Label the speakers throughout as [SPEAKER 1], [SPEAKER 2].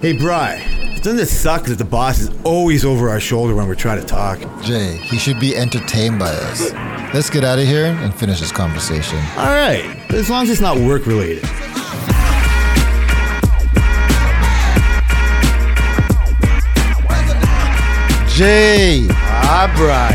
[SPEAKER 1] Hey, Bry, doesn't it suck that the boss is always over our shoulder when we're trying to talk?
[SPEAKER 2] Jay, he should be entertained by us. Let's get out of here and finish this conversation.
[SPEAKER 1] All right, but as long as it's not work related.
[SPEAKER 2] Jay,
[SPEAKER 1] Ah, Bry,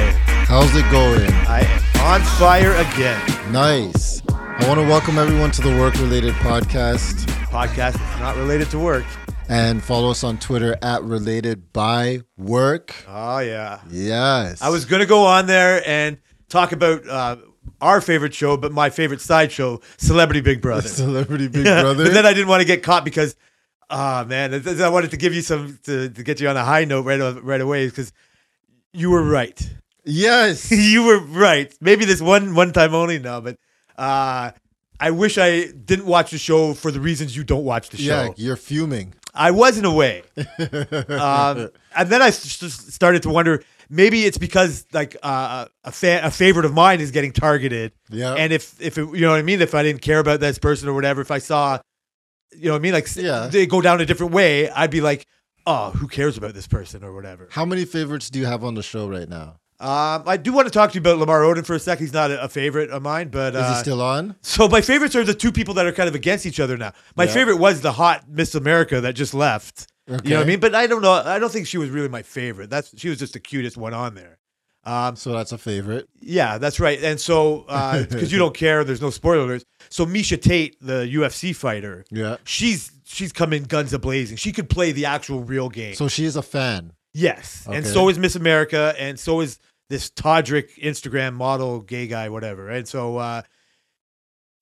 [SPEAKER 2] how's it going?
[SPEAKER 1] I am on fire again.
[SPEAKER 2] Nice. I want to welcome everyone to the Work Related Podcast
[SPEAKER 1] Podcast that's not related to work.
[SPEAKER 2] and follow us on Twitter at Related by Work.
[SPEAKER 1] Oh, yeah.
[SPEAKER 2] Yes.
[SPEAKER 1] I was going to go on there and talk about uh, our favorite show, but my favorite side show, Celebrity Big Brother.
[SPEAKER 2] Celebrity Big
[SPEAKER 1] Yeah,
[SPEAKER 2] Brother.
[SPEAKER 1] But then I didn't want to get caught because, ah, man, th- th- I wanted to give you some to, to get you on a high note right o- right away because you were right.
[SPEAKER 2] yes.
[SPEAKER 1] you were right. Maybe this one one time only now, but uh, I wish I didn't watch the show for the reasons you don't watch the show.
[SPEAKER 2] Yeah, you're fuming.
[SPEAKER 1] I was in a way. um, and then I s- s- started to wonder maybe it's because like uh, a fa- a favorite of mine is getting targeted.
[SPEAKER 2] Yeah.
[SPEAKER 1] And if if it, you know what I mean, if I didn't care about this person or whatever, if I saw, you know what I mean, like s-
[SPEAKER 2] Yeah.
[SPEAKER 1] they go down a different way, I'd be like, oh, who cares about this person or whatever.
[SPEAKER 2] How many favorites do you have on the show right now?
[SPEAKER 1] Um, I do want to talk to you about Lamar Odin for a sec. He's not a, a favorite of mine, but
[SPEAKER 2] Is
[SPEAKER 1] uh,
[SPEAKER 2] he still on?
[SPEAKER 1] so my favorites are the two people that are kind of against each other now. My
[SPEAKER 2] Yeah.
[SPEAKER 1] favorite was the hot Miss America that just left. You know what I
[SPEAKER 2] Okay.
[SPEAKER 1] mean? But I don't know. I don't think she was really my favorite. That's she was just the cutest one on there. Um,
[SPEAKER 2] So that's a favorite.
[SPEAKER 1] yeah, that's right. And so because you don't care, there's no spoilers. So Misha Tate, the UFC fighter,
[SPEAKER 2] Yeah.
[SPEAKER 1] she's she's coming guns a blazing. She could play the actual real game.
[SPEAKER 2] So she is a fan.
[SPEAKER 1] yes, and
[SPEAKER 2] Okay.
[SPEAKER 1] so is Miss America, and so is this Todrick Instagram model, gay guy, whatever. And so. Uh,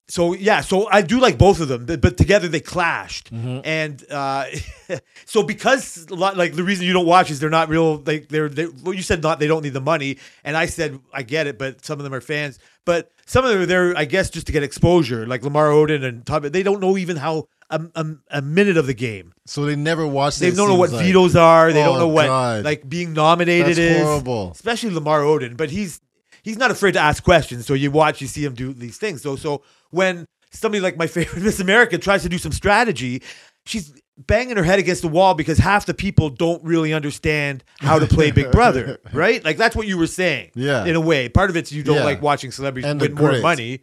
[SPEAKER 1] so yeah, so I do like both of them, but, but together they clashed, and uh, so because a lot, like the reason you don't watch is they're not real. They they're they, well, you said not they don't need the money, and I said I get it, but some of them are fans, but some of them are there I guess just to get exposure, like Lamar Odin and Tom. They don't know even how a, a, a minute of the game.
[SPEAKER 2] So they never watched
[SPEAKER 1] They
[SPEAKER 2] it, it
[SPEAKER 1] don't know what
[SPEAKER 2] seems like.
[SPEAKER 1] vetoes are. They don't
[SPEAKER 2] Oh,
[SPEAKER 1] know what
[SPEAKER 2] God.
[SPEAKER 1] like being nominated
[SPEAKER 2] That's
[SPEAKER 1] is.
[SPEAKER 2] horrible.
[SPEAKER 1] Especially Lamar Odin, but he's he's not afraid to ask questions. So you watch, you see him do these things. So so when somebody like my favorite Miss America tries to do some strategy, she's banging her head against the wall because half the people don't really understand how to play Big Brother, right? Like that's what you were saying.
[SPEAKER 2] Yeah.
[SPEAKER 1] In a way, part of it's you don't
[SPEAKER 2] Yeah.
[SPEAKER 1] like watching celebrities
[SPEAKER 2] And the
[SPEAKER 1] win more
[SPEAKER 2] grit.
[SPEAKER 1] money,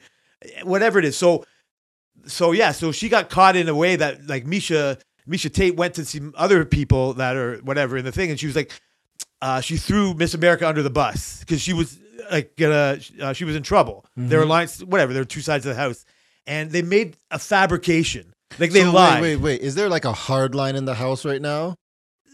[SPEAKER 1] whatever it is. So so yeah, so she got caught in a way that like Misha Misha Tate went to see other people that are whatever in the thing, and she was like, uh, she threw Miss America under the bus because she was like gonna uh, she was in trouble.
[SPEAKER 2] Mm-hmm.
[SPEAKER 1] Their alliance, whatever, there were two sides of the house, and they made a fabrication. Like they
[SPEAKER 2] So
[SPEAKER 1] lied.
[SPEAKER 2] Wait, wait, wait. Is there like a hard line in the house right now?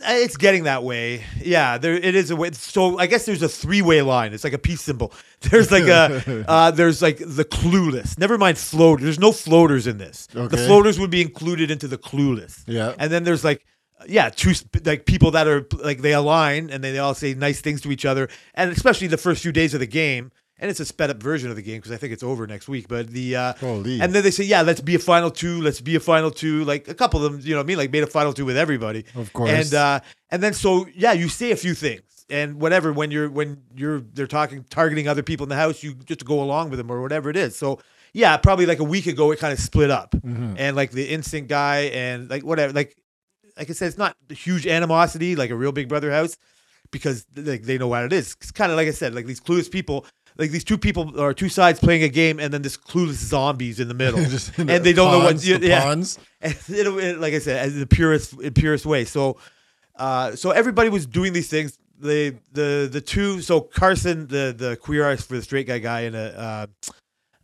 [SPEAKER 1] Uh, It's getting that way. Yeah, there it is a way. So I guess there's a three-way line. It's like a peace symbol. There's like a uh, there's like the clueless. Never mind float. There's no floaters in this. The
[SPEAKER 2] Okay.
[SPEAKER 1] floaters would be included into the clueless.
[SPEAKER 2] Yeah.
[SPEAKER 1] And then there's like yeah, two sp- like people that are like they align and they, they all say nice things to each other. And especially the first few days of the game. And it's a sped up version of the game because I think it's over next week. But the uh,
[SPEAKER 2] Holy.
[SPEAKER 1] and then they say, yeah, let's be a final two. Let's be a final two. Like a couple of them, you know what I mean? Like made a final two with everybody.
[SPEAKER 2] Of course.
[SPEAKER 1] And uh, and then so yeah, you say a few things and whatever when you're when you're they're talking targeting other people in the house, you just go along with them or whatever it is. So yeah, probably like a week ago it kind of split up.
[SPEAKER 2] Mm-hmm.
[SPEAKER 1] And like the instant guy and like whatever like like I said, it's not huge animosity like a real Big Brother house because like they know what it is. It's kind of like I said, like these clueless people, like these two people or two sides playing a game, and then this clueless zombies in the middle,
[SPEAKER 2] Just in
[SPEAKER 1] and
[SPEAKER 2] the
[SPEAKER 1] they don't know what
[SPEAKER 2] ponds, the
[SPEAKER 1] yeah.
[SPEAKER 2] ponds.
[SPEAKER 1] And it'll- it- like I said, as the purest in purest way. So, uh, so everybody was doing these things. The the the two so Carson the the queer eyes for the straight guy guy and a uh,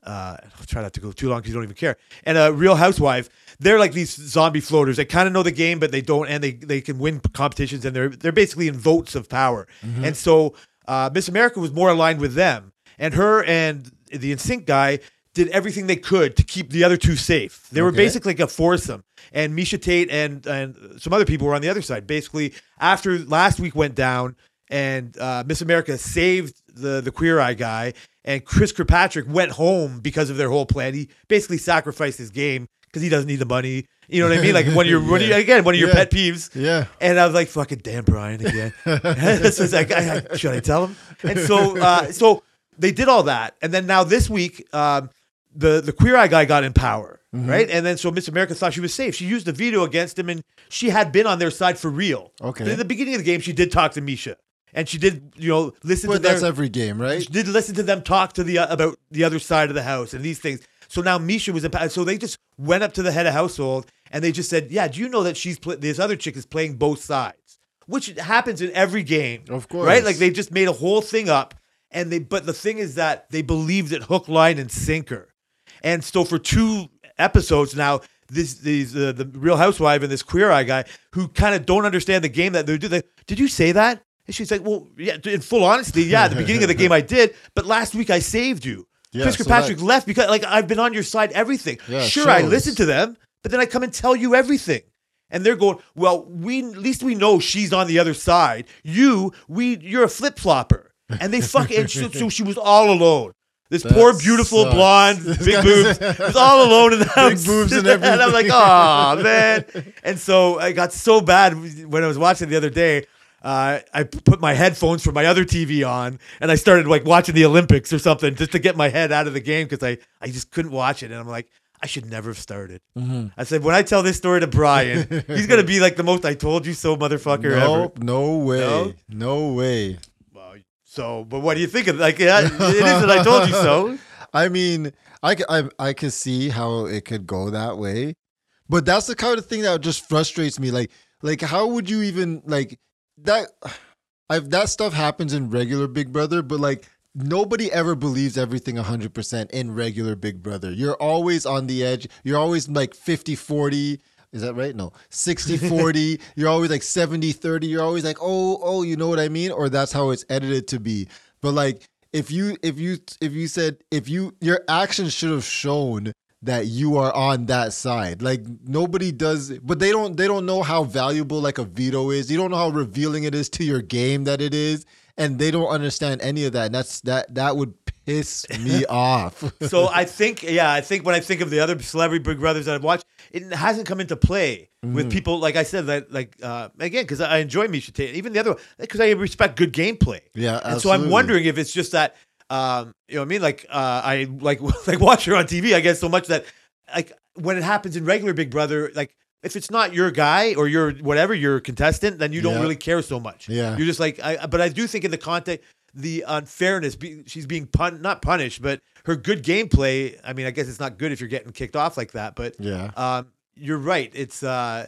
[SPEAKER 1] uh, I'll try not to go too long because you don't even care. And a Real Housewife, they're like these zombie floaters. They kind of know the game, but they don't, and they they can win competitions, and they're they're basically in votes of power. And so uh, Miss America was more aligned with them, and her and the Insync guy did everything they could to keep the other two safe. They were
[SPEAKER 2] Okay.
[SPEAKER 1] basically like a foursome, and Misha Tate and and some other people were on the other side. Basically, after last week went down, and uh, Miss America saved the the queer eye guy, and Chris Kirkpatrick went home because of their whole plan. He basically sacrificed his game because he doesn't need the money. You know what I mean? Like one of your, one of your again, one of your
[SPEAKER 2] Yeah.
[SPEAKER 1] pet peeves.
[SPEAKER 2] Yeah.
[SPEAKER 1] And I was like, "Fucking damn, Brian again." this was like, I, I- should I tell him? And so, uh, so they did all that, and then now this week, um, the the queer eye guy got in power,
[SPEAKER 2] Mm-hmm.
[SPEAKER 1] right? And then so Miss America thought she was safe. She used the veto against him, and she had been on their side for real.
[SPEAKER 2] Okay.
[SPEAKER 1] In the beginning of the game, she did talk to Misha, and she did you know listen
[SPEAKER 2] But
[SPEAKER 1] to their
[SPEAKER 2] that's every game, right?
[SPEAKER 1] she did listen to them talk to the uh, about the other side of the house and these things. So now Misha was empowered. So they just went up to the head of household and they just said, "Yeah, do you know that she's pl- this other chick is playing both sides?" Which happens in every game,
[SPEAKER 2] Of course.
[SPEAKER 1] right? Like they just made a whole thing up, and they. But the thing is that they believed it hook, line, and sinker, and so for two episodes now. This these uh, the Real Housewife and this Queer Eye guy who kind of don't understand the game that they're doing. Like, Did you say that? And she's like, "Well, yeah." In full honesty, yeah. At the beginning of the game, I did, but last week I saved you.
[SPEAKER 2] Yeah,
[SPEAKER 1] Chris
[SPEAKER 2] so
[SPEAKER 1] Kirkpatrick
[SPEAKER 2] that-
[SPEAKER 1] left because like I've been on your side everything.
[SPEAKER 2] Yeah, it
[SPEAKER 1] sure, I
[SPEAKER 2] shows.
[SPEAKER 1] listen to them, but then I come and tell you everything. And they're going, well, we at least we know she's on the other side. You, we, you're a flip flopper. And they fuck. and so, so she was all alone. This
[SPEAKER 2] That
[SPEAKER 1] poor, beautiful
[SPEAKER 2] sucks.
[SPEAKER 1] blonde, big boobs, was all alone in the house.
[SPEAKER 2] boobs and
[SPEAKER 1] I'm like,
[SPEAKER 2] everything.
[SPEAKER 1] oh man. And so I got so bad when I was watching the other day. Uh, I put my headphones from my other TV on, and I started like watching the Olympics or something just to get my head out of the game because I I just couldn't watch it, and I'm like. I should never have started.
[SPEAKER 2] Mm-hmm.
[SPEAKER 1] I said, when I tell this story to Brian, he's gonna be like the most "I told you so" motherfucker ever.
[SPEAKER 2] Nope, no way,
[SPEAKER 1] No?
[SPEAKER 2] no, way.
[SPEAKER 1] Well, so, but what do you think of like? Yeah, it is that I told you so.
[SPEAKER 2] I mean, I, c- I, I could see how it could go that way, but that's the kind of thing that just frustrates me. Like, like how would you even like that? I've that stuff happens in regular Big Brother, but like nobody ever believes everything 100% in regular Big Brother. You're always on the edge. You're always like 50 40. Is that right? No. 60 40. You're always like 70 30. You're always like, "Oh, oh, you know what I mean?" or that's how it's edited to be. But like if you if you if you said if you your actions should have shown that you are on that side. Like nobody does, but they don't they don't know how valuable like a veto is. You don't know how revealing it is to your game that it is, and they don't understand any of that. And that's that that would piss me off.
[SPEAKER 1] so I think, yeah, I think when I think of the other celebrity Big Brothers that I've watched, it hasn't come into play with people like I said that like uh, again because I enjoy Misha Tate, even the other one because I respect good gameplay.
[SPEAKER 2] Yeah,
[SPEAKER 1] and so I'm
[SPEAKER 2] absolutely.
[SPEAKER 1] wondering if it's just that um, you know what I mean. Like uh, I like like watch her on TV, I guess so much that like when it happens in regular Big Brother, like. If it's not your guy or your whatever your contestant, then you don't
[SPEAKER 2] Yeah.
[SPEAKER 1] really care so much.
[SPEAKER 2] Yeah.
[SPEAKER 1] you're just like. I, but I do think in the context, the unfairness, be, she's being pun not punished, but her good gameplay. I mean, I guess it's not good if you're getting kicked off like that, but
[SPEAKER 2] Yeah.
[SPEAKER 1] um, you're right. It's uh,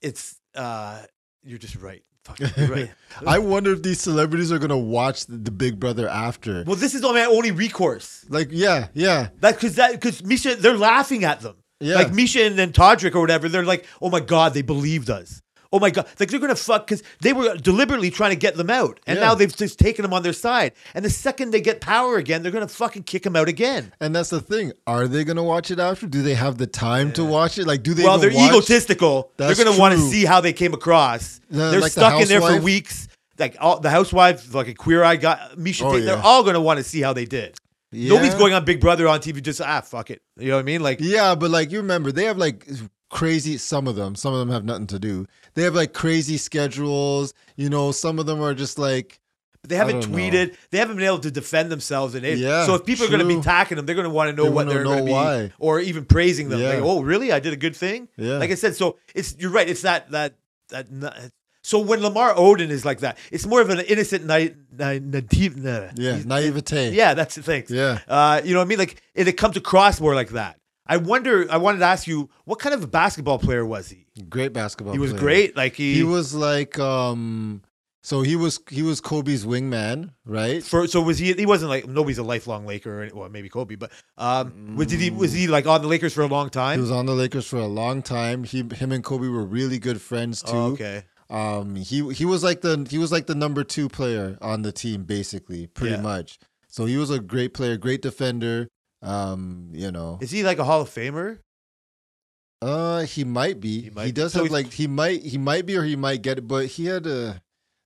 [SPEAKER 1] it's uh, you're just right. Fuck, you're right. Uh,
[SPEAKER 2] I wonder if these celebrities are gonna watch the, the Big Brother after.
[SPEAKER 1] well, this is my only recourse.
[SPEAKER 2] Like, yeah, yeah.
[SPEAKER 1] That because that because Misha, they're laughing at them.
[SPEAKER 2] Yeah.
[SPEAKER 1] Like Misha and then Todrick or whatever, they're like, oh my god, they believed us. Oh my god, like they're gonna fuck because they were deliberately trying to get them out, and
[SPEAKER 2] Yeah.
[SPEAKER 1] now they've just taken them on their side. And the second they get power again, they're gonna fucking kick them out again.
[SPEAKER 2] And that's the thing. Are they gonna watch it after? Do they have the time to watch it? Like, do they?
[SPEAKER 1] well,
[SPEAKER 2] even
[SPEAKER 1] they're
[SPEAKER 2] watch-
[SPEAKER 1] egotistical.
[SPEAKER 2] That's
[SPEAKER 1] they're gonna want to
[SPEAKER 2] true.
[SPEAKER 1] see how they came across.
[SPEAKER 2] The-
[SPEAKER 1] they're
[SPEAKER 2] like the
[SPEAKER 1] stuck in there for
[SPEAKER 2] housewife?
[SPEAKER 1] weeks. Like all, the housewife, like a queer eye guy, Misha.
[SPEAKER 2] Oh,
[SPEAKER 1] Tate,
[SPEAKER 2] yeah.
[SPEAKER 1] They're all gonna want to see how they did. Nobody's
[SPEAKER 2] Yeah.
[SPEAKER 1] going on Big Brother on TV just ah fuck it. You know what I mean? Like
[SPEAKER 2] Yeah, but like you remember, they have like crazy. Some of them, some of them have nothing to do. They have like crazy schedules. You know, some of them are just like,
[SPEAKER 1] They haven't
[SPEAKER 2] don't know.
[SPEAKER 1] tweeted. They haven't been able to defend themselves in it.
[SPEAKER 2] Yeah,
[SPEAKER 1] so if people are going to be
[SPEAKER 2] true.
[SPEAKER 1] attacking them, they're going to want to know
[SPEAKER 2] They
[SPEAKER 1] what
[SPEAKER 2] wanna
[SPEAKER 1] they're
[SPEAKER 2] know
[SPEAKER 1] going to be,
[SPEAKER 2] why.
[SPEAKER 1] or even praising them.
[SPEAKER 2] Yeah.
[SPEAKER 1] Like, oh, really? I did a good thing.
[SPEAKER 2] Yeah.
[SPEAKER 1] Like I said, so it's you're right. It's that that that. n- So when Lamar Odin is like that, it's more of an innocent night. Na- native- na-
[SPEAKER 2] yeah, naivete.
[SPEAKER 1] yeah, that's the thing.
[SPEAKER 2] Yeah.
[SPEAKER 1] Uh, you know what I mean? Like, and it comes across more like that. I wonder. I wanted to ask you, what kind of a basketball player was he?
[SPEAKER 2] great basketball.
[SPEAKER 1] He was
[SPEAKER 2] player.
[SPEAKER 1] great. Like he,
[SPEAKER 2] He was like, um, so he was he was Kobe's wingman, right?
[SPEAKER 1] For so was he? He wasn't like nobody's a lifelong Laker, or any, well, maybe Kobe, but um, was, did he was he like on the Lakers for a long
[SPEAKER 2] He
[SPEAKER 1] time?
[SPEAKER 2] was on the Lakers for a long time. He, him and Kobe were really good friends too.
[SPEAKER 1] Oh, okay,
[SPEAKER 2] Um, he he was like the he was like the number two player on the team, basically, pretty
[SPEAKER 1] Yeah.
[SPEAKER 2] much. So he was a great player, great defender. Um, you know,
[SPEAKER 1] is he like a Hall of Famer?
[SPEAKER 2] Uh, he might be.
[SPEAKER 1] He
[SPEAKER 2] He,
[SPEAKER 1] might be.
[SPEAKER 2] does
[SPEAKER 1] So
[SPEAKER 2] have
[SPEAKER 1] he's-
[SPEAKER 2] like he might he might be or he might get it, but he had a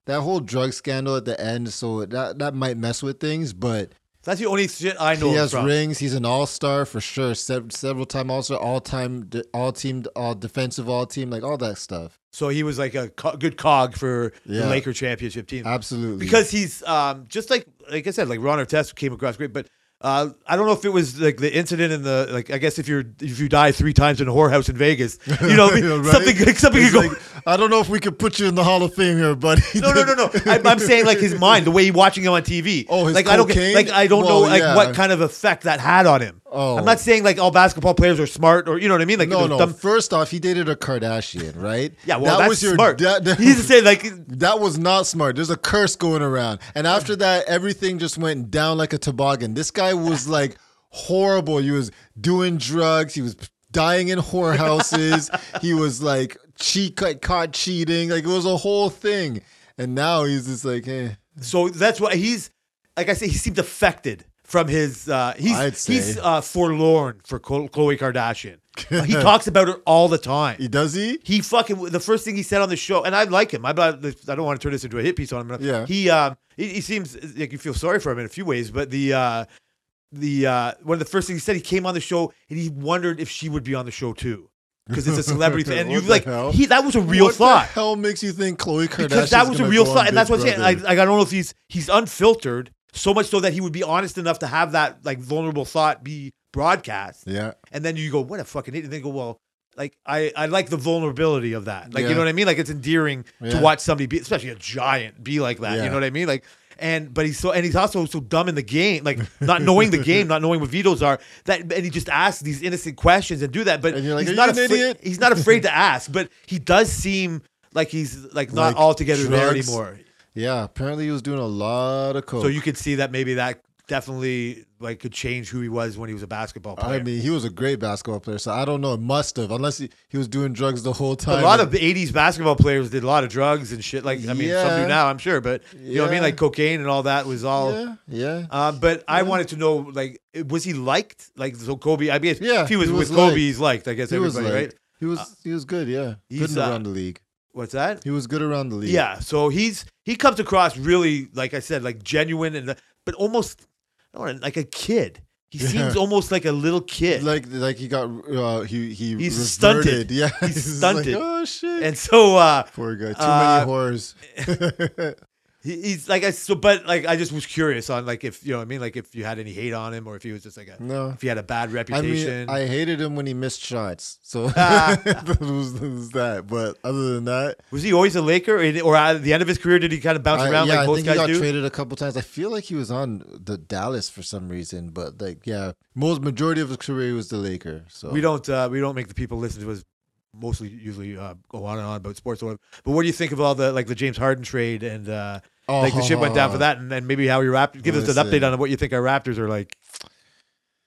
[SPEAKER 2] that whole drug scandal at the end, so that that might mess with things. But
[SPEAKER 1] That's the only shit I know.
[SPEAKER 2] he
[SPEAKER 1] him
[SPEAKER 2] has
[SPEAKER 1] from.
[SPEAKER 2] rings. He's an all star for sure. Sev- several time all star, all time, all team, all defensive, all team, like all that stuff.
[SPEAKER 1] so he was like a co- good cog for the
[SPEAKER 2] Yeah.
[SPEAKER 1] Laker championship team
[SPEAKER 2] Absolutely,
[SPEAKER 1] because he's um just like like I said, like Ron Artest came across great, but Uh, I don't know if it was like the incident in the like. I guess if you're if you die three times in a whorehouse in Vegas, you know what I mean?
[SPEAKER 2] Right?
[SPEAKER 1] something something could go.
[SPEAKER 2] It's like, I don't know if we could put you in the Hall of Fame here, buddy.
[SPEAKER 1] no, no, no, no. I, I'm saying like his mind, the way he watching him on TV.
[SPEAKER 2] Oh, his
[SPEAKER 1] like I don't get,
[SPEAKER 2] cocaine?
[SPEAKER 1] like I don't
[SPEAKER 2] Well,
[SPEAKER 1] know like
[SPEAKER 2] yeah.
[SPEAKER 1] what kind of effect that had on him.
[SPEAKER 2] Oh.
[SPEAKER 1] I'm not saying like all basketball players are smart or you know what I mean. Like
[SPEAKER 2] No,
[SPEAKER 1] they're
[SPEAKER 2] no.
[SPEAKER 1] dumb-
[SPEAKER 2] First off, he dated a Kardashian, right?
[SPEAKER 1] yeah, well that's smart.
[SPEAKER 2] that- that-
[SPEAKER 1] He's saying like
[SPEAKER 2] That was not smart. There's a curse going around. And after that, everything just went down like a toboggan. This guy was like horrible. He was doing drugs. He was dying in whorehouses. he was like cheat caught cheating. Like it was a whole thing. And now he's just like, eh.
[SPEAKER 1] so that's why he's like I say he seemed affected from his uh
[SPEAKER 2] I'd
[SPEAKER 1] he's
[SPEAKER 2] say.
[SPEAKER 1] he's uh forlorn for Chloe Kardashian. he talks about her all the time.
[SPEAKER 2] He does he?
[SPEAKER 1] he fucking the first thing he said on the show, and I like him. I I don't want to turn this into a hit piece on him.
[SPEAKER 2] Yeah.
[SPEAKER 1] he um he, he seems like you feel sorry for him in a few ways, but the uh the uh one of the first things he said, he came on the show and he wondered if she would be on the show too because it's a celebrity thing, and you
[SPEAKER 2] What the
[SPEAKER 1] like
[SPEAKER 2] hell?
[SPEAKER 1] he that was a real
[SPEAKER 2] what
[SPEAKER 1] thought
[SPEAKER 2] The hell makes you think Chloe Kardashian?
[SPEAKER 1] because that was a real thought, and that's what I'm saying. Like, like I don't know if he's he's unfiltered so much so that he would be honest enough to have that like vulnerable thought be broadcast.
[SPEAKER 2] yeah.
[SPEAKER 1] And then you go, what a fucking idiot. And they go, well, like I, I like the vulnerability of that. Like you
[SPEAKER 2] Yeah.
[SPEAKER 1] know what I mean? Like it's endearing to
[SPEAKER 2] Yeah.
[SPEAKER 1] watch somebody be, especially a giant, be like that. You
[SPEAKER 2] Yeah.
[SPEAKER 1] know what I mean? Like and but he's so and he's also so dumb in the game, like not knowing the game, not knowing what vetoes are. That and he just asks these innocent questions and do that. But
[SPEAKER 2] And you're like,
[SPEAKER 1] he's
[SPEAKER 2] "Are you
[SPEAKER 1] not
[SPEAKER 2] an
[SPEAKER 1] afraid.
[SPEAKER 2] idiot?"
[SPEAKER 1] He's not afraid to ask. But he does seem like he's like not
[SPEAKER 2] Like
[SPEAKER 1] altogether there
[SPEAKER 2] drugs.
[SPEAKER 1] anymore.
[SPEAKER 2] Yeah. Apparently he was doing a lot of coke.
[SPEAKER 1] So you could see that maybe that definitely like could change who he was when he was a basketball player.
[SPEAKER 2] I mean, he was a great basketball player, so I don't know. It must have, unless he, he was doing drugs the whole time.
[SPEAKER 1] a lot of the 80s basketball players did a lot of drugs and shit. Like, I mean, some
[SPEAKER 2] Yeah.
[SPEAKER 1] do now, I'm sure, but you know what I mean?
[SPEAKER 2] Yeah.
[SPEAKER 1] Like, cocaine and all that was all.
[SPEAKER 2] yeah, yeah.
[SPEAKER 1] Um, but I wanted to know, like, was he liked? Like, so Kobe, I guess
[SPEAKER 2] Yeah,
[SPEAKER 1] if he was,
[SPEAKER 2] he was
[SPEAKER 1] with Kobe,
[SPEAKER 2] liked.
[SPEAKER 1] he's liked, I guess,
[SPEAKER 2] he was
[SPEAKER 1] everybody, right?
[SPEAKER 2] like,
[SPEAKER 1] Uh,
[SPEAKER 2] he was he was good. Yeah, good
[SPEAKER 1] he's,
[SPEAKER 2] and
[SPEAKER 1] uh,
[SPEAKER 2] around the league.
[SPEAKER 1] What's that?
[SPEAKER 2] He was good around the league.
[SPEAKER 1] Yeah. So he's, he comes across really, like I said, like genuine and, but almost, I don't know, like a kid. He seems almost like a little kid.
[SPEAKER 2] like like he got uh, he he
[SPEAKER 1] He's
[SPEAKER 2] reverted.
[SPEAKER 1] stunted.
[SPEAKER 2] Yeah,
[SPEAKER 1] He's
[SPEAKER 2] just like,
[SPEAKER 1] stunted.
[SPEAKER 2] oh shit!
[SPEAKER 1] and so, uh,
[SPEAKER 2] Poor guy. Too
[SPEAKER 1] uh,
[SPEAKER 2] many whores.
[SPEAKER 1] He- he's like I so, but like I just was curious on like if you know what I mean, like if you had any hate on him or if he was just like a
[SPEAKER 2] No.
[SPEAKER 1] if he had a bad
[SPEAKER 2] I mean,
[SPEAKER 1] reputation.
[SPEAKER 2] I hated him when he missed shots. So
[SPEAKER 1] Ah.
[SPEAKER 2] that, was, that was that. But other than that,
[SPEAKER 1] was he always a Laker, or, or at the end of his career did he kind of bounce
[SPEAKER 2] I-
[SPEAKER 1] around
[SPEAKER 2] yeah,
[SPEAKER 1] like
[SPEAKER 2] I
[SPEAKER 1] most
[SPEAKER 2] think he
[SPEAKER 1] guys
[SPEAKER 2] got
[SPEAKER 1] do?
[SPEAKER 2] traded a couple times. I feel like he was on the Dallas for some reason, but like yeah, most majority of his career was the Laker. So
[SPEAKER 1] we don't uh, we don't make the people listen to us mostly usually uh, go on and on about sports. Or whatever. But what do you think of all the like the James Harden trade and uh, like the shit went down for that, and, and maybe how your Raptors? Give us an
[SPEAKER 2] Listen.
[SPEAKER 1] update on what you think our Raptors are like.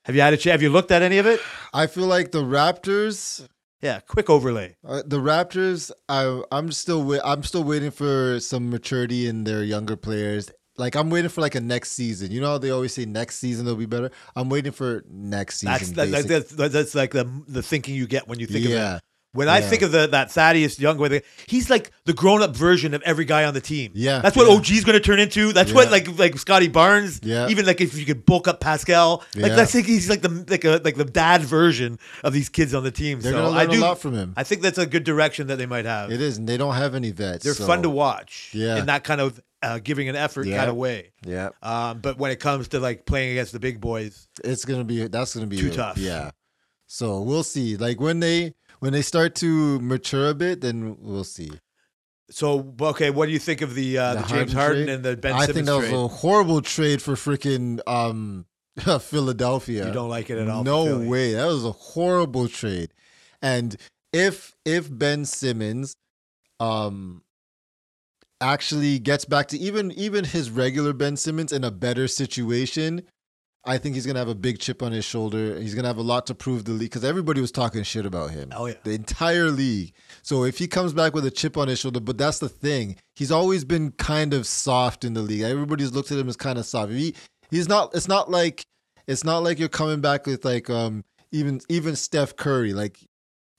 [SPEAKER 1] Have you had a ch- Have you looked at any of it?
[SPEAKER 2] I feel like the Raptors.
[SPEAKER 1] Yeah, quick overlay.
[SPEAKER 2] Uh, the Raptors, I, I'm still wait, I'm still waiting for some maturity in their younger players. Like I'm waiting for like a next season. You know how they always say next season they'll be better. I'm waiting for next season.
[SPEAKER 1] That's that, that,
[SPEAKER 2] basic-
[SPEAKER 1] that's that's like the the thinking you get when you think of
[SPEAKER 2] yeah,
[SPEAKER 1] that. When I
[SPEAKER 2] Yeah.
[SPEAKER 1] think of the that Thaddeus Young, where they- he's like the grown up version of every guy on the team.
[SPEAKER 2] Yeah,
[SPEAKER 1] that's what
[SPEAKER 2] yeah.
[SPEAKER 1] OG's going to turn into. That's what
[SPEAKER 2] Yeah.
[SPEAKER 1] like like Scotty Barnes.
[SPEAKER 2] Yeah.
[SPEAKER 1] even like if you could bulk up Pascal, like
[SPEAKER 2] Yeah.
[SPEAKER 1] let's think he's like the like a like the dad version of these kids on the team.
[SPEAKER 2] they're
[SPEAKER 1] so
[SPEAKER 2] gonna
[SPEAKER 1] I
[SPEAKER 2] learn
[SPEAKER 1] do.
[SPEAKER 2] a lot from him.
[SPEAKER 1] I think that's a good direction that they might have.
[SPEAKER 2] it is, and they don't have any vets.
[SPEAKER 1] They're
[SPEAKER 2] so-
[SPEAKER 1] fun to watch.
[SPEAKER 2] Yeah.
[SPEAKER 1] in that kind of uh, giving an effort
[SPEAKER 2] Yeah.
[SPEAKER 1] kind of way.
[SPEAKER 2] Yeah,
[SPEAKER 1] Um, but when it comes to like playing against the big boys,
[SPEAKER 2] it's gonna be that's gonna be
[SPEAKER 1] Too
[SPEAKER 2] a-
[SPEAKER 1] tough.
[SPEAKER 2] Yeah. So we'll see. Like when they when they start to mature a bit, then we'll see.
[SPEAKER 1] so okay, what do you think of the uh, the,
[SPEAKER 2] The
[SPEAKER 1] James
[SPEAKER 2] Harden
[SPEAKER 1] Harden
[SPEAKER 2] trade?
[SPEAKER 1] and the Ben
[SPEAKER 2] I
[SPEAKER 1] Simmons
[SPEAKER 2] think that was
[SPEAKER 1] trade?
[SPEAKER 2] a horrible trade for freaking um Philadelphia.
[SPEAKER 1] You don't like it at all?
[SPEAKER 2] No
[SPEAKER 1] Philly.
[SPEAKER 2] way. That was a horrible trade. And if if Ben Simmons um actually gets back to even even his regular Ben Simmons in a better situation, I think he's gonna have a big chip on his shoulder. He's gonna have a lot to prove the league because everybody was talking shit about him.
[SPEAKER 1] Oh, yeah.
[SPEAKER 2] the entire league. So if he comes back with a chip on his shoulder, but that's the thing, he's always been kind of soft in the league. Everybody's looked at him as kind of soft. He he's not. It's not like it's not like you're coming back with like um even even Steph Curry like.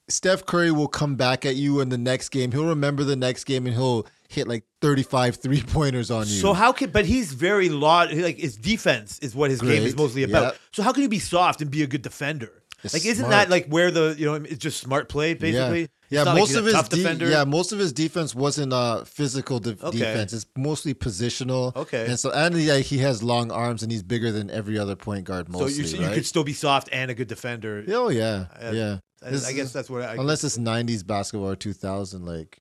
[SPEAKER 2] Steph Curry will come back at you in the next game. He'll remember the next game and he'll hit like 35 three pointers on you.
[SPEAKER 1] So how can? But he's very lot. Like his defense is what his game is
[SPEAKER 2] Great.
[SPEAKER 1] mostly about.
[SPEAKER 2] Yeah.
[SPEAKER 1] So how can you be soft and be a good defender?
[SPEAKER 2] It's
[SPEAKER 1] like, isn't
[SPEAKER 2] smart.
[SPEAKER 1] that like where the you know it's just smart play basically?
[SPEAKER 2] Yeah,
[SPEAKER 1] It's not like
[SPEAKER 2] most
[SPEAKER 1] he's a
[SPEAKER 2] of his
[SPEAKER 1] tough
[SPEAKER 2] de-
[SPEAKER 1] defender.
[SPEAKER 2] yeah, most of his defense wasn't uh physical de-
[SPEAKER 1] Okay.
[SPEAKER 2] defense. It's mostly positional.
[SPEAKER 1] Okay.
[SPEAKER 2] And so and yeah, he has long arms and he's bigger than every other point guard
[SPEAKER 1] so
[SPEAKER 2] mostly,
[SPEAKER 1] you, so you
[SPEAKER 2] right?
[SPEAKER 1] could still be soft and a good defender.
[SPEAKER 2] oh yeah.
[SPEAKER 1] Uh,
[SPEAKER 2] yeah.
[SPEAKER 1] I,
[SPEAKER 2] this
[SPEAKER 1] I
[SPEAKER 2] is-
[SPEAKER 1] guess that's what I,
[SPEAKER 2] Unless it's 90s basketball or 2000 like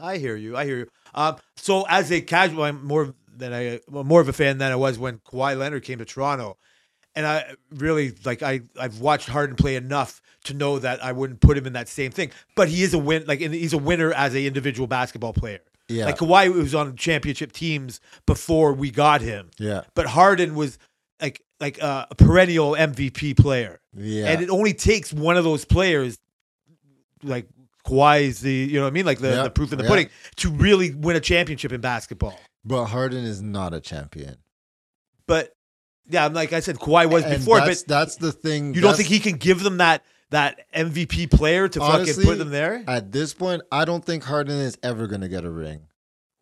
[SPEAKER 1] I hear you. I hear you. Um, so as a casual, I'm more than I well, more of a fan than I was when Kawhi Leonard came to Toronto, and I really like I I've watched Harden play enough to know that I wouldn't put him in that same thing. But he is a win like and he's a winner as a individual basketball player.
[SPEAKER 2] Yeah.
[SPEAKER 1] Like Kawhi was on championship teams before we got him,
[SPEAKER 2] yeah.
[SPEAKER 1] but Harden was like like uh, a perennial MVP player.
[SPEAKER 2] Yeah.
[SPEAKER 1] And it only takes one of those players, like Kawhi is the, you know what I mean? Like the,
[SPEAKER 2] Yeah,
[SPEAKER 1] the proof in the
[SPEAKER 2] yeah.
[SPEAKER 1] pudding, to really win a championship in basketball.
[SPEAKER 2] but Harden is not a champion.
[SPEAKER 1] But yeah, I'm like I said, Kawhi was
[SPEAKER 2] And
[SPEAKER 1] before,
[SPEAKER 2] that's,
[SPEAKER 1] but
[SPEAKER 2] that's the thing.
[SPEAKER 1] you don't
[SPEAKER 2] that's-
[SPEAKER 1] think he can give them that that MVP player to
[SPEAKER 2] Honestly,
[SPEAKER 1] fucking put them there?
[SPEAKER 2] at this point, I don't think Harden is ever going to get a ring.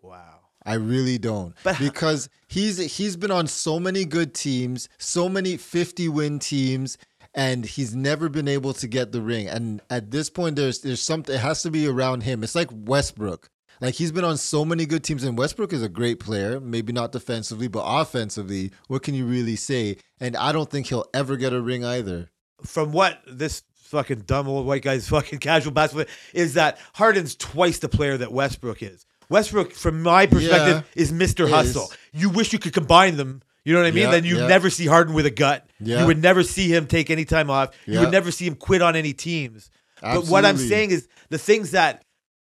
[SPEAKER 1] Wow.
[SPEAKER 2] I really don't.
[SPEAKER 1] But-
[SPEAKER 2] because he's he's been on so many good teams, so many 50 win teams and he's never been able to get the ring. And at this point there's there's something it has to be around him. It's like Westbrook. Like he's been on so many good teams and Westbrook is a great player, maybe not defensively, but offensively, what can you really say? And I don't think he'll ever get a ring either.
[SPEAKER 1] From what this fucking dumb old white guy's fucking casual basketball is that Harden's twice the player that Westbrook is. Westbrook, from my perspective, is Mr.
[SPEAKER 2] is.
[SPEAKER 1] Hustle. You wish you could combine them. You know what I mean?
[SPEAKER 2] Yeah,
[SPEAKER 1] then you
[SPEAKER 2] yeah.
[SPEAKER 1] never see Harden with a gut.
[SPEAKER 2] Yeah.
[SPEAKER 1] You would never see him take any time off. You
[SPEAKER 2] Yeah.
[SPEAKER 1] would never see him quit on any teams. But what I'm
[SPEAKER 2] Absolutely.
[SPEAKER 1] saying is the things that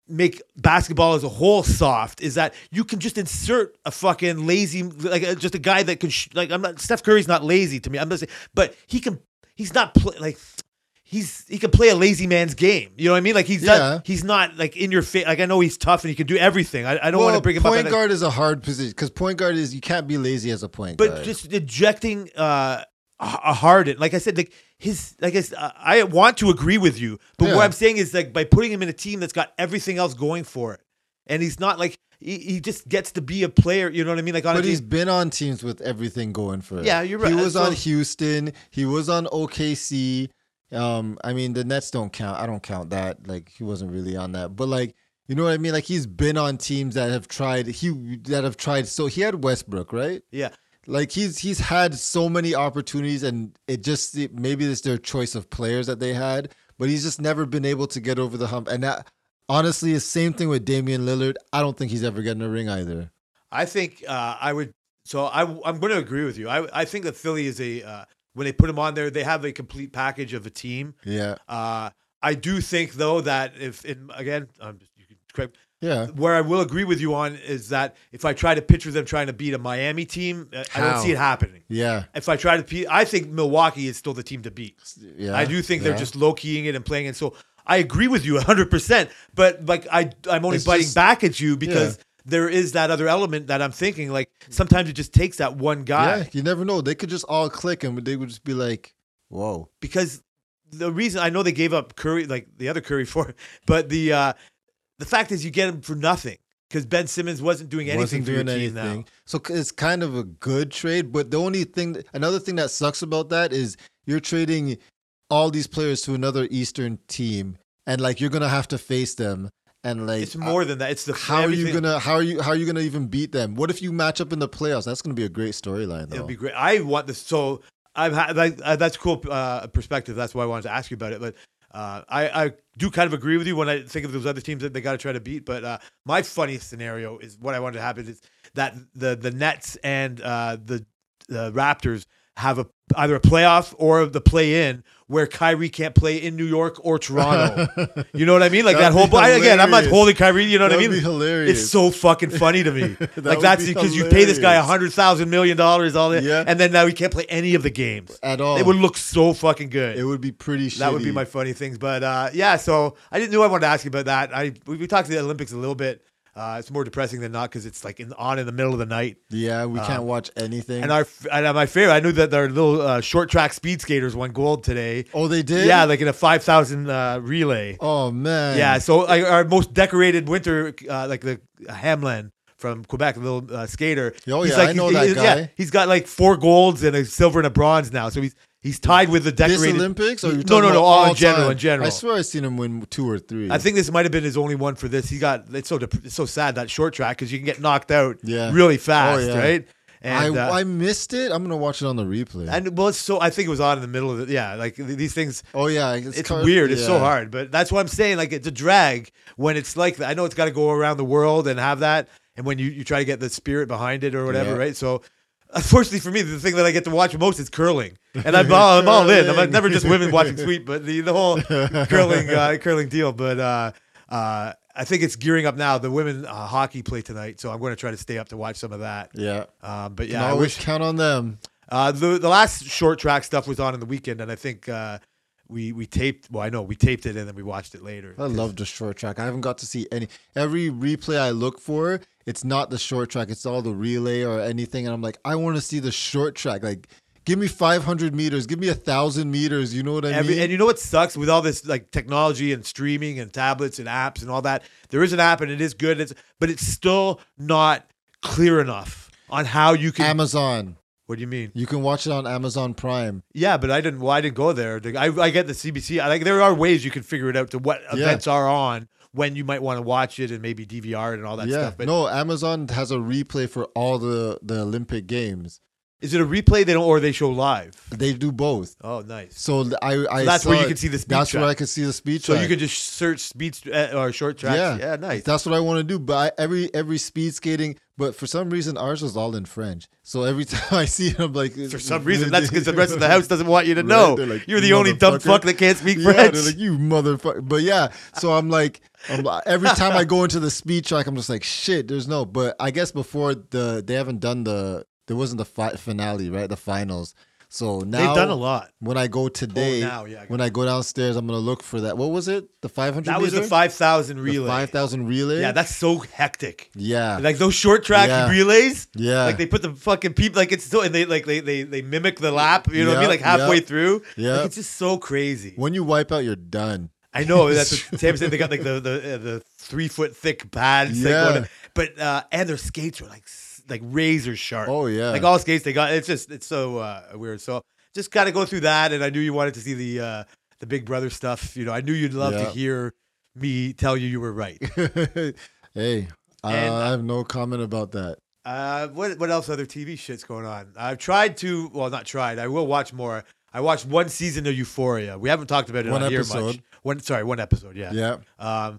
[SPEAKER 1] make basketball as a whole soft is that you can just insert a fucking lazy like uh, just a guy that can sh- like I'm not Steph Curry's not lazy to me. I'm not saying, but he can he's not play, like he's he can play a lazy man's game. You know what I mean? Like he's
[SPEAKER 2] Yeah.
[SPEAKER 1] not he's not like in your face. Like I know he's tough and he can do everything. I, I don't want
[SPEAKER 2] Well,
[SPEAKER 1] to bring him
[SPEAKER 2] point
[SPEAKER 1] up.
[SPEAKER 2] guard is a hard position because point guard is you can't be lazy as a point
[SPEAKER 1] but
[SPEAKER 2] guard.
[SPEAKER 1] just ejecting uh a Harden, like I said, like his, like I, s- I want to agree with you, but
[SPEAKER 2] Yeah.
[SPEAKER 1] what I'm saying is like by putting him in a team that's got everything else going for it, and he's not like he, he just gets to be a player. You know what I mean? Like on
[SPEAKER 2] But
[SPEAKER 1] a
[SPEAKER 2] he's
[SPEAKER 1] team,
[SPEAKER 2] been on teams with everything going for him.
[SPEAKER 1] Yeah, you're right.
[SPEAKER 2] He was
[SPEAKER 1] So-
[SPEAKER 2] on Houston. He was on OKC. Um, I mean, the Nets don't count. I don't count that. Like he wasn't really on that. But like, you know what I mean? Like he's been on teams that have tried. He that have tried. So he had Westbrook, right?
[SPEAKER 1] yeah,
[SPEAKER 2] Like he's he's had so many opportunities, and it just it- maybe it's their choice of players that they had, but he's just never been able to get over the hump. And that, honestly, the same thing with Damian Lillard. I don't think he's ever getting a ring either.
[SPEAKER 1] I think uh, I would. So I, I'm going to agree with you. I, I think that Philly is a uh, when they put him on there, they have a complete package of a team.
[SPEAKER 2] Yeah,
[SPEAKER 1] Uh, I do think though that if in, again, I'm just, you can correct.
[SPEAKER 2] yeah.
[SPEAKER 1] Where I will agree with you on is that if I try to picture them trying to beat a Miami team, uh, I- I
[SPEAKER 2] How?
[SPEAKER 1] don't see it happening.
[SPEAKER 2] Yeah,
[SPEAKER 1] If I try to, pe- I think Milwaukee is still the team to beat.
[SPEAKER 2] yeah.
[SPEAKER 1] I do think
[SPEAKER 2] yeah.
[SPEAKER 1] they're just low keying it and playing it. So I agree with you 100%. But like I, I'm only
[SPEAKER 2] It's
[SPEAKER 1] biting
[SPEAKER 2] just-
[SPEAKER 1] back at you because there is that other element that I'm thinking. Like sometimes it just takes that one guy
[SPEAKER 2] Yeah, you never know. They could just all click and they would just be like, "Whoa,
[SPEAKER 1] because the reason I know they gave up Curry, like the other Curry for, but the uh, the fact is you get him for nothing because Ben Simmons wasn't doing anything
[SPEAKER 2] wasn't
[SPEAKER 1] for your
[SPEAKER 2] doing
[SPEAKER 1] team now.
[SPEAKER 2] anything." So c- it's kind of a good trade, but the only thing, another thing that sucks about that is you're trading all these players to another Eastern team, and like you're gonna have to face them, and like.
[SPEAKER 1] It's more than that. It's the
[SPEAKER 2] Uh, how are you
[SPEAKER 1] everything-
[SPEAKER 2] gonna how are you how are you gonna even beat them? What if you match up in the playoffs? That's gonna be a great storyline
[SPEAKER 1] It'd
[SPEAKER 2] though.
[SPEAKER 1] be great. I want this. So I've had that, uh, that's cool uh, perspective. That's why I wanted to ask you about it. But uh, I I do kind of agree with you when I think of those other teams that they got to try to beat. But uh, my funniest scenario is what I wanted to happen is that the the Nets and uh, the the Raptors have a either a playoff or the play in where Kyrie can't play in New York or Toronto. you know what I mean? Like that
[SPEAKER 2] That'd
[SPEAKER 1] whole
[SPEAKER 2] be
[SPEAKER 1] I- again, I'm not
[SPEAKER 2] hilarious.
[SPEAKER 1] holding Kyrie, you know what I
[SPEAKER 2] That'd
[SPEAKER 1] mean?
[SPEAKER 2] be hilarious.
[SPEAKER 1] It's so fucking funny to me. like
[SPEAKER 2] would
[SPEAKER 1] that's
[SPEAKER 2] be
[SPEAKER 1] because you pay this guy a
[SPEAKER 2] hilarious.
[SPEAKER 1] hundred thousand million dollars all that,
[SPEAKER 2] Yeah.
[SPEAKER 1] and then now he can't play any of the games.
[SPEAKER 2] At all.
[SPEAKER 1] It would look so fucking good.
[SPEAKER 2] It would be pretty shitty.
[SPEAKER 1] that would be my funny things. But uh, yeah, so I didn't know I wanted to ask you about that. I we, we talked to the Olympics a little bit. Uh, it's more depressing than not because it's like in, on in the middle of the night.
[SPEAKER 2] Yeah, we can't watch anything.
[SPEAKER 1] Uh, And our f- and uh, my favorite, I knew that our little uh, short track speed skaters won gold today.
[SPEAKER 2] oh, they did?
[SPEAKER 1] Yeah, like in a five thousand uh, relay.
[SPEAKER 2] Oh man.
[SPEAKER 1] Yeah, so like, our most decorated winter, uh, like the Hamlin from Quebec, a little uh, skater.
[SPEAKER 2] Oh,
[SPEAKER 1] he's
[SPEAKER 2] yeah,
[SPEAKER 1] like,
[SPEAKER 2] I know
[SPEAKER 1] he's-
[SPEAKER 2] that
[SPEAKER 1] he's-
[SPEAKER 2] guy.
[SPEAKER 1] he's got like four golds and a silver and a bronze now. So he's He's tied with the
[SPEAKER 2] This
[SPEAKER 1] decorated.
[SPEAKER 2] Olympics? Or you're
[SPEAKER 1] No,
[SPEAKER 2] talking
[SPEAKER 1] no, no,
[SPEAKER 2] about
[SPEAKER 1] all in general,
[SPEAKER 2] time?
[SPEAKER 1] in general.
[SPEAKER 2] I swear I seen him win two or three.
[SPEAKER 1] I think this might have been his only one for this. He got it's so dep- it's so sad that short track because you can get knocked out
[SPEAKER 2] Yeah. Oh,
[SPEAKER 1] really fast,
[SPEAKER 2] yeah.
[SPEAKER 1] right? And
[SPEAKER 2] I,
[SPEAKER 1] uh,
[SPEAKER 2] I missed it. I'm gonna watch it on the replay.
[SPEAKER 1] and well, it's so I think it was on in the middle of the yeah, like th- these things.
[SPEAKER 2] oh yeah, it's,
[SPEAKER 1] It's
[SPEAKER 2] kind of-
[SPEAKER 1] weird. It's so
[SPEAKER 2] yeah.
[SPEAKER 1] hard, but that's what I'm saying. Like it's a drag when it's like that. I know it's got to go around the world and have that, and when you you try to get the spirit behind it or whatever,
[SPEAKER 2] Yeah.
[SPEAKER 1] right? So. Unfortunately for me, the thing that I get to watch most is curling, and I'm all, I'm all in. I'm
[SPEAKER 2] Curling.
[SPEAKER 1] never just women watching sweep, but the, the whole curling uh, curling deal. But uh, uh, I think it's gearing up now. The women uh, hockey play tonight, so I'm going to try to stay up to watch some of that.
[SPEAKER 2] Yeah,
[SPEAKER 1] Um, but
[SPEAKER 2] yeah.
[SPEAKER 1] yeah,
[SPEAKER 2] I
[SPEAKER 1] I
[SPEAKER 2] always
[SPEAKER 1] wish
[SPEAKER 2] count on them.
[SPEAKER 1] uh, the the last short track stuff was on in the weekend, and I think uh, we we taped. Well, I know we taped it and then we watched it later.
[SPEAKER 2] I love the short track. I haven't got to see any. Every replay I look for, it's not the short track. It's all the relay or anything, and I'm like, I want to see the short track. Like, give me 500 meters. Give me a thousand meters. You know what I
[SPEAKER 1] Every,
[SPEAKER 2] mean?
[SPEAKER 1] and you know what sucks with all this like technology and streaming and tablets and apps and all that. There is an app and it is good, it's, but it's still not clear enough on how you can.
[SPEAKER 2] Amazon.
[SPEAKER 1] what do you mean?
[SPEAKER 2] You can watch it on Amazon Prime.
[SPEAKER 1] Yeah, but I didn't. Well, I didn't go there. Like, I, I get the CBC. I, like there are ways you can figure it out to what
[SPEAKER 2] Yeah.
[SPEAKER 1] events are on when you might want to watch it and maybe DVR it and all that
[SPEAKER 2] yeah.
[SPEAKER 1] stuff. But
[SPEAKER 2] no, Amazon has a replay for all the the Olympic Games.
[SPEAKER 1] is it a replay? They don't, or they show live?
[SPEAKER 2] They do both.
[SPEAKER 1] Oh, nice.
[SPEAKER 2] So th- I, I
[SPEAKER 1] that's where
[SPEAKER 2] saw
[SPEAKER 1] you
[SPEAKER 2] it.
[SPEAKER 1] can see the speed
[SPEAKER 2] That's where I
[SPEAKER 1] track.
[SPEAKER 2] could see the speed
[SPEAKER 1] So
[SPEAKER 2] track.
[SPEAKER 1] you could just search speed uh, or short tracks. Yeah, nice.
[SPEAKER 2] That's what I want to do. But I, every every speed skating, but for some reason ours was all in French. So every time I see it, I'm like,
[SPEAKER 1] For some reason, that's because the rest of the house doesn't want you to
[SPEAKER 2] Right?
[SPEAKER 1] know.
[SPEAKER 2] They're like,
[SPEAKER 1] You're the only dumb
[SPEAKER 2] "Motherfucker."
[SPEAKER 1] fuck that can't speak
[SPEAKER 2] Yeah,
[SPEAKER 1] French.
[SPEAKER 2] they're like you motherfucker. But yeah, so I'm like, I'm, like- every time I go into the speed track, I'm just like, shit. There's no. But I guess before the they haven't done the there wasn't the fi- finale, right? The finals. So now
[SPEAKER 1] They've done a lot. Oh,
[SPEAKER 2] when I go today,
[SPEAKER 1] now, yeah, I got
[SPEAKER 2] when I go downstairs, I'm gonna look for that. What was it? The 500.
[SPEAKER 1] That was the
[SPEAKER 2] meter?
[SPEAKER 1] 5,000
[SPEAKER 2] The
[SPEAKER 1] relay.
[SPEAKER 2] 5,000 relay.
[SPEAKER 1] yeah, that's so hectic.
[SPEAKER 2] yeah,
[SPEAKER 1] Like those short track
[SPEAKER 2] Yeah.
[SPEAKER 1] relays.
[SPEAKER 2] Yeah.
[SPEAKER 1] Like they put the fucking peep like it's so and they like they they, they mimic the lap, you know what I mean?
[SPEAKER 2] Yeah,
[SPEAKER 1] Like halfway
[SPEAKER 2] yeah.
[SPEAKER 1] through.
[SPEAKER 2] Yeah.
[SPEAKER 1] Like it's just so crazy.
[SPEAKER 2] when you wipe out, you're done.
[SPEAKER 1] I know that's what Sam said. They got like the the, uh, the three foot thick pads. like,
[SPEAKER 2] Yeah.
[SPEAKER 1] going- but uh, and their skates were like s- like razor sharp.
[SPEAKER 2] Oh, yeah.
[SPEAKER 1] like all skates they got. It's just it's so uh, weird. So just gotta go through that. And I knew you wanted to see the uh, the Big Brother stuff. You know, I knew you'd love to
[SPEAKER 2] Yeah. Uh,
[SPEAKER 1] hear me tell you you were right.
[SPEAKER 2] hey, I
[SPEAKER 1] And-
[SPEAKER 2] I have no comment about that.
[SPEAKER 1] Uh, what what else other TV shit's going on? I've tried to well, not tried. I will watch more. I watched one season of Euphoria. We haven't talked about it
[SPEAKER 2] One
[SPEAKER 1] on here much.
[SPEAKER 2] episode.
[SPEAKER 1] One sorry, one episode. Yeah.
[SPEAKER 2] Yeah,
[SPEAKER 1] Um,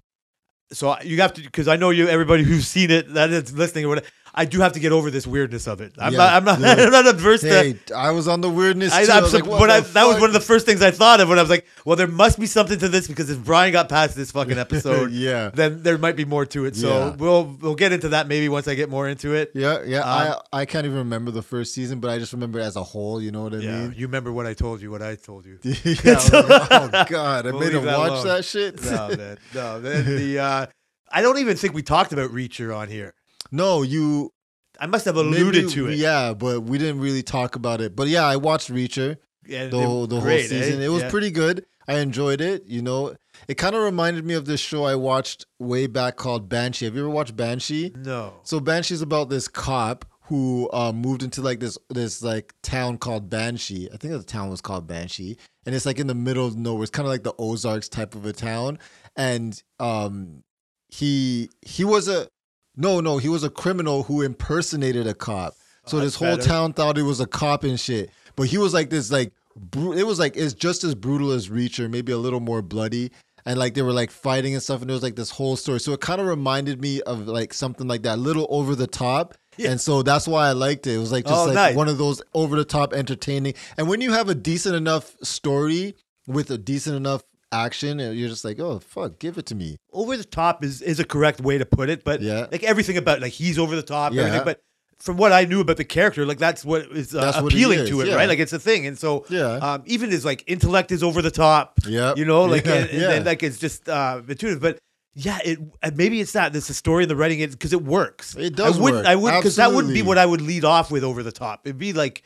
[SPEAKER 1] so I- you have to, because I know you, everybody who's seen it, that is listening or whatever. I do have to get over this weirdness of it. I'm
[SPEAKER 2] Yeah,
[SPEAKER 1] not, I'm not,
[SPEAKER 2] yeah.
[SPEAKER 1] I'm not adverse to.
[SPEAKER 2] hey, I was on the weirdness.
[SPEAKER 1] I,
[SPEAKER 2] too.
[SPEAKER 1] I'm
[SPEAKER 2] was
[SPEAKER 1] so,
[SPEAKER 2] like, what
[SPEAKER 1] but
[SPEAKER 2] the
[SPEAKER 1] I, that was
[SPEAKER 2] fuck?
[SPEAKER 1] one of the first things I thought of when I was like, well, there must be something to this because if Brian got past this fucking episode,
[SPEAKER 2] Yeah.
[SPEAKER 1] then there might be more to it. So
[SPEAKER 2] Yeah.
[SPEAKER 1] we'll we'll get into that maybe once I get more into it.
[SPEAKER 2] Yeah, yeah.
[SPEAKER 1] Um,
[SPEAKER 2] I I can't even remember the first season, but I just remember it as a whole. You know what I
[SPEAKER 1] Yeah,
[SPEAKER 2] mean?
[SPEAKER 1] you remember what I told you, what I told you.
[SPEAKER 2] yeah. I was like, oh God, I
[SPEAKER 1] We'll
[SPEAKER 2] made
[SPEAKER 1] leave
[SPEAKER 2] him
[SPEAKER 1] that
[SPEAKER 2] watch
[SPEAKER 1] alone.
[SPEAKER 2] that shit.
[SPEAKER 1] no, man, no, man, the uh, I don't even think we talked about Reacher on here.
[SPEAKER 2] no, you
[SPEAKER 1] I must have
[SPEAKER 2] maybe-
[SPEAKER 1] alluded to it.
[SPEAKER 2] Yeah, but we didn't really talk about it. But yeah, I watched Reacher.
[SPEAKER 1] And
[SPEAKER 2] the
[SPEAKER 1] it-
[SPEAKER 2] whole, the
[SPEAKER 1] great, eh?
[SPEAKER 2] whole season. It was
[SPEAKER 1] Yeah.
[SPEAKER 2] pretty good. I enjoyed it. You know, it kind of reminded me of this show I watched way back called Banshee. Have you ever watched Banshee?
[SPEAKER 1] No.
[SPEAKER 2] So Banshee's about this cop who uh, moved into like this this like town called Banshee. I think the town was called Banshee, and it's like in the middle of nowhere. It's kind of like the Ozarks type of a town, and um, he he was a no no he was a criminal who impersonated a cop. So
[SPEAKER 1] Oh,
[SPEAKER 2] this
[SPEAKER 1] that's
[SPEAKER 2] whole
[SPEAKER 1] better.
[SPEAKER 2] town thought he was a cop and shit, but he was like this like bru- it was like it's just as brutal as Reacher, maybe a little more bloody and like they were like fighting and stuff and there was like this whole story so it kind of reminded me of like something like that a little over the top
[SPEAKER 1] Yeah.
[SPEAKER 2] and so that's why i liked it it was like just
[SPEAKER 1] Oh,
[SPEAKER 2] like
[SPEAKER 1] nice.
[SPEAKER 2] one of those over the top entertaining and when you have a decent enough story with a decent enough action you're just like oh fuck give it to me
[SPEAKER 1] over the top is is a correct way to put it, but
[SPEAKER 2] Yeah.
[SPEAKER 1] like everything about like he's over the top,
[SPEAKER 2] Yeah.
[SPEAKER 1] everything. But from what I knew about the character, like that's what is uh,
[SPEAKER 2] That's what he
[SPEAKER 1] appealing to
[SPEAKER 2] is,
[SPEAKER 1] it,
[SPEAKER 2] yeah.
[SPEAKER 1] right? Like it's a thing, and so
[SPEAKER 2] Yeah.
[SPEAKER 1] um, even his like intellect is over the top,
[SPEAKER 2] Yep.
[SPEAKER 1] you know, like
[SPEAKER 2] Yeah,
[SPEAKER 1] and, and
[SPEAKER 2] yeah.
[SPEAKER 1] then, like it's just uh, intuitive, but. Yeah, it and maybe it's not. It's the story and the writing is because it works.
[SPEAKER 2] It does
[SPEAKER 1] I wouldn't.
[SPEAKER 2] work.
[SPEAKER 1] I would because that wouldn't be
[SPEAKER 2] Absolutely.
[SPEAKER 1] what I would lead off with over the top. It'd be like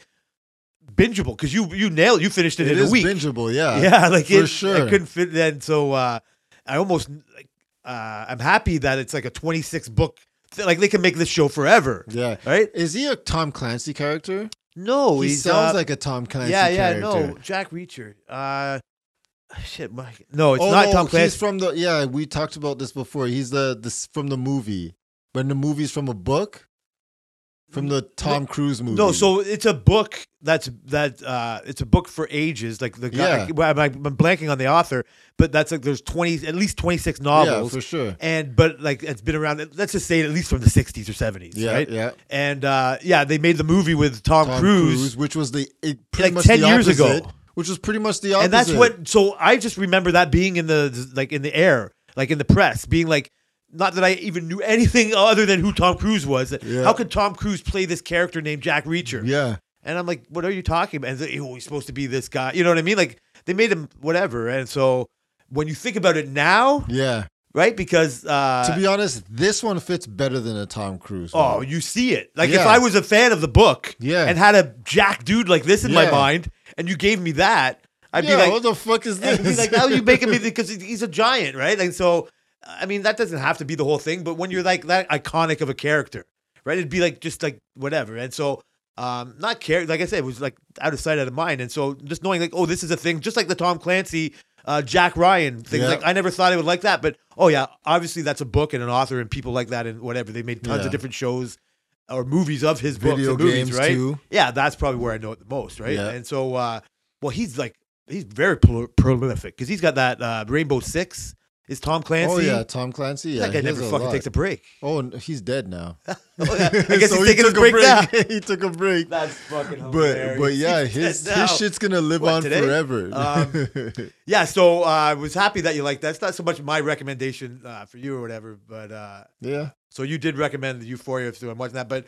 [SPEAKER 1] bingeable because you you nailed. You finished it,
[SPEAKER 2] it
[SPEAKER 1] in a
[SPEAKER 2] is
[SPEAKER 1] week.
[SPEAKER 2] bingeable yeah
[SPEAKER 1] yeah, like
[SPEAKER 2] for
[SPEAKER 1] it, I
[SPEAKER 2] sure.
[SPEAKER 1] couldn't fit then. So uh, I almost like uh, I'm happy that it's like a 26 book. Like they can make this show forever,
[SPEAKER 2] yeah
[SPEAKER 1] right?
[SPEAKER 2] is he a tom clancy character
[SPEAKER 1] No,
[SPEAKER 2] he
[SPEAKER 1] he's,
[SPEAKER 2] sounds
[SPEAKER 1] uh,
[SPEAKER 2] like a Tom Clancy
[SPEAKER 1] yeah, yeah,
[SPEAKER 2] character.
[SPEAKER 1] no, Jack Reacher. Uh, shit, my no, it's
[SPEAKER 2] oh,
[SPEAKER 1] not
[SPEAKER 2] no,
[SPEAKER 1] Tom
[SPEAKER 2] He's
[SPEAKER 1] Clancy.
[SPEAKER 2] from the yeah. We talked about this before. He's the this from the movie. When the movie's from a book, from the Tom Cruise movie.
[SPEAKER 1] No, so it's a book that's that uh, it's a book for ages. Like the guy,
[SPEAKER 2] Yeah.
[SPEAKER 1] well, I'm, I'm blanking on the author, but that's like there's twenty at least twenty six
[SPEAKER 2] yeah,
[SPEAKER 1] novels,
[SPEAKER 2] for sure.
[SPEAKER 1] and but like it's been around. Let's just say at least from the sixties or seventies,
[SPEAKER 2] Yeah,
[SPEAKER 1] right?
[SPEAKER 2] yeah.
[SPEAKER 1] And uh, yeah, they made the movie with Tom, Cruise,
[SPEAKER 2] which was the it, pretty
[SPEAKER 1] Like
[SPEAKER 2] much
[SPEAKER 1] 10
[SPEAKER 2] the
[SPEAKER 1] years ago.
[SPEAKER 2] opposite, which was pretty much the opposite.
[SPEAKER 1] and that's what. So I just remember that being in the like in the air, like in the press, being like. Not that I even knew anything other than who Tom Cruise was. That-
[SPEAKER 2] Yeah.
[SPEAKER 1] How could Tom Cruise play this character named Jack Reacher?
[SPEAKER 2] Yeah,
[SPEAKER 1] And I'm like, what are you talking about? And he's like, oh, he's supposed to be this guy. You know what I mean? Like they made him whatever. And so when you think about it now,
[SPEAKER 2] yeah.
[SPEAKER 1] right? Because uh,
[SPEAKER 2] to be honest, this one fits better than a Tom Cruise.
[SPEAKER 1] oh,
[SPEAKER 2] one.
[SPEAKER 1] you see it. Like if
[SPEAKER 2] Yeah.
[SPEAKER 1] I was a fan of the book,
[SPEAKER 2] Yeah.
[SPEAKER 1] and had a jack dude like this in my
[SPEAKER 2] Yeah.
[SPEAKER 1] mind, and you gave me that, I'd
[SPEAKER 2] yeah.
[SPEAKER 1] be like,
[SPEAKER 2] what the fuck is
[SPEAKER 1] I'd
[SPEAKER 2] this?
[SPEAKER 1] be like, how you making me? Because he's a giant, right? And so, I mean, that doesn't have to be the whole thing, but when you're like that iconic of a character, right? It'd be like just like whatever. And so, um, not care. Like I said, it was like out of sight, out of mind. And so, just knowing like, oh, this is a thing, just like the Tom Clancy, uh, Jack Ryan thing.
[SPEAKER 2] Yeah.
[SPEAKER 1] Like I never thought I would like that, but oh yeah, obviously that's a book and an author and people like that and whatever. They made tons
[SPEAKER 2] Yeah.
[SPEAKER 1] of different shows or movies of his books
[SPEAKER 2] Video
[SPEAKER 1] and movies,
[SPEAKER 2] games,
[SPEAKER 1] right?
[SPEAKER 2] too.
[SPEAKER 1] Yeah, that's probably where I know it the most, right?
[SPEAKER 2] Yeah.
[SPEAKER 1] And so, uh, well, he's like he's very pro- prolific because he's got that uh, Rainbow Six. Is Tom Clancy?
[SPEAKER 2] oh yeah, Tom Clancy. Yeah,
[SPEAKER 1] that guy
[SPEAKER 2] he has
[SPEAKER 1] never
[SPEAKER 2] a
[SPEAKER 1] fucking
[SPEAKER 2] lot.
[SPEAKER 1] takes a break.
[SPEAKER 2] Oh, and he's dead now.
[SPEAKER 1] Oh, yeah. I guess
[SPEAKER 2] So
[SPEAKER 1] he's taking
[SPEAKER 2] took
[SPEAKER 1] a break, now.
[SPEAKER 2] he took a break.
[SPEAKER 1] That's fucking
[SPEAKER 2] But but yeah, his
[SPEAKER 1] now.
[SPEAKER 2] his shit's gonna live
[SPEAKER 1] What,
[SPEAKER 2] on
[SPEAKER 1] today?
[SPEAKER 2] forever.
[SPEAKER 1] Um, yeah. So uh, I was happy that you liked that. It's not so much my recommendation uh, for you or whatever, but uh,
[SPEAKER 2] yeah,
[SPEAKER 1] So you did recommend the Euphoria, so I'm watching that. But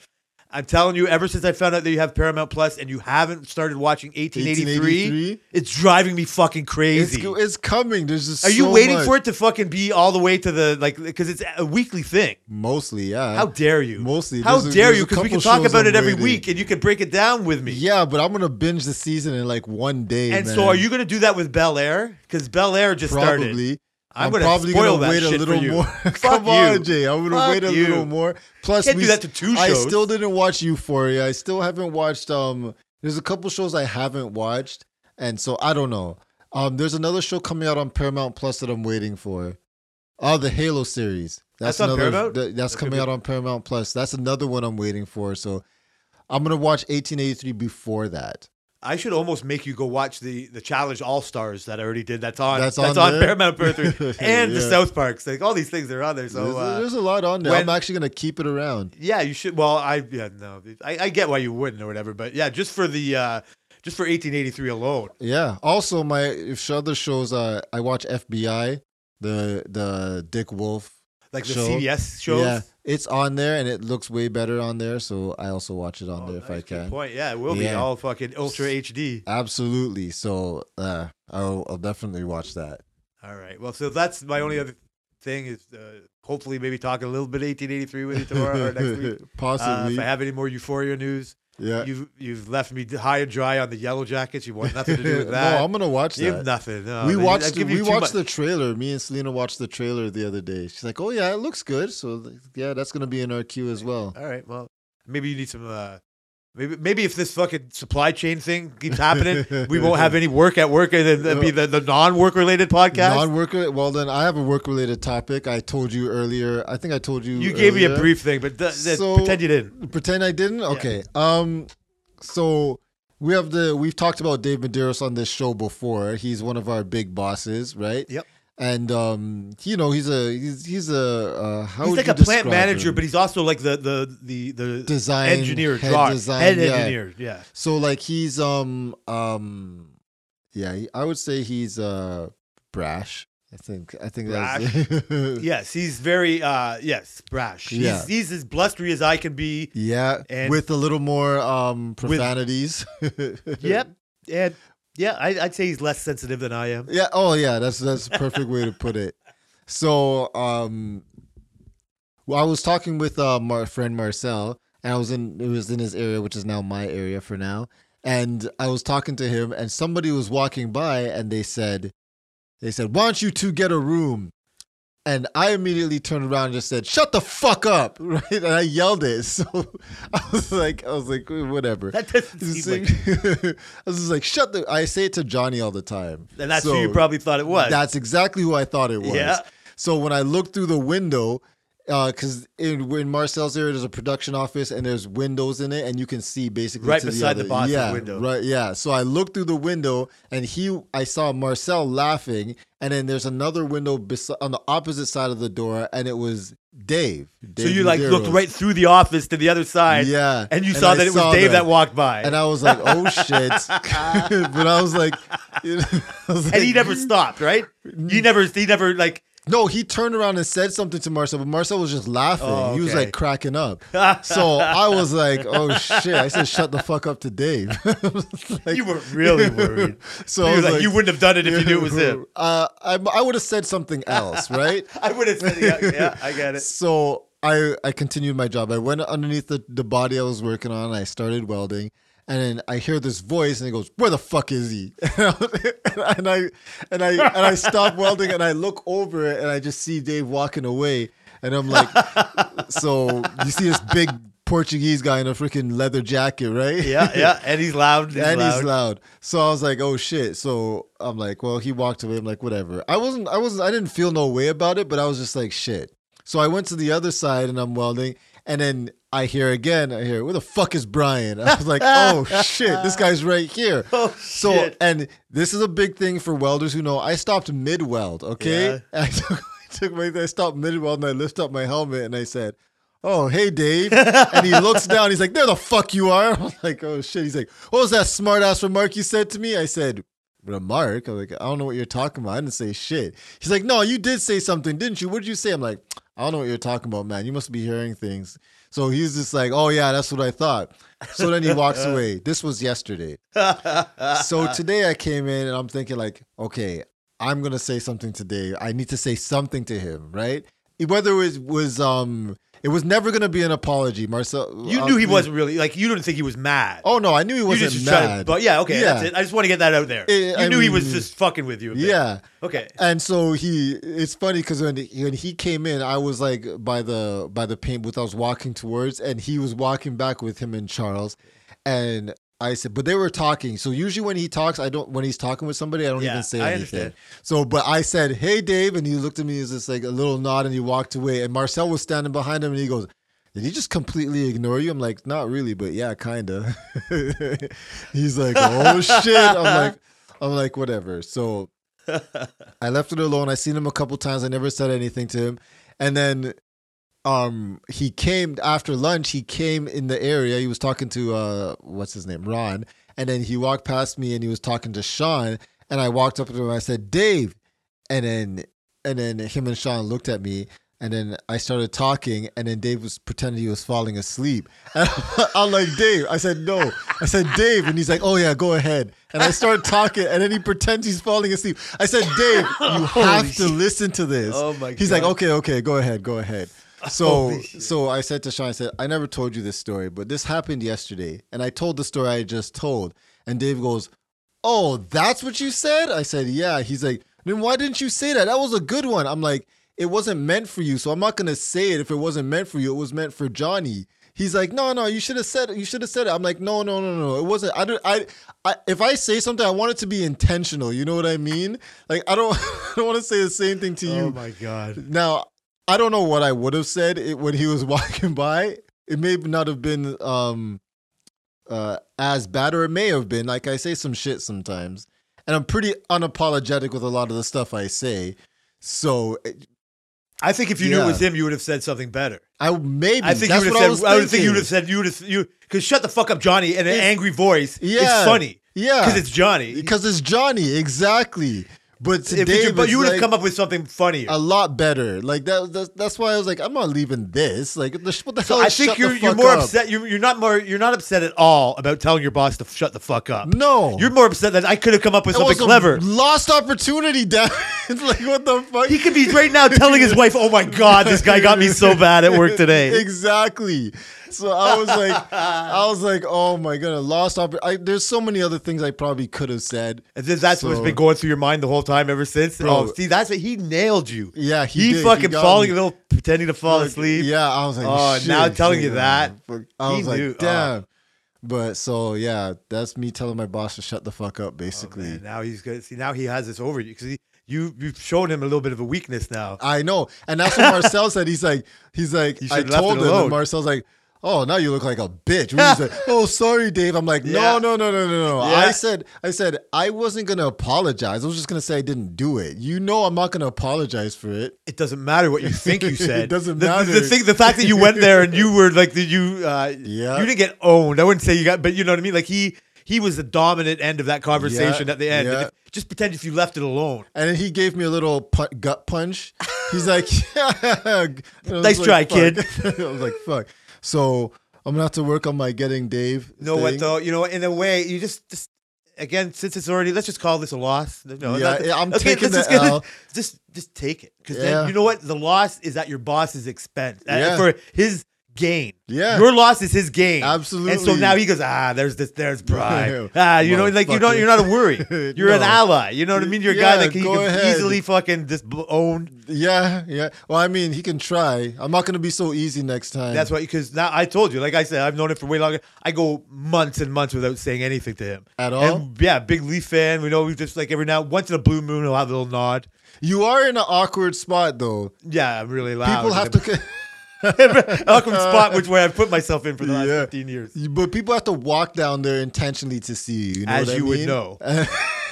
[SPEAKER 1] I'm telling you, ever since I found out that you have Paramount Plus and you haven't started watching 1883,
[SPEAKER 2] 1883.
[SPEAKER 1] it's driving me fucking
[SPEAKER 2] It's,
[SPEAKER 1] crazy.
[SPEAKER 2] go- it's coming. There's just
[SPEAKER 1] Are you
[SPEAKER 2] so
[SPEAKER 1] waiting
[SPEAKER 2] much.
[SPEAKER 1] for it to fucking be all the way to the like? Because it's a weekly thing.
[SPEAKER 2] Mostly, yeah.
[SPEAKER 1] How dare you?
[SPEAKER 2] Mostly,
[SPEAKER 1] How
[SPEAKER 2] there's a-
[SPEAKER 1] dare
[SPEAKER 2] there's
[SPEAKER 1] you?
[SPEAKER 2] a
[SPEAKER 1] Because we can
[SPEAKER 2] couple
[SPEAKER 1] talk
[SPEAKER 2] shows
[SPEAKER 1] about
[SPEAKER 2] I'm
[SPEAKER 1] it every
[SPEAKER 2] waiting.
[SPEAKER 1] week, and you can break it down with me.
[SPEAKER 2] yeah, but I'm gonna binge the season in like one day.
[SPEAKER 1] And
[SPEAKER 2] man.
[SPEAKER 1] so, are you going to do that with Bel Air? Because Bel Air just started.
[SPEAKER 2] probably?
[SPEAKER 1] I'm,
[SPEAKER 2] I'm
[SPEAKER 1] going to
[SPEAKER 2] probably
[SPEAKER 1] spoil
[SPEAKER 2] gonna
[SPEAKER 1] that
[SPEAKER 2] wait
[SPEAKER 1] shit
[SPEAKER 2] a little
[SPEAKER 1] for you.
[SPEAKER 2] more.
[SPEAKER 1] Fuck
[SPEAKER 2] Come
[SPEAKER 1] you.
[SPEAKER 2] on, Jay. I'm gonna
[SPEAKER 1] Fuck
[SPEAKER 2] wait a
[SPEAKER 1] you.
[SPEAKER 2] little more. Plus,
[SPEAKER 1] Can't
[SPEAKER 2] we
[SPEAKER 1] do that
[SPEAKER 2] s-
[SPEAKER 1] to two
[SPEAKER 2] I
[SPEAKER 1] shows.
[SPEAKER 2] still didn't watch Euphoria. I still haven't watched. Um, there's a couple shows I haven't watched, and so I don't know. Um, there's another show coming out on Paramount Plus that I'm waiting for. Oh, the Halo series.
[SPEAKER 1] That's on
[SPEAKER 2] another.
[SPEAKER 1] Paramount?
[SPEAKER 2] th- that's
[SPEAKER 1] Okay,
[SPEAKER 2] coming
[SPEAKER 1] but-
[SPEAKER 2] out on Paramount Plus. That's another one I'm waiting for. So I'm gonna watch 1883 before that.
[SPEAKER 1] I should almost make you go watch the the Challenge All Stars that I already did. That's on that's,
[SPEAKER 2] That's
[SPEAKER 1] on,
[SPEAKER 2] on there?
[SPEAKER 1] Paramount Plus three and the
[SPEAKER 2] Yeah.
[SPEAKER 1] South Parks. Like all these things are on there.
[SPEAKER 2] there's,
[SPEAKER 1] So uh,
[SPEAKER 2] there's a lot on there.
[SPEAKER 1] when-
[SPEAKER 2] I'm actually gonna keep it around.
[SPEAKER 1] yeah, you should. Well, I yeah no, I, I get why you wouldn't or whatever, but yeah, just for the uh, just for 1883 alone.
[SPEAKER 2] Yeah. Also, my if other shows, uh, I watch FBI, the the Dick Wolf
[SPEAKER 1] Like the
[SPEAKER 2] Show.
[SPEAKER 1] CBS shows.
[SPEAKER 2] Yeah, it's on there, and it looks way better on there. So I also watch it on
[SPEAKER 1] Oh,
[SPEAKER 2] there
[SPEAKER 1] nice,
[SPEAKER 2] if I
[SPEAKER 1] good
[SPEAKER 2] can.
[SPEAKER 1] Point. Yeah, it will be
[SPEAKER 2] Yeah.
[SPEAKER 1] all fucking ultra HD.
[SPEAKER 2] Absolutely. So uh, I'll, I'll definitely watch that.
[SPEAKER 1] All right. Well, so that's my only other thing is uh, hopefully maybe talk a little bit 1883 with you tomorrow or next week. Uh,
[SPEAKER 2] Possibly. Uh,
[SPEAKER 1] if I have any more Euphoria news.
[SPEAKER 2] yeah.
[SPEAKER 1] You've you've left me high and dry on the Yellow Jackets. You want nothing to do with that.
[SPEAKER 2] no, I'm gonna watch
[SPEAKER 1] you have
[SPEAKER 2] that.
[SPEAKER 1] nothing. No,
[SPEAKER 2] we
[SPEAKER 1] man, I've
[SPEAKER 2] watched.
[SPEAKER 1] given you
[SPEAKER 2] We
[SPEAKER 1] too
[SPEAKER 2] watched
[SPEAKER 1] much.
[SPEAKER 2] the trailer. Me and Selena watched the trailer the other day. She's like, "Oh yeah, it looks good." So yeah, that's gonna be in our queue as well.
[SPEAKER 1] All right. Well, maybe you need some. Uh, maybe maybe if this fucking supply chain thing keeps happening, we won't have any work at work, and then it'll be the, the non-work related podcast.
[SPEAKER 2] Non-worker. Well, then I have a work-related topic. I told you earlier. I think I told you.
[SPEAKER 1] you gave me a
[SPEAKER 2] earlier.
[SPEAKER 1] brief thing, but th- th-
[SPEAKER 2] So-
[SPEAKER 1] pretend you didn't.
[SPEAKER 2] Pretend I didn't. Okay. Um. So we have the we've talked about Dave Medeiros on this show before. He's one of our big bosses, right?
[SPEAKER 1] Yep.
[SPEAKER 2] And um, you know, he's a he's he's a uh, how
[SPEAKER 1] He's like
[SPEAKER 2] would you
[SPEAKER 1] a plant
[SPEAKER 2] describe
[SPEAKER 1] manager,
[SPEAKER 2] him?
[SPEAKER 1] but he's also like the the the the
[SPEAKER 2] Design,
[SPEAKER 1] engineer,
[SPEAKER 2] head
[SPEAKER 1] draw-
[SPEAKER 2] design,
[SPEAKER 1] head
[SPEAKER 2] yeah.
[SPEAKER 1] engineer. Yeah.
[SPEAKER 2] so like he's um um yeah he- I would say he's uh brash. I think I think that's
[SPEAKER 1] Yes, he's very uh yes brash.
[SPEAKER 2] Yeah.
[SPEAKER 1] He's, he's as blustery as I can be.
[SPEAKER 2] Yeah,
[SPEAKER 1] And-
[SPEAKER 2] with a little more um profanities.
[SPEAKER 1] Yep. And yeah, I, I'd say he's less sensitive than I am.
[SPEAKER 2] Yeah. Oh, yeah. That's that's a perfect way to put it. So, um, well, I was talking with uh, my friend Marcel, and I was in it was in his area, which is now my area for now. And I was talking to him, and somebody was walking by, and they said, they said, "Why don't you two get a room?" And I immediately turned around and just said, "Shut the fuck up!" Right? And I yelled it. So I was like, I was like, whatever.
[SPEAKER 1] That doesn't
[SPEAKER 2] It's
[SPEAKER 1] seem like,
[SPEAKER 2] like- I was just like, shut the. I say it to Johnny all the time.
[SPEAKER 1] and that's
[SPEAKER 2] So
[SPEAKER 1] who you probably thought it was.
[SPEAKER 2] That's exactly who I thought it was.
[SPEAKER 1] Yeah.
[SPEAKER 2] So when I looked through the window, because in, in Marcel's area, there's a production office and there's windows in it, and you can see basically
[SPEAKER 1] Right
[SPEAKER 2] to
[SPEAKER 1] beside the
[SPEAKER 2] other-
[SPEAKER 1] boss's
[SPEAKER 2] yeah,
[SPEAKER 1] window.
[SPEAKER 2] Right. Yeah. So I looked through the window, and he, I saw Marcel laughing, and then there's another window bes- on the opposite side of the door, and it was Dave.
[SPEAKER 1] so
[SPEAKER 2] Dave
[SPEAKER 1] you like looked
[SPEAKER 2] Medeiros.
[SPEAKER 1] right through the office to the other side,
[SPEAKER 2] Yeah.
[SPEAKER 1] and you saw
[SPEAKER 2] I
[SPEAKER 1] that it was
[SPEAKER 2] saw
[SPEAKER 1] Dave that, walked by,
[SPEAKER 2] and
[SPEAKER 1] and,
[SPEAKER 2] I was like, "Oh shit!" but I was like, you know, I was like-
[SPEAKER 1] he never stopped. Right? He
[SPEAKER 2] Mm.
[SPEAKER 1] never. He never like.
[SPEAKER 2] No, he turned around and said something to Marcel, but Marcel was just laughing.
[SPEAKER 1] Oh,
[SPEAKER 2] He was
[SPEAKER 1] okay.
[SPEAKER 2] like cracking up. so I was like, "Oh shit!" I said, "Shut the fuck up to Dave." I was like-
[SPEAKER 1] You were really worried.
[SPEAKER 2] So I
[SPEAKER 1] you, were
[SPEAKER 2] was
[SPEAKER 1] like, you wouldn't have done it if you knew it was him.
[SPEAKER 2] Uh, I, I would have said something else, right?
[SPEAKER 1] I would have said, yeah, yeah, I get it.
[SPEAKER 2] So I I continued my job. I went underneath the, the body I was working on. I started welding, and then I hear this voice, and it goes, "Where the fuck is he?" and I and I and I stop welding, and I look over it, and I just see Dave walking away, and I'm like, "So you see this big Portuguese guy in a freaking leather jacket, right?"
[SPEAKER 1] Yeah, yeah, and he's loud. He's
[SPEAKER 2] and
[SPEAKER 1] loud.
[SPEAKER 2] he's loud. So I was like, "Oh shit!" So I'm like, "Well, he walked away." I'm like, "Whatever." I wasn't. I wasn't. I didn't feel no way about it, but I was just like, "Shit." So I went to the other side and I'm welding, and then I hear again. I hear, "Where the fuck is Brian?" I was like, "Oh shit! This guy's right here."
[SPEAKER 1] Oh,
[SPEAKER 2] So
[SPEAKER 1] shit.
[SPEAKER 2] and this is a big thing for welders who know. I stopped mid weld. Okay, I took, I took my. I stopped mid weld and I lift up my helmet and I said. Oh, hey, Dave. And he looks down. He's like, there the fuck you are. I'm like, oh, shit. He's like, what was that smart ass remark you said to me? I said, remark? I'm like, I don't know what you're talking about. I didn't say shit. He's like, no, you did say something, didn't you? What did you say? I'm like, I don't know what you're talking about, man. You must be hearing things. So he's just like, oh, yeah, that's what I thought. So then he walks away. This was yesterday. So today I came in and I'm thinking, like, okay, I'm going to say something today. I need to say something to him, right? Whether it was, was um, it was never going to be an apology, Marcel. uh,
[SPEAKER 1] you knew he wasn't really like you didn't think he was mad.
[SPEAKER 2] Oh, no, I knew he
[SPEAKER 1] you
[SPEAKER 2] wasn't
[SPEAKER 1] just was trying to,
[SPEAKER 2] mad.
[SPEAKER 1] but yeah, okay,
[SPEAKER 2] Yeah.
[SPEAKER 1] that's it. I just want to get that out there.
[SPEAKER 2] Eh,
[SPEAKER 1] you
[SPEAKER 2] I
[SPEAKER 1] knew he was
[SPEAKER 2] mean-
[SPEAKER 1] just fucking with you. a bit.
[SPEAKER 2] yeah.
[SPEAKER 1] Okay.
[SPEAKER 2] and so he it's funny because when, when he came in i was like by the by the paint booth i was walking towards and he was walking back with him and charles and i said but they were talking so usually when he talks i don't when he's talking with somebody i don't
[SPEAKER 1] Yeah,
[SPEAKER 2] even say
[SPEAKER 1] I
[SPEAKER 2] anything
[SPEAKER 1] understand.
[SPEAKER 2] so but i said hey dave and he looked at me as just like a little nod and he walked away and marcel was standing behind him and he goes did he just completely ignore you? I'm like, not really, but yeah, kinda. He's like, oh shit. I'm like, I'm like, whatever. So I left it alone. I seen him a couple times. I never said anything to him. And then um he came after lunch, he came in the area. He was talking to uh what's his name? Ron. And then he walked past me and he was talking to Sean. And I walked up to him and I said, Dave. And then and then him and Sean looked at me. And then I started talking, and then Dave was pretending he was falling asleep. And I'm like, Dave. I said, no. I said, Dave. And he's like, oh, yeah, go ahead. And I started talking, and then he pretends he's falling asleep. I said, Dave, you have to listen to this.
[SPEAKER 1] Oh, my
[SPEAKER 2] He's like,
[SPEAKER 1] God.
[SPEAKER 2] okay, okay, go ahead, go ahead. So,
[SPEAKER 1] Holy shit.
[SPEAKER 2] so I said to Sean, I said, I never told you this story, but this happened yesterday, and I told the story I just told. And Dave goes, "Oh, that's what you said?" I said, "Yeah." He's like, "Then why didn't you say that? That was a good one." I'm like, "It wasn't meant for you, so I'm not gonna say it if it wasn't meant for you. It was meant for Johnny." He's like, "No, no, you should have said it. You should have said it." I'm like, "No, no, no, no. It wasn't. I don't. I, I if I say something, I want it to be intentional. You know what I mean? Like, I don't, I don't want to say the same thing to you."
[SPEAKER 1] Oh my god.
[SPEAKER 2] Now, I don't know what I would have said it, when he was walking by. It may not have been um, uh, as bad, or it may have been. Like I say some shit sometimes, and I'm pretty unapologetic with a lot of the stuff I say. So it-
[SPEAKER 1] I think if you knew it
[SPEAKER 2] Yeah.
[SPEAKER 1] was him, you would have said something better.
[SPEAKER 2] I maybe
[SPEAKER 1] I think
[SPEAKER 2] that's
[SPEAKER 1] you would
[SPEAKER 2] what
[SPEAKER 1] have
[SPEAKER 2] I was
[SPEAKER 1] said. I would think you
[SPEAKER 2] thinking.
[SPEAKER 1] would have said you would have you because shut the fuck up, Johnny, in an
[SPEAKER 2] It's-
[SPEAKER 1] angry voice.
[SPEAKER 2] Yeah.
[SPEAKER 1] it's funny
[SPEAKER 2] yeah,
[SPEAKER 1] because it's Johnny.
[SPEAKER 2] because it's Johnny exactly. But
[SPEAKER 1] If
[SPEAKER 2] today,
[SPEAKER 1] you- but you would have
[SPEAKER 2] like,
[SPEAKER 1] come up with something funnier.
[SPEAKER 2] a lot better. Like that. That's, that's why I was like, I'm not leaving this. Like, the, what the
[SPEAKER 1] So
[SPEAKER 2] hell?
[SPEAKER 1] I
[SPEAKER 2] is
[SPEAKER 1] think
[SPEAKER 2] shut the
[SPEAKER 1] you're you're
[SPEAKER 2] fuck
[SPEAKER 1] more
[SPEAKER 2] up?
[SPEAKER 1] upset. You're, you're not more you're not upset at all about telling your boss to f- shut the fuck up.
[SPEAKER 2] No,
[SPEAKER 1] You're more upset that I could have come up with
[SPEAKER 2] Oh. That
[SPEAKER 1] something
[SPEAKER 2] was a
[SPEAKER 1] clever.
[SPEAKER 2] Lost opportunity, Dad. It's like what the fuck?
[SPEAKER 1] He could be right now telling his wife, "Oh my god, this guy got me so bad at work today."
[SPEAKER 2] exactly. so I was like, I was like, oh my god, a lost opportunity. There's so many other things I probably could have said.
[SPEAKER 1] And then that's what's
[SPEAKER 2] So-
[SPEAKER 1] been going through your mind the whole time ever since.
[SPEAKER 2] Bro.
[SPEAKER 1] oh, see, that's what he nailed you.
[SPEAKER 2] Yeah, he,
[SPEAKER 1] He,
[SPEAKER 2] did.
[SPEAKER 1] fucking
[SPEAKER 2] got
[SPEAKER 1] falling,
[SPEAKER 2] me.
[SPEAKER 1] little pretending to fall asleep.
[SPEAKER 2] Yeah, I was like,
[SPEAKER 1] Oh,
[SPEAKER 2] shit,
[SPEAKER 1] now telling you
[SPEAKER 2] yeah.
[SPEAKER 1] that,
[SPEAKER 2] Fuck. I
[SPEAKER 1] he
[SPEAKER 2] was like,
[SPEAKER 1] knew. Oh.
[SPEAKER 2] damn. But so yeah, that's me telling my boss to shut the fuck up,
[SPEAKER 1] Oh,
[SPEAKER 2] basically.
[SPEAKER 1] man, now he's good. See, now he has this over you because you you've shown him a little bit of a weakness now.
[SPEAKER 2] I know, and that's what Marcel said. He's like, he's like,
[SPEAKER 1] You
[SPEAKER 2] I
[SPEAKER 1] should've left
[SPEAKER 2] told
[SPEAKER 1] it
[SPEAKER 2] him,
[SPEAKER 1] alone.
[SPEAKER 2] and Marcel's like, oh, now you look like a bitch. He's like, oh, sorry, Dave. I'm like,
[SPEAKER 1] Yeah.
[SPEAKER 2] no, no, no, no, no, no.
[SPEAKER 1] Yeah.
[SPEAKER 2] I said, I said, I wasn't gonna apologize. I was just gonna say I didn't do it. You know, I'm not gonna apologize for it.
[SPEAKER 1] It doesn't matter what you think you
[SPEAKER 2] It
[SPEAKER 1] said.
[SPEAKER 2] doesn't
[SPEAKER 1] The- The, the,
[SPEAKER 2] matter.
[SPEAKER 1] thing, the fact that you went there and you were like the, you uh,
[SPEAKER 2] Yeah.
[SPEAKER 1] you didn't get owned. I wouldn't say you got, but you know what I mean. Like he he was the dominant end of that conversation
[SPEAKER 2] Yeah,
[SPEAKER 1] at the end.
[SPEAKER 2] yeah.
[SPEAKER 1] And if- just pretend if you left it alone.
[SPEAKER 2] And then he gave me a little pu- gut punch. He's like, And I was
[SPEAKER 1] Nice try, kid.
[SPEAKER 2] "Fuck." I was like, fuck. So I'm gonna have to work on my getting Dave.
[SPEAKER 1] You know what
[SPEAKER 2] thing.
[SPEAKER 1] though? You know, in a way, you just, just again, since it's already, let's just call this a loss. No,
[SPEAKER 2] Yeah,
[SPEAKER 1] not-
[SPEAKER 2] yeah, I'm
[SPEAKER 1] okay,
[SPEAKER 2] taking
[SPEAKER 1] let's just
[SPEAKER 2] the
[SPEAKER 1] get it-
[SPEAKER 2] L.
[SPEAKER 1] Just, just take it, because
[SPEAKER 2] Yeah.
[SPEAKER 1] then you know what? The loss is at your boss's expense uh,
[SPEAKER 2] Yeah.
[SPEAKER 1] for his gain.
[SPEAKER 2] Yeah.
[SPEAKER 1] your loss is his gain. And so
[SPEAKER 2] Absolutely.
[SPEAKER 1] now he goes, ah, there's this, there's bribe. ah, you know, like you know,
[SPEAKER 2] Motherfucker.
[SPEAKER 1] you're not a worry. You're an
[SPEAKER 2] No.
[SPEAKER 1] ally. You know what I mean? You're a
[SPEAKER 2] Yeah,
[SPEAKER 1] guy that can, he
[SPEAKER 2] go
[SPEAKER 1] can
[SPEAKER 2] ahead.
[SPEAKER 1] easily fucking just bl- own.
[SPEAKER 2] Yeah, yeah. Well, I mean, he can try. I'm not gonna be so easy next time.
[SPEAKER 1] That's why, because now I told you, like I said, I've known him for way longer. I go months and months without saying anything to him.
[SPEAKER 2] at all.
[SPEAKER 1] And yeah, big Leaf fan. We know we just like every now once in a blue moon he'll have a little nod.
[SPEAKER 2] You are in an awkward spot though.
[SPEAKER 1] Yeah, I'm really loud.
[SPEAKER 2] People have to,
[SPEAKER 1] awkward spot, which way I put myself in for the last
[SPEAKER 2] Yeah.
[SPEAKER 1] 15 years.
[SPEAKER 2] but people have to walk down there intentionally to see you. you know
[SPEAKER 1] As
[SPEAKER 2] what I
[SPEAKER 1] you would
[SPEAKER 2] mean?
[SPEAKER 1] know.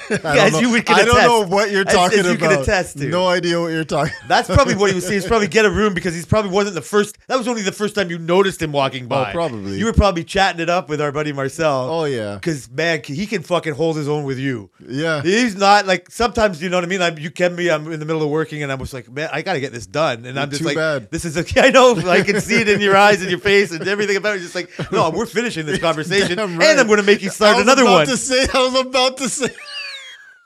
[SPEAKER 2] I don't
[SPEAKER 1] As
[SPEAKER 2] know.
[SPEAKER 1] you would can
[SPEAKER 2] I don't
[SPEAKER 1] attest.
[SPEAKER 2] know what you're
[SPEAKER 1] As- as
[SPEAKER 2] talking
[SPEAKER 1] you
[SPEAKER 2] about.
[SPEAKER 1] can attest to.
[SPEAKER 2] No idea what you're talking.
[SPEAKER 1] That's probably what he was saying. Is probably get a room because he's probably wasn't the first. That was only the first time you noticed him walking by.
[SPEAKER 2] Oh, probably.
[SPEAKER 1] you were probably chatting it up with our buddy Marcel.
[SPEAKER 2] Oh yeah,
[SPEAKER 1] Because man, he can fucking hold his own with you.
[SPEAKER 2] yeah.
[SPEAKER 1] He's not like sometimes you know what I mean. I'm, you can be. I'm in the middle of working, and I'm just like, man, I gotta get this done. And I'm just
[SPEAKER 2] Too
[SPEAKER 1] like,
[SPEAKER 2] bad.
[SPEAKER 1] this is okay. I know I can see it in your eyes and your face and everything about it. Just like, no, we're finishing this conversation,
[SPEAKER 2] Damn right.
[SPEAKER 1] and I'm gonna make you
[SPEAKER 2] I
[SPEAKER 1] start
[SPEAKER 2] was
[SPEAKER 1] another
[SPEAKER 2] about
[SPEAKER 1] one.
[SPEAKER 2] To say, I was about to say.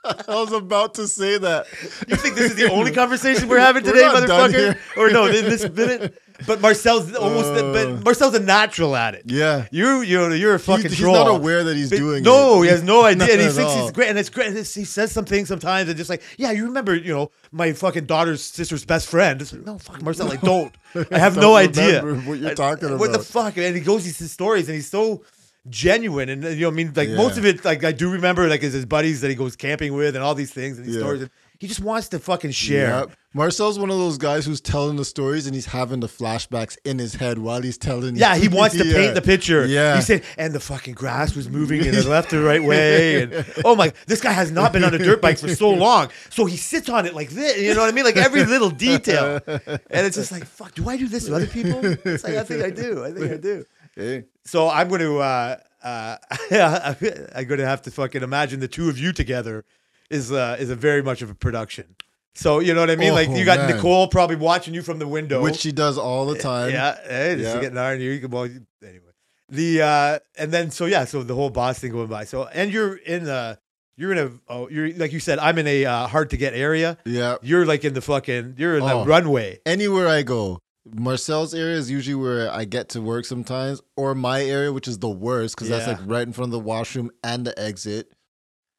[SPEAKER 2] I was about to say that.
[SPEAKER 1] You think this is the only conversation we're having
[SPEAKER 2] We're
[SPEAKER 1] today,
[SPEAKER 2] not done
[SPEAKER 1] motherfucker?
[SPEAKER 2] here.
[SPEAKER 1] Or no, in this minute. But Marcel's almost.
[SPEAKER 2] Uh.
[SPEAKER 1] but Marcel's a natural at it.
[SPEAKER 2] Yeah.
[SPEAKER 1] You, you, you're a
[SPEAKER 2] He-
[SPEAKER 1] fucking
[SPEAKER 2] he's
[SPEAKER 1] troll.
[SPEAKER 2] not aware that he's
[SPEAKER 1] But
[SPEAKER 2] doing it.
[SPEAKER 1] no, he has no idea. And
[SPEAKER 2] Not
[SPEAKER 1] he
[SPEAKER 2] at
[SPEAKER 1] thinks
[SPEAKER 2] all.
[SPEAKER 1] he's great, and it's great. And it's- he says some things sometimes, and just like, yeah, you remember, you know, my fucking daughter's sister's best friend. It's like, no, fuck, Marcel, I don't. I have
[SPEAKER 2] Don't
[SPEAKER 1] no idea
[SPEAKER 2] remember what you're
[SPEAKER 1] I-
[SPEAKER 2] talking
[SPEAKER 1] What the
[SPEAKER 2] about.
[SPEAKER 1] fuck? And he goes these his stories, and he's so genuine, and uh, you know, what I mean, like
[SPEAKER 2] Yeah.
[SPEAKER 1] most of it, like I do remember, like is his buddies that he goes camping with, and all these things, and these
[SPEAKER 2] Yeah.
[SPEAKER 1] stories. And he just wants to fucking share.
[SPEAKER 2] Yep. Marcel's one of those guys who's telling the stories and he's having the flashbacks in his head while he's telling.
[SPEAKER 1] Yeah, he wants to paint the picture.
[SPEAKER 2] Yeah.
[SPEAKER 1] He said, and the fucking grass was moving in the left and right way. And oh my, this guy has not been on a dirt bike for so long. So he sits on it like this. You know what I mean? Like every little detail. And it's just like, fuck, do I do this to other people? It's like, I think I do. I think I do.
[SPEAKER 2] Hey.
[SPEAKER 1] So I'm going to, uh, uh, I'm going to have to fucking imagine the two of you together is, uh, is a very much of a production. So you know what I mean? like
[SPEAKER 2] Oh,
[SPEAKER 1] you got
[SPEAKER 2] man.
[SPEAKER 1] Nicole probably watching you from the window,
[SPEAKER 2] which she does all the time.
[SPEAKER 1] Eh, yeah, hey, this is
[SPEAKER 2] Yeah.
[SPEAKER 1] getting iron. You can well, you- anyway. The uh, and then so yeah, so the whole boss thing going by. So and you're in a you're in a oh, you're like you said, I'm in a uh, hard to get area.
[SPEAKER 2] yeah.
[SPEAKER 1] You're like in the fucking you're in
[SPEAKER 2] Oh.
[SPEAKER 1] the runway.
[SPEAKER 2] Anywhere I go, Marcel's area is usually where I get to work sometimes, or my area, which is the worst because that's
[SPEAKER 1] Yeah.
[SPEAKER 2] like right in front of the washroom and the exit.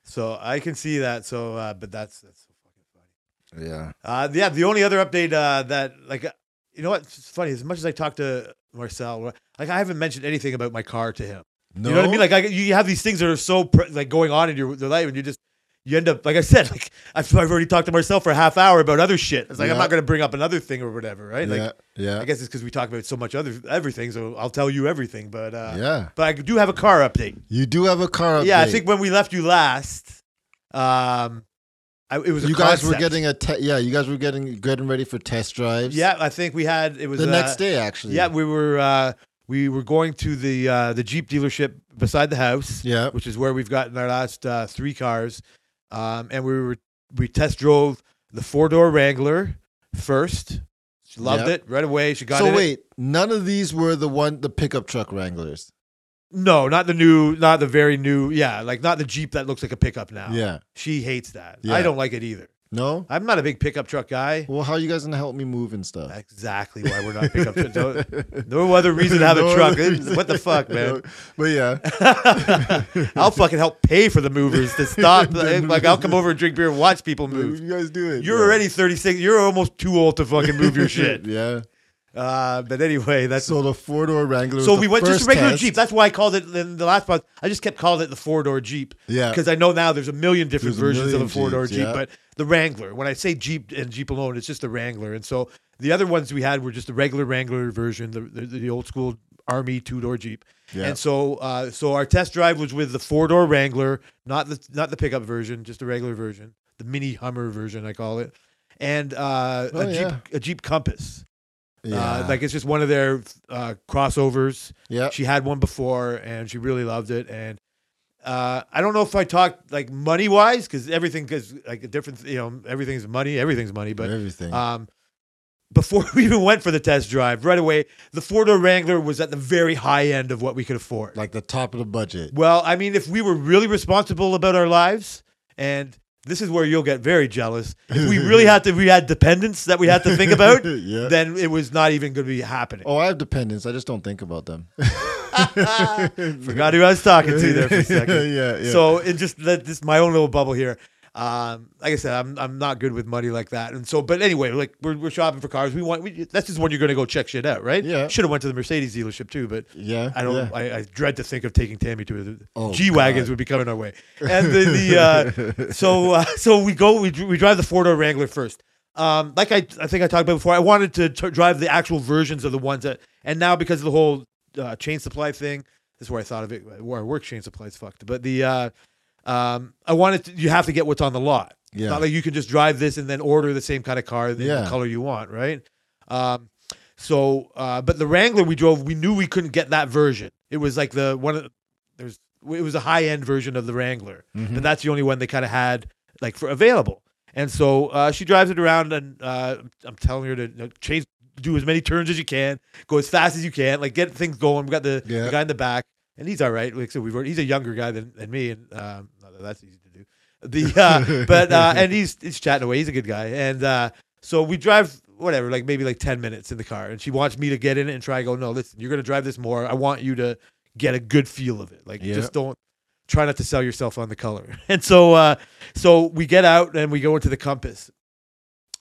[SPEAKER 1] So I can see that. So uh, but that's that's so fucking funny.
[SPEAKER 2] Yeah.
[SPEAKER 1] Uh, yeah, the only other update uh, that like uh, you know what? It's funny. As much as I talked to Marcel, like I haven't mentioned anything about my car to him.
[SPEAKER 2] No.
[SPEAKER 1] You know what I mean? Like I, you have these things that are so pre- like going on in your, your life, and you just you end up like I said, like I've, I've already talked to myself for a half hour about other shit. It's like I'm
[SPEAKER 2] Yeah.
[SPEAKER 1] not going to bring up another thing or whatever, right?
[SPEAKER 2] yeah.
[SPEAKER 1] Like
[SPEAKER 2] yeah.
[SPEAKER 1] I guess it's because we talk about so much other everything, so I'll tell you everything. But uh,
[SPEAKER 2] yeah. Oh,
[SPEAKER 1] but I do have a car update.
[SPEAKER 2] You do have a car.
[SPEAKER 1] Yeah, I
[SPEAKER 2] update.
[SPEAKER 1] think when we left you last, um, I, it was a
[SPEAKER 2] you guys were
[SPEAKER 1] concept.
[SPEAKER 2] getting a te- yeah. You guys were getting getting ready for test drives.
[SPEAKER 1] yeah. I think we had it was
[SPEAKER 2] The
[SPEAKER 1] uh,
[SPEAKER 2] next day, actually.
[SPEAKER 1] Yeah, we were uh, we were going to the uh, the Jeep dealership beside the house.
[SPEAKER 2] Yeah.
[SPEAKER 1] which is where we've gotten our last uh, three cars. Um, and we were we test drove the four door Wrangler first. She loved
[SPEAKER 2] Yeah.
[SPEAKER 1] it right away. She got
[SPEAKER 2] so
[SPEAKER 1] in it.
[SPEAKER 2] wait, none of these were the one the pickup truck Wranglers.
[SPEAKER 1] No, not the new, not the very new. Yeah, like not the Jeep that looks like a pickup now.
[SPEAKER 2] Yeah.
[SPEAKER 1] she hates that.
[SPEAKER 2] Yeah.
[SPEAKER 1] I don't like it either.
[SPEAKER 2] No.
[SPEAKER 1] I'm not a big pickup truck guy.
[SPEAKER 2] Well, how are you guys gonna help me move and stuff?
[SPEAKER 1] Exactly why we're not pickup truck. No, no other reason to have a
[SPEAKER 2] No
[SPEAKER 1] truck.
[SPEAKER 2] other reason.
[SPEAKER 1] What the fuck, man?
[SPEAKER 2] But yeah,
[SPEAKER 1] I'll fucking help pay for the movers to stop.
[SPEAKER 2] The
[SPEAKER 1] like I'll come over and drink beer and watch people
[SPEAKER 2] you
[SPEAKER 1] move.
[SPEAKER 2] guys do it.
[SPEAKER 1] You're
[SPEAKER 2] Yeah.
[SPEAKER 1] already 36. You're almost too old to fucking move your shit.
[SPEAKER 2] yeah.
[SPEAKER 1] Uh, but anyway, that's
[SPEAKER 2] So the four door Wrangler.
[SPEAKER 1] So
[SPEAKER 2] was
[SPEAKER 1] we
[SPEAKER 2] the
[SPEAKER 1] went just
[SPEAKER 2] first
[SPEAKER 1] a regular
[SPEAKER 2] test.
[SPEAKER 1] Jeep. Uh, That's why I called it in the last part. I just kept calling it the four door Jeep.
[SPEAKER 2] Yeah.
[SPEAKER 1] Because I know now there's a million different
[SPEAKER 2] There's a
[SPEAKER 1] versions
[SPEAKER 2] million
[SPEAKER 1] of a four door
[SPEAKER 2] Jeeps,
[SPEAKER 1] Jeep,
[SPEAKER 2] yeah.
[SPEAKER 1] but the Wrangler. When I say Jeep and Jeep alone, it's just the Wrangler. And so the other ones we had were just the regular Wrangler version, the the, the old school Army two door Jeep.
[SPEAKER 2] Yeah.
[SPEAKER 1] And so uh, so our test drive was with the four door Wrangler, not the not the pickup version, just the regular version, the mini Hummer version I call it, and uh,
[SPEAKER 2] Oh,
[SPEAKER 1] a Jeep
[SPEAKER 2] yeah.
[SPEAKER 1] a Jeep Compass.
[SPEAKER 2] Yeah.
[SPEAKER 1] Uh, like it's just one of their uh, crossovers.
[SPEAKER 2] yeah.
[SPEAKER 1] She had one before and she really loved it. And uh, I don't know if I talked like money wise because everything because like a different you know everything's money everything's money. But
[SPEAKER 2] everything.
[SPEAKER 1] um, before we even went for the test drive, right away the Ford door Wrangler was at the very high end of what we could afford.
[SPEAKER 2] like the top of the budget.
[SPEAKER 1] Well, I mean, if we were really responsible about our lives, and this is where you'll get very jealous. If we really had to, we had dependents that we had to think about.
[SPEAKER 2] yeah.
[SPEAKER 1] Then it was not even going to be happening.
[SPEAKER 2] Oh, I have dependents. I just don't think about them.
[SPEAKER 1] Forgot who I was talking to there for a second.
[SPEAKER 2] yeah, yeah.
[SPEAKER 1] So it just let this my own little bubble here. Um, like I said, I'm I'm not good with money like that, and so. But anyway, like we're, we're shopping for cars. We want we, that's just when you're going to go check shit out, right?
[SPEAKER 2] Yeah.
[SPEAKER 1] Should have went to the Mercedes dealership too, but
[SPEAKER 2] yeah,
[SPEAKER 1] I don't.
[SPEAKER 2] yeah.
[SPEAKER 1] I, I dread to think of taking Tammy to the
[SPEAKER 2] Oh,
[SPEAKER 1] G wagons
[SPEAKER 2] God.
[SPEAKER 1] would be coming our way. And then the uh, so uh, so we go we, dr- we drive the four door Wrangler first. Um, like I I think I talked about before, I wanted to t- drive the actual versions of the ones that, and now because of the whole uh, chain supply thing, this is where I thought of it. Where I work chain supply is fucked. But the uh, um, I wanted to, you have to get what's on the lot. It's
[SPEAKER 2] Yeah.
[SPEAKER 1] Not like you can just drive this and then order the same kind of car, the
[SPEAKER 2] Yeah.
[SPEAKER 1] color you want, right? Um, so, uh, but the Wrangler we drove, we knew we couldn't get that version. It was like the one of there's it was a high end version of the Wrangler,
[SPEAKER 2] Mm-hmm.
[SPEAKER 1] but that's the only one they kind of had like for available. And so uh, she drives it around, and uh, I'm telling her to you know, chase, do as many turns as you can, go as fast as you can, like get things going. We got the, the
[SPEAKER 2] Yeah.
[SPEAKER 1] guy in the back, and he's all right. Like so, we've already, he's a younger guy than, than me, and um, not that that's easy to do. The uh, but uh, and he's he's chatting away. He's a good guy, and uh, so we drive whatever, like maybe like ten minutes in the car, and she wants me to get in it and try. and Go, no, listen, you're gonna drive this more. I want you to get a good feel of it. Like
[SPEAKER 2] Yeah.
[SPEAKER 1] just don't try not to sell yourself on the color. And so uh, so we get out and we go into the compass.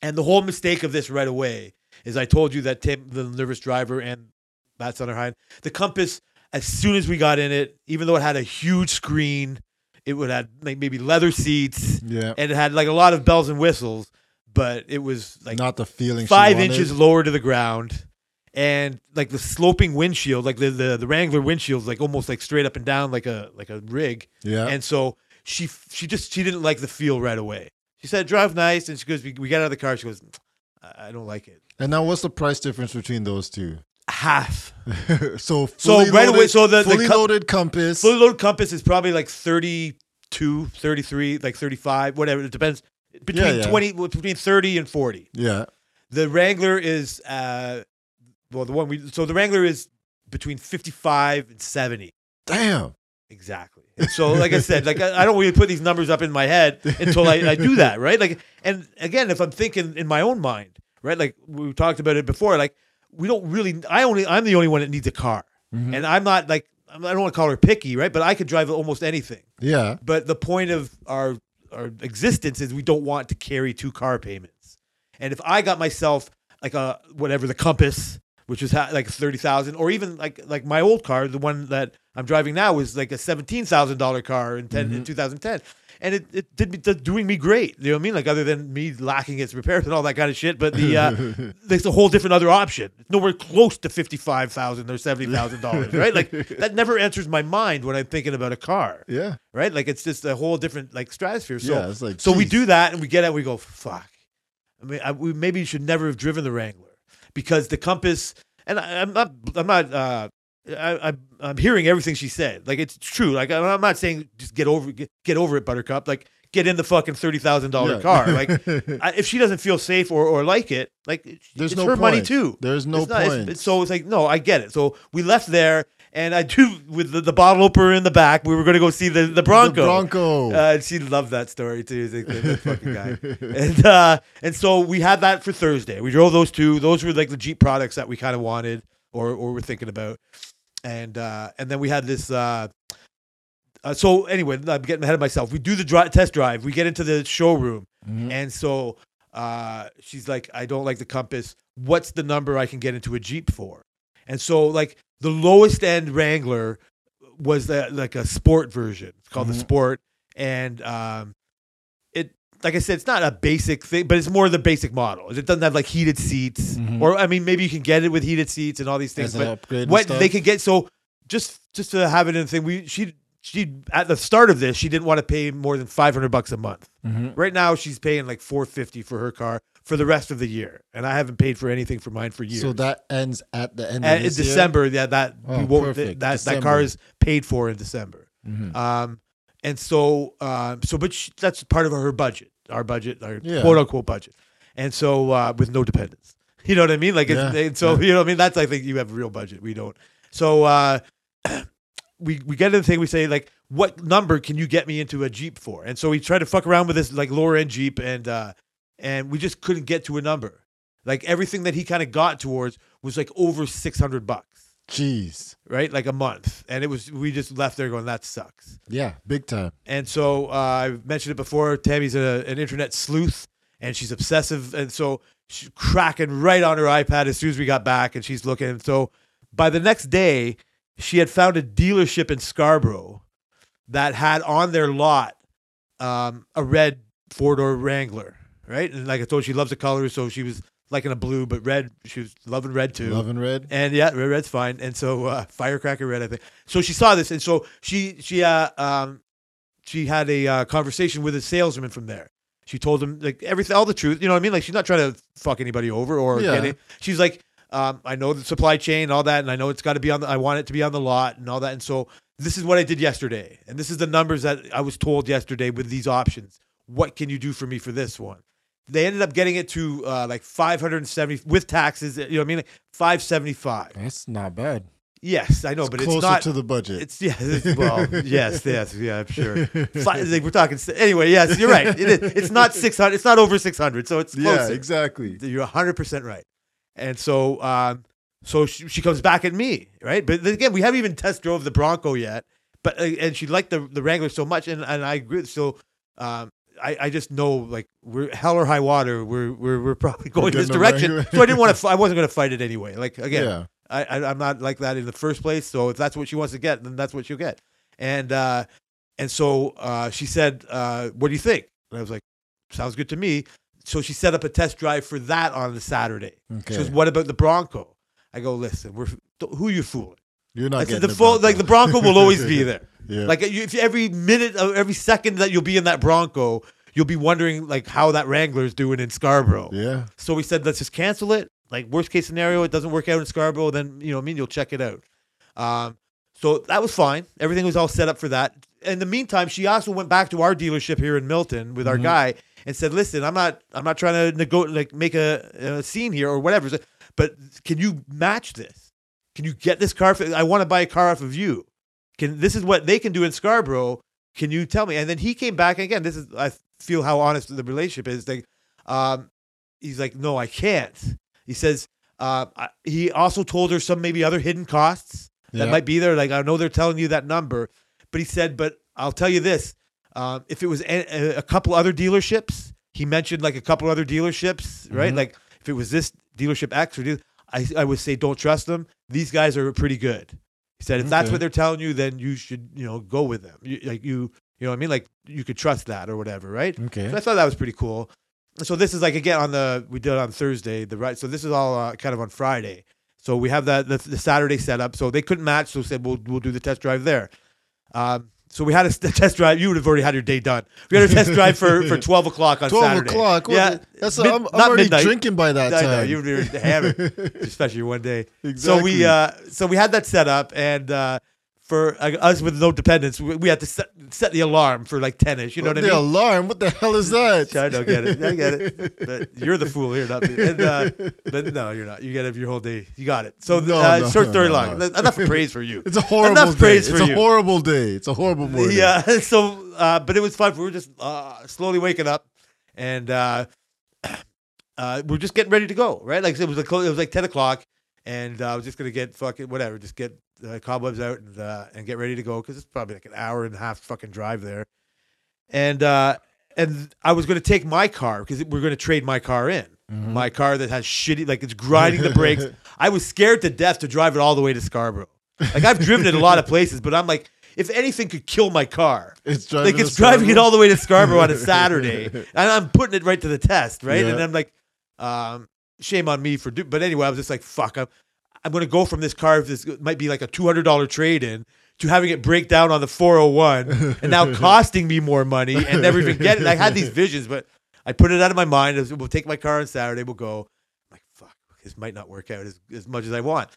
[SPEAKER 1] And the whole mistake of this right away is I told you that Tim, the nervous driver, and that's on her hind. The compass, as soon as we got in it, even though it had a huge screen, it would have like maybe leather seats
[SPEAKER 2] yeah,
[SPEAKER 1] and it had like a lot of bells and whistles, but it was like
[SPEAKER 2] not the feeling. she
[SPEAKER 1] five
[SPEAKER 2] wanted.
[SPEAKER 1] inches lower to the ground and like the sloping windshield like the, the the wrangler windshields like almost like straight up and down like a like a rig
[SPEAKER 2] Yeah,
[SPEAKER 1] and so she she just she didn't like the feel right away she said drive nice and she goes we, we got out of the car she goes i I don't like it
[SPEAKER 2] and now what's the price difference between those two?
[SPEAKER 1] half
[SPEAKER 2] so
[SPEAKER 1] So
[SPEAKER 2] fully
[SPEAKER 1] right
[SPEAKER 2] loaded,
[SPEAKER 1] away- so the- the
[SPEAKER 2] fully
[SPEAKER 1] co-
[SPEAKER 2] loaded compass.
[SPEAKER 1] fully loaded compass is probably like 32 33 like 35 whatever it depends between
[SPEAKER 2] yeah.
[SPEAKER 1] 20 well, between 30 and 40
[SPEAKER 2] yeah,
[SPEAKER 1] The Wrangler is uh well the one we so the Wrangler is between 55 and 70
[SPEAKER 2] damn.
[SPEAKER 1] exactly. And so like I said like I, I don't really put these numbers up in my head until I, I do that, right? Like and again if I'm thinking in my own mind, right? Like we talked about it before like we don't really I only I'm the only one that needs a car.
[SPEAKER 2] Mhm.
[SPEAKER 1] And I'm not like I don't want to call her picky, right? But I could drive almost anything.
[SPEAKER 2] Yeah,
[SPEAKER 1] But the point of our our existence is we don't want to carry two car payments. And if I got myself like a whatever the Compass, which is ha- like thirty thousand, or even like like my old car, the one that I'm driving now, was like a seventeen thousand dollar car in 10 in 2010. And it, it did me, did doing me great. You know what I mean? Like other than me lacking its repairs and all that kind of shit, but the uh, there's a whole different other option. It's nowhere close to fifty five thousand or seventy thousand dollars, right? Like that never enters my mind when I'm thinking about a car
[SPEAKER 2] yeah,
[SPEAKER 1] right? Like it's just a whole different like stratosphere. So,
[SPEAKER 2] yeah. It's like
[SPEAKER 1] so we
[SPEAKER 2] geez.
[SPEAKER 1] do that and we get out. We go, fuck. I mean, I, we maybe should never have driven the Wrangler because the compass. And I, I'm not. I'm not. Uh, I, I, I'm hearing everything she said. Like it's true. Like I- I'm not saying just get over get, get over it, Buttercup. Like get in the fucking thirty thousand
[SPEAKER 2] Yeah.
[SPEAKER 1] dollar car. Like I, if she doesn't feel safe or, or like it, like
[SPEAKER 2] There's
[SPEAKER 1] it's
[SPEAKER 2] no
[SPEAKER 1] her money
[SPEAKER 2] point.
[SPEAKER 1] too
[SPEAKER 2] There's no
[SPEAKER 1] it's not- it's-
[SPEAKER 2] point.
[SPEAKER 1] it's- so it's like, no, I get it. So we left there And I do with the, the bottle opener in the back. We were going to go see the, the Bronco.
[SPEAKER 2] The Bronco.
[SPEAKER 1] Uh, and she loved that story too. She's Like, that fucking guy. And uh, and so we had that for Thursday. We drove those two. Those were like the Jeep products that we kind of wanted or or were thinking about. And uh, and then we had this. Uh, uh, so anyway, I'm getting ahead of myself. We do the dri- test drive. We get into the showroom,
[SPEAKER 2] Mhm.
[SPEAKER 1] and so uh, she's like, "I don't like the Compass. What's the number I can get into a Jeep for?" And so like the lowest end Wrangler was the, like a sport version. It's called
[SPEAKER 2] Mhm.
[SPEAKER 1] the Sport, and um, it like I said, it's not a basic thing, but it's more the basic model. It doesn't have like heated seats,
[SPEAKER 2] Mhm.
[SPEAKER 1] or I mean, maybe you can get it with heated seats and all these things.
[SPEAKER 2] As an
[SPEAKER 1] But
[SPEAKER 2] upgrade and
[SPEAKER 1] what
[SPEAKER 2] stuff.
[SPEAKER 1] they could get, so just just to have it in the thing, we she she at the start of this, she didn't want to pay more than five hundred bucks a month.
[SPEAKER 2] Mhm.
[SPEAKER 1] Right now, she's paying like four fifty for her car for the rest of the year, and I haven't paid for anything for mine for years.
[SPEAKER 2] So that ends at the end
[SPEAKER 1] And
[SPEAKER 2] of
[SPEAKER 1] in
[SPEAKER 2] this year?
[SPEAKER 1] December, yeah, that
[SPEAKER 2] Oh,
[SPEAKER 1] we won't,
[SPEAKER 2] perfect.
[SPEAKER 1] that that car
[SPEAKER 2] December.
[SPEAKER 1] is paid for in December.
[SPEAKER 2] Mhm.
[SPEAKER 1] Um, and so, um, so, but she, that's part of her budget, our budget, our
[SPEAKER 2] Yeah.
[SPEAKER 1] quote unquote budget. And so, uh, with no dependents, you know what I mean? Like, it's,
[SPEAKER 2] Yeah,
[SPEAKER 1] and so, you know what I mean? That's, I think you have a real budget. We don't. So, uh, we, we get into the thing, we say like, what number can you get me into a Jeep for? And so we try to fuck around with this like lower end Jeep and, uh, and we just couldn't get to a number. Like everything that he kind of got towards was like over 600 bucks,
[SPEAKER 2] Jeez.
[SPEAKER 1] right? Like a month. And it was, we just left there going, that sucks.
[SPEAKER 2] Yeah, big time.
[SPEAKER 1] And so uh, I've mentioned it before. Tammy's a, an internet sleuth, and she's obsessive. And so she's cracking right on her iPad as soon as we got back, and she's looking. And so by the next day, she had found a dealership in Scarborough that had on their lot um, a red four door Wrangler, right? And like I told, you, she loves the colors, so she was liking a blue, but red. She was loving red too.
[SPEAKER 2] Love and red.
[SPEAKER 1] And yeah, red, red's fine. And so uh, firecracker red, I think. So she saw this, and so she she uh, um, she had a uh, conversation with a salesman from there. She told him like everything, all the truth. You know what I mean? Like she's not trying to fuck anybody over or
[SPEAKER 2] Yeah.
[SPEAKER 1] get it. She's like, um, I know the supply chain, and all that, and I know it's got to be on. The, I want it to be on the lot and all that. And so this is what I did yesterday, and this is the numbers that I was told yesterday with these options. What can you do for me for this one? They ended up getting it to uh, like 570 with taxes. You know what I mean? Like 575.
[SPEAKER 2] That's not bad.
[SPEAKER 1] Yes, I know, but
[SPEAKER 2] Closer
[SPEAKER 1] it's not.
[SPEAKER 2] to the budget.
[SPEAKER 1] It's yeah. It's, well, yes, yes, yeah. I'm sure. Fi- like, we're talking anyway. Yes, you're right. It is, it's not 600. It's not over 600. So it's
[SPEAKER 2] yeah,
[SPEAKER 1] closer.
[SPEAKER 2] exactly.
[SPEAKER 1] You're 100 percent right. And so, um, so she, she comes back at me, right? But then again, we haven't even test drove the Bronco yet. But uh, and she liked the the Wrangler so much, and and I agree. So, um, I I just know like we're hell or high water. We're we're we're probably going
[SPEAKER 2] getting
[SPEAKER 1] this
[SPEAKER 2] a
[SPEAKER 1] direction.
[SPEAKER 2] Wrangler.
[SPEAKER 1] So I didn't want to. I wasn't going to fight it anyway. Like again,
[SPEAKER 2] Yeah.
[SPEAKER 1] I, I I'm not like that in the first place. So if that's what she wants to get, then that's what she'll get. And uh, and so uh, she said, uh, "What do you think?" And I was like, "Sounds good to me." So she set up a test drive for that on the Saturday. She goes,
[SPEAKER 2] Okay.
[SPEAKER 1] "What about the Bronco?" I go, "Listen, we're who you fooling?"
[SPEAKER 2] You're
[SPEAKER 1] I
[SPEAKER 2] not
[SPEAKER 1] said,
[SPEAKER 2] getting
[SPEAKER 1] "The full, like the Bronco will always be there.
[SPEAKER 2] yeah.
[SPEAKER 1] Like you, if every minute, of every second that you'll be in that Bronco, you'll be wondering like how that Wrangler's doing in Scarborough."
[SPEAKER 2] yeah.
[SPEAKER 1] So we said, let's just cancel it. Like worst case scenario, it doesn't work out in Scarborough, then you know, what I mean, you'll check it out. Um, so that was fine. Everything was all set up for that. In the meantime, she also went back to our dealership here in Milton with our
[SPEAKER 2] Mhm.
[SPEAKER 1] guy and said, "Listen, I'm not, I'm not trying to nego- like make a, a scene here or whatever, So- but can you match this? Can you get this car? For, I want to buy a car off of you. Can this is what they can do in Scarborough? Can you tell me?" And then he came back again. This is I feel how honest the relationship is. Like, um, he's like, no, I can't. He says, uh, I- he also told her some maybe other hidden costs that
[SPEAKER 2] Yeah.
[SPEAKER 1] might be there. Like, I know they're telling you that number, but he said, but I'll tell you this. Um, if it was a, a- a couple other dealerships, he mentioned like a couple other dealerships, right?
[SPEAKER 2] Mhm.
[SPEAKER 1] Like if it was this dealership X or deal, I, I would say don't trust them. These guys are pretty good. He said, if that's
[SPEAKER 2] Okay.
[SPEAKER 1] what they're telling you, then you should, you know, go with them. You, like you, you know what I mean? Like you could trust that or whatever, right?
[SPEAKER 2] Okay.
[SPEAKER 1] So I thought that was pretty cool. So this is like again on the we did it on Thursday the right. So this is all uh, kind of on Friday. So we have that the, the Saturday setup. So they couldn't match. So said we'll we'll do the test drive there. Um, so we had a s- test drive. You would have already had your day done. We had a test drive for for twelve o'clock on
[SPEAKER 2] Twelve
[SPEAKER 1] Saturday.
[SPEAKER 2] o'clock.
[SPEAKER 1] Yeah,
[SPEAKER 2] Yeah. That's
[SPEAKER 1] mid-
[SPEAKER 2] I'm, I'm
[SPEAKER 1] not
[SPEAKER 2] already
[SPEAKER 1] midnight.
[SPEAKER 2] drinking by that
[SPEAKER 1] I
[SPEAKER 2] time.
[SPEAKER 1] know you were hammered, especially one day.
[SPEAKER 2] exactly.
[SPEAKER 1] So we uh, so we had that set up, and uh, for uh, us with no dependents, we, we had to set, set the alarm for like 10 ish. You know what I
[SPEAKER 2] the
[SPEAKER 1] mean?
[SPEAKER 2] alarm? What the hell is that?
[SPEAKER 1] I don't get it. I get it. But you're the fool here, not me. And, uh, but no, you're not. You got to have your whole day. You got it. So
[SPEAKER 2] No,
[SPEAKER 1] uh,
[SPEAKER 2] no,
[SPEAKER 1] short
[SPEAKER 2] no,
[SPEAKER 1] story
[SPEAKER 2] no,
[SPEAKER 1] long.
[SPEAKER 2] no.
[SPEAKER 1] Enough praise for you.
[SPEAKER 2] It's a horrible
[SPEAKER 1] Enough
[SPEAKER 2] day.
[SPEAKER 1] praise
[SPEAKER 2] it's
[SPEAKER 1] for
[SPEAKER 2] a
[SPEAKER 1] you.
[SPEAKER 2] horrible day. It's a horrible morning.
[SPEAKER 1] Yeah. So, uh, but it was fun. We were just uh, slowly waking up, and uh, uh, we are just getting ready to go. Right, like I said, it was like, clo- it was like ten o'clock, and uh, I was just gonna get fucking whatever, just get uh, cobwebs out and uh, and get ready to go because it's probably like an hour and a half fucking drive there, and uh, and I was gonna take my car because we're gonna trade my car in. My car that has shitty, like it's grinding the brakes. I was scared to death to drive it all the way to Scarborough. Like I've driven it a lot of places, but I'm like, if anything could kill my car,
[SPEAKER 2] It's driving.
[SPEAKER 1] like it's
[SPEAKER 2] us
[SPEAKER 1] driving it
[SPEAKER 2] around.
[SPEAKER 1] all the way to Scarborough on a Saturday, and I'm putting it right to the test, right? And
[SPEAKER 2] Yeah.
[SPEAKER 1] I'm like, um, shame on me for do. But anyway, I was just like, fuck, I'm, I'm gonna go from this car. This might be like a two hundred dollar trade in to having it break down on the four hundred one, and now costing me more money and never even get it. I had these visions, but I put it out of my mind. I was, we'll take my car on Saturday. We'll go. I'm like, fuck, this might not work out as, as much as I want.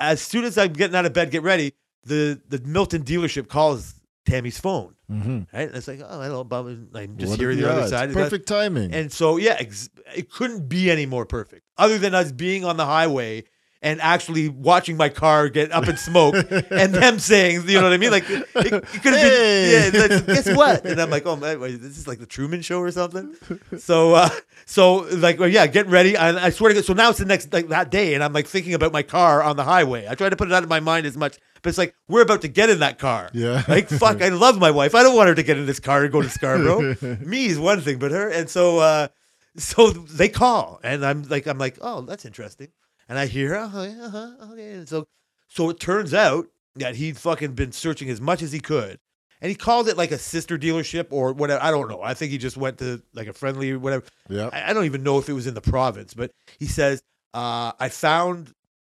[SPEAKER 1] As soon as I'm getting out of bed, get ready. The the Milton dealership calls Tammy's phone.
[SPEAKER 2] Mhm.
[SPEAKER 1] Right? And it's like, oh, hello, Bob. and I'm just
[SPEAKER 2] What
[SPEAKER 1] here
[SPEAKER 2] are
[SPEAKER 1] on the other
[SPEAKER 2] odds?
[SPEAKER 1] side.
[SPEAKER 2] Perfect timing.
[SPEAKER 1] And so, yeah, ex- it couldn't be any more perfect, other than us being on the highway and actually watching my car get up in smoke and them saying, you know what I mean? Like, it, it could have
[SPEAKER 2] Hey!
[SPEAKER 1] been, yeah, like, guess what? And I'm like, oh, man, wait, this is like the Truman Show or something. So, uh, so like, well, yeah, getting ready. I, I swear to God. So now it's the next, like that day. And I'm like thinking about my car on the highway. I try to put it out of my mind as much, but it's like, we're about to get in that car.
[SPEAKER 2] Yeah.
[SPEAKER 1] Like, fuck, I love my wife. I don't want her to get in this car and go to Scarborough. Me is one thing, but her. And so, uh, so they call, and I'm like, I'm like, oh, that's interesting. And I hear, uh huh, uh huh, okay. And so, so it turns out that he'd fucking been searching as much as he could, and he called it like a sister dealership or whatever. I don't know. I think he just went to like a friendly or whatever.
[SPEAKER 2] yeah.
[SPEAKER 1] I, I don't even know if it was in the province, but he says, uh, I found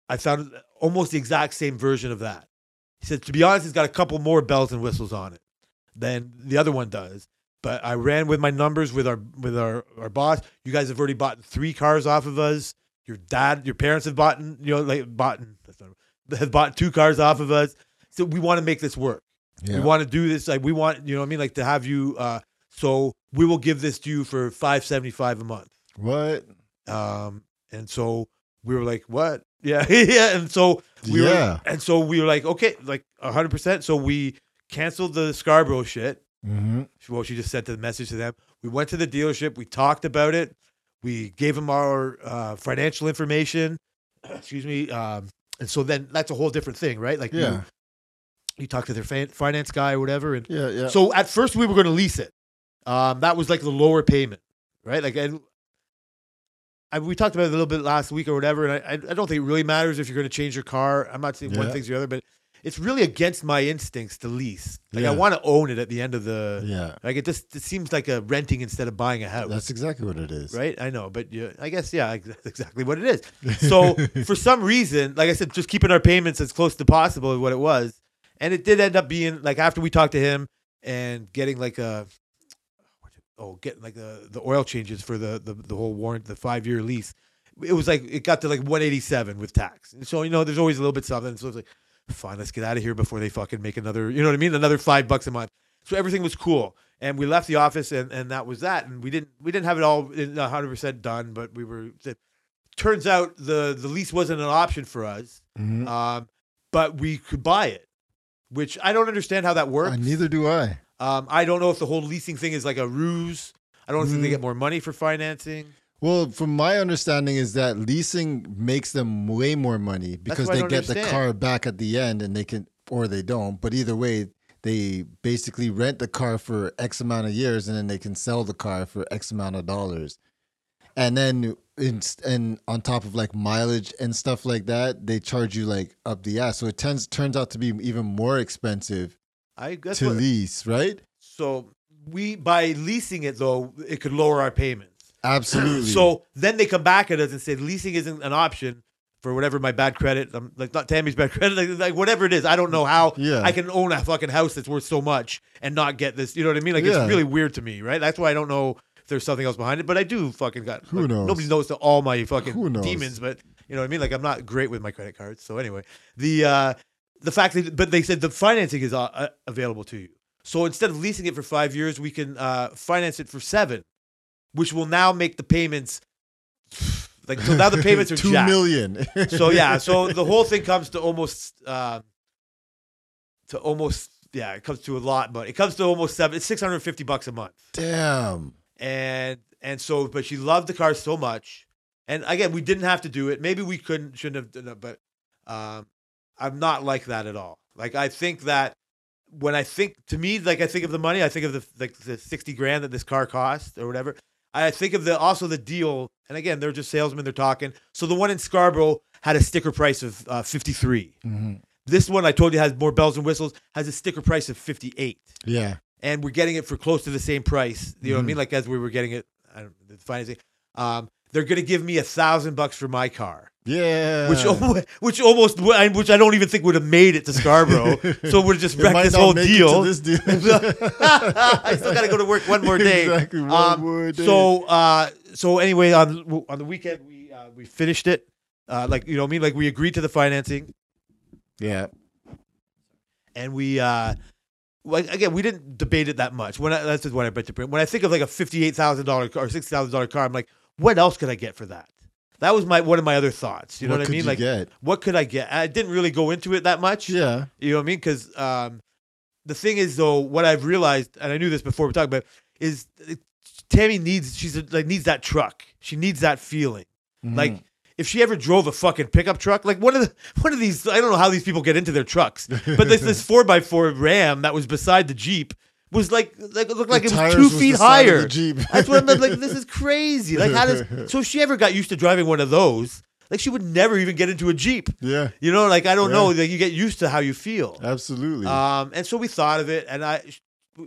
[SPEAKER 1] I found almost the exact same version of that. He said, to be honest, it's got a couple more bells and whistles on it than the other one does. But I ran with my numbers with our with our, our boss. You guys have already bought three cars off of us. Your dad, your parents have bought, you know, like bought that's not- have bought two cars off of us. So we want to make this work.
[SPEAKER 2] Yeah.
[SPEAKER 1] We want to do this. Like we want, you know what I mean? Like to have you uh so we will give this to you for five seventy five a month.
[SPEAKER 2] what?
[SPEAKER 1] Um, and so we were like, what? Yeah, yeah. And so we
[SPEAKER 2] Yeah.
[SPEAKER 1] were, and so we were like, okay, like hundred percent. So we canceled the Scarborough shit.
[SPEAKER 2] Mm-hmm.
[SPEAKER 1] Well, she just sent the message to them. We went to the dealership. We talked about it. We gave them our uh, financial information. Excuse me. Um, and so then that's a whole different thing, right? Like you-
[SPEAKER 2] Yeah.
[SPEAKER 1] you, talk to their fin- finance guy or whatever, and
[SPEAKER 2] Yeah. Yeah.
[SPEAKER 1] so at first we were going to lease it. Um, that was like the lower payment, right? Like, and I, we talked about it a little bit last week or whatever. And I, I I don't think it really matters if you're going to change your car. I'm not saying one
[SPEAKER 2] Yeah.
[SPEAKER 1] thing's the other, but it's really against my instincts to lease. Like, I
[SPEAKER 2] Yeah.
[SPEAKER 1] want to own it at the end of the.
[SPEAKER 2] yeah.
[SPEAKER 1] Like, it just it seems like a renting instead of buying a house.
[SPEAKER 2] That's exactly what it is.
[SPEAKER 1] Right, I know, but you, I guess yeah, ex- that's exactly what it is. So for some reason, like I said, just keeping our payments as close to possible is what it was, and it did end up being like after we talked to him and getting like a oh getting like the the oil changes for the the, the whole warrant the five year lease, it was like it got to like one eighty seven with tax. And so you know, there's always a little bit something. So it's like, fine, let's get out of here before they fucking make another. You know what I mean? Another five bucks a month. So everything was cool, and we left the office, and, and that was that. And we didn't we didn't have it all 100 percent done, but we were. It turns out the the lease wasn't an option for us,
[SPEAKER 2] Mhm.
[SPEAKER 1] um, but we could buy it, which I don't understand how that works.
[SPEAKER 2] Uh, neither do I.
[SPEAKER 1] um, I don't know if the whole leasing thing is like a ruse. I don't think they
[SPEAKER 2] Mm.
[SPEAKER 1] get more money for financing.
[SPEAKER 2] Well, from my understanding, is that leasing makes them way more money because
[SPEAKER 1] what I
[SPEAKER 2] they
[SPEAKER 1] don't
[SPEAKER 2] get the
[SPEAKER 1] understand.
[SPEAKER 2] car back at the end, and they can, or they don't. But either way, they basically rent the car for X amount of years, and then they can sell the car for X amount of dollars. And then, in, and on top of like mileage and stuff like that, they charge you like up the ass. So it tends turns out to be even more expensive
[SPEAKER 1] I guess
[SPEAKER 2] to
[SPEAKER 1] what-
[SPEAKER 2] lease, right?
[SPEAKER 1] so we by leasing it though it could lower our payments.
[SPEAKER 2] Absolutely.
[SPEAKER 1] So then they come back at us and say leasing isn't an option for whatever my bad credit, um, like not Tammy's bad credit, like, like whatever it is. I don't know how
[SPEAKER 2] Yeah.
[SPEAKER 1] I can own a fucking house that's worth so much and not get this. You know what I mean? Like
[SPEAKER 2] Yeah.
[SPEAKER 1] it's really weird to me, right? That's why I don't know if there's something else behind it, but I do fucking got.
[SPEAKER 2] Who
[SPEAKER 1] like,
[SPEAKER 2] knows?
[SPEAKER 1] Nobody knows to all my fucking
[SPEAKER 2] Who knows?
[SPEAKER 1] demons, but you know what I mean. Like I'm not great with my credit cards, so anyway, the uh, the fact that but they said the financing is uh, uh, available to you. So instead of leasing it for five years, we can uh, finance it for seven, which will now make the payments like so now the payments are
[SPEAKER 2] two
[SPEAKER 1] jacked.
[SPEAKER 2] million.
[SPEAKER 1] So yeah, so the whole thing comes to almost uh, to almost yeah, it comes to a lot, but it comes to almost seven. It's six hundred fifty bucks a month,
[SPEAKER 2] damn.
[SPEAKER 1] and and so but she loved the car so much, and again we didn't have to do it. Maybe we couldn't shouldn't have done it, but um, I'm not like that at all. Like I think that when I think to me, like I think of the money, I think of the like the sixty grand that this car cost or whatever. I think of the also the deal, and again they're just salesmen. They're talking. So the one in Scarborough had a sticker price of uh, fifty three. This one I told you has more bells and whistles. Has a sticker price of fifty eight,
[SPEAKER 2] Yeah,
[SPEAKER 1] and we're getting it for close to the same price. You know what I
[SPEAKER 2] Mhm.
[SPEAKER 1] mean? Like as we were getting it, I don't, the financing. Um, they're gonna give me a thousand bucks for my car
[SPEAKER 2] yeah.
[SPEAKER 1] which al- which almost which I don't even think would have made it to Scarborough. so we're just
[SPEAKER 2] It
[SPEAKER 1] wrecked
[SPEAKER 2] might
[SPEAKER 1] this
[SPEAKER 2] not
[SPEAKER 1] whole
[SPEAKER 2] make it to
[SPEAKER 1] deal.
[SPEAKER 2] this deal.
[SPEAKER 1] I still got to go to work one more day.
[SPEAKER 2] Exactly, one
[SPEAKER 1] Um,
[SPEAKER 2] more day.
[SPEAKER 1] So uh, so anyway, on on the weekend we uh, we finished it. Uh, like you know what I mean? Like we agreed to the financing,
[SPEAKER 2] yeah,
[SPEAKER 1] and we uh, like again we didn't debate it that much. When I, that's just what I bet to print. When I think of like a fifty eight thousand dollar or sixty thousand dollar car, I'm like, what else could I get for that? That was my one of my other thoughts. You know what, I
[SPEAKER 2] could
[SPEAKER 1] mean?
[SPEAKER 2] you
[SPEAKER 1] Like,
[SPEAKER 2] get?
[SPEAKER 1] what could I get? I didn't really go into it that much.
[SPEAKER 2] yeah,
[SPEAKER 1] You know what I mean? Because um, the thing is, though, what I've realized, and I knew this before we talked about, is uh, Tammy needs she's uh, like needs that truck. She needs that feeling. Like
[SPEAKER 2] Mm-hmm.
[SPEAKER 1] if she ever drove a fucking pickup truck, like one of the one of these, I don't know how these people get into their trucks, but this this four x four Ram that was beside the Jeep was like like it looked like it was
[SPEAKER 2] tires
[SPEAKER 1] two
[SPEAKER 2] was the
[SPEAKER 1] feet
[SPEAKER 2] side of the
[SPEAKER 1] higher.
[SPEAKER 2] Jeep.
[SPEAKER 1] That's what I'm like. This is crazy. Like how does so if she ever got used to driving one of those, like she would never even get into a Jeep.
[SPEAKER 2] yeah,
[SPEAKER 1] You know, like I don't
[SPEAKER 2] Yeah.
[SPEAKER 1] know. Like you get used to how you feel.
[SPEAKER 2] absolutely.
[SPEAKER 1] Um, and so we thought of it, and I,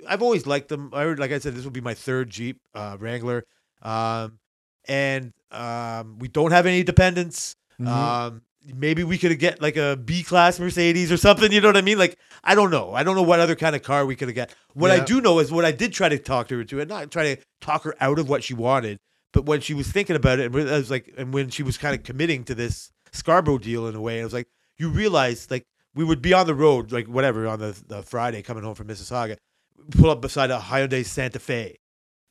[SPEAKER 1] I've always liked them. I would- like I said, this will be my third Jeep uh, Wrangler, um, and um, we don't have any dependents.
[SPEAKER 2] Mhm.
[SPEAKER 1] Um, maybe we could get like a B class Mercedes or something. You know what I mean? Like I don't know. I don't know what other kind of car we could have got. What I
[SPEAKER 2] Yeah.
[SPEAKER 1] do know is what I did try to talk to her to, and not try to talk her out of what she wanted, but when she was thinking about it, and I was like, and when she was kind of committing to this Scarborough deal in a way, I was like, you realize like we would be on the road, like whatever, on the, the Friday coming home from Mississauga, pull up beside a Hyundai Santa Fe.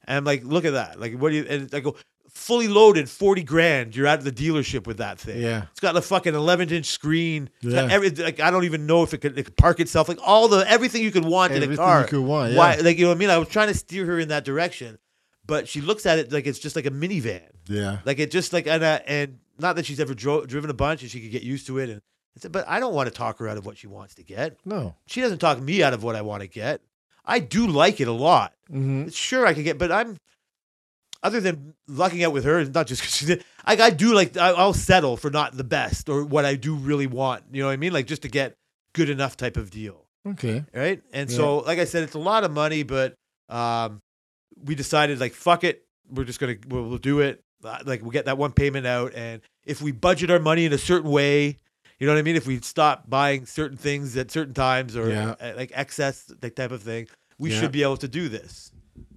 [SPEAKER 1] And I'm like, look at that. Like, what do you, and I go, fully loaded, 40 grand. You're out of the dealership with that thing.
[SPEAKER 2] yeah,
[SPEAKER 1] It's got a fucking 11 inch screen. It's got
[SPEAKER 2] Yeah.
[SPEAKER 1] every, like, I don't even know if it could, it could park itself. Like, all the, everything you could want in a
[SPEAKER 2] everything
[SPEAKER 1] car.
[SPEAKER 2] you could want. Uh, Yeah.
[SPEAKER 1] Why, like, you know what I mean? I was trying to steer her in that direction, but she looks at it like it's just like a minivan.
[SPEAKER 2] Yeah,
[SPEAKER 1] Like it just like and uh, and not that she's ever dro- driven a bunch and she could get used to it and I said, but I don't want to talk her out of what she wants to get.
[SPEAKER 2] no.
[SPEAKER 1] She doesn't talk me out of what I want to get. I do like it a lot.
[SPEAKER 2] Mm-hmm.
[SPEAKER 1] Sure, I can get, but I'm other than lucking out with her, and not just 'cause she did. I, I do like I, I'll settle for not the best or what I do really want. You know what I mean? Like just to get good enough type of deal
[SPEAKER 2] Okay.
[SPEAKER 1] right? And
[SPEAKER 2] Yeah.
[SPEAKER 1] so, like I said, it's a lot of money, but um, we decided like fuck it, we're just gonna we'll, we'll do it. Uh, Like we'll get that one payment out, and if we budget our money in a certain way, you know what I mean. If we stop buying certain things at certain times or
[SPEAKER 2] Yeah.
[SPEAKER 1] uh, like excess that type of thing, we
[SPEAKER 2] Yeah.
[SPEAKER 1] should be able to do this.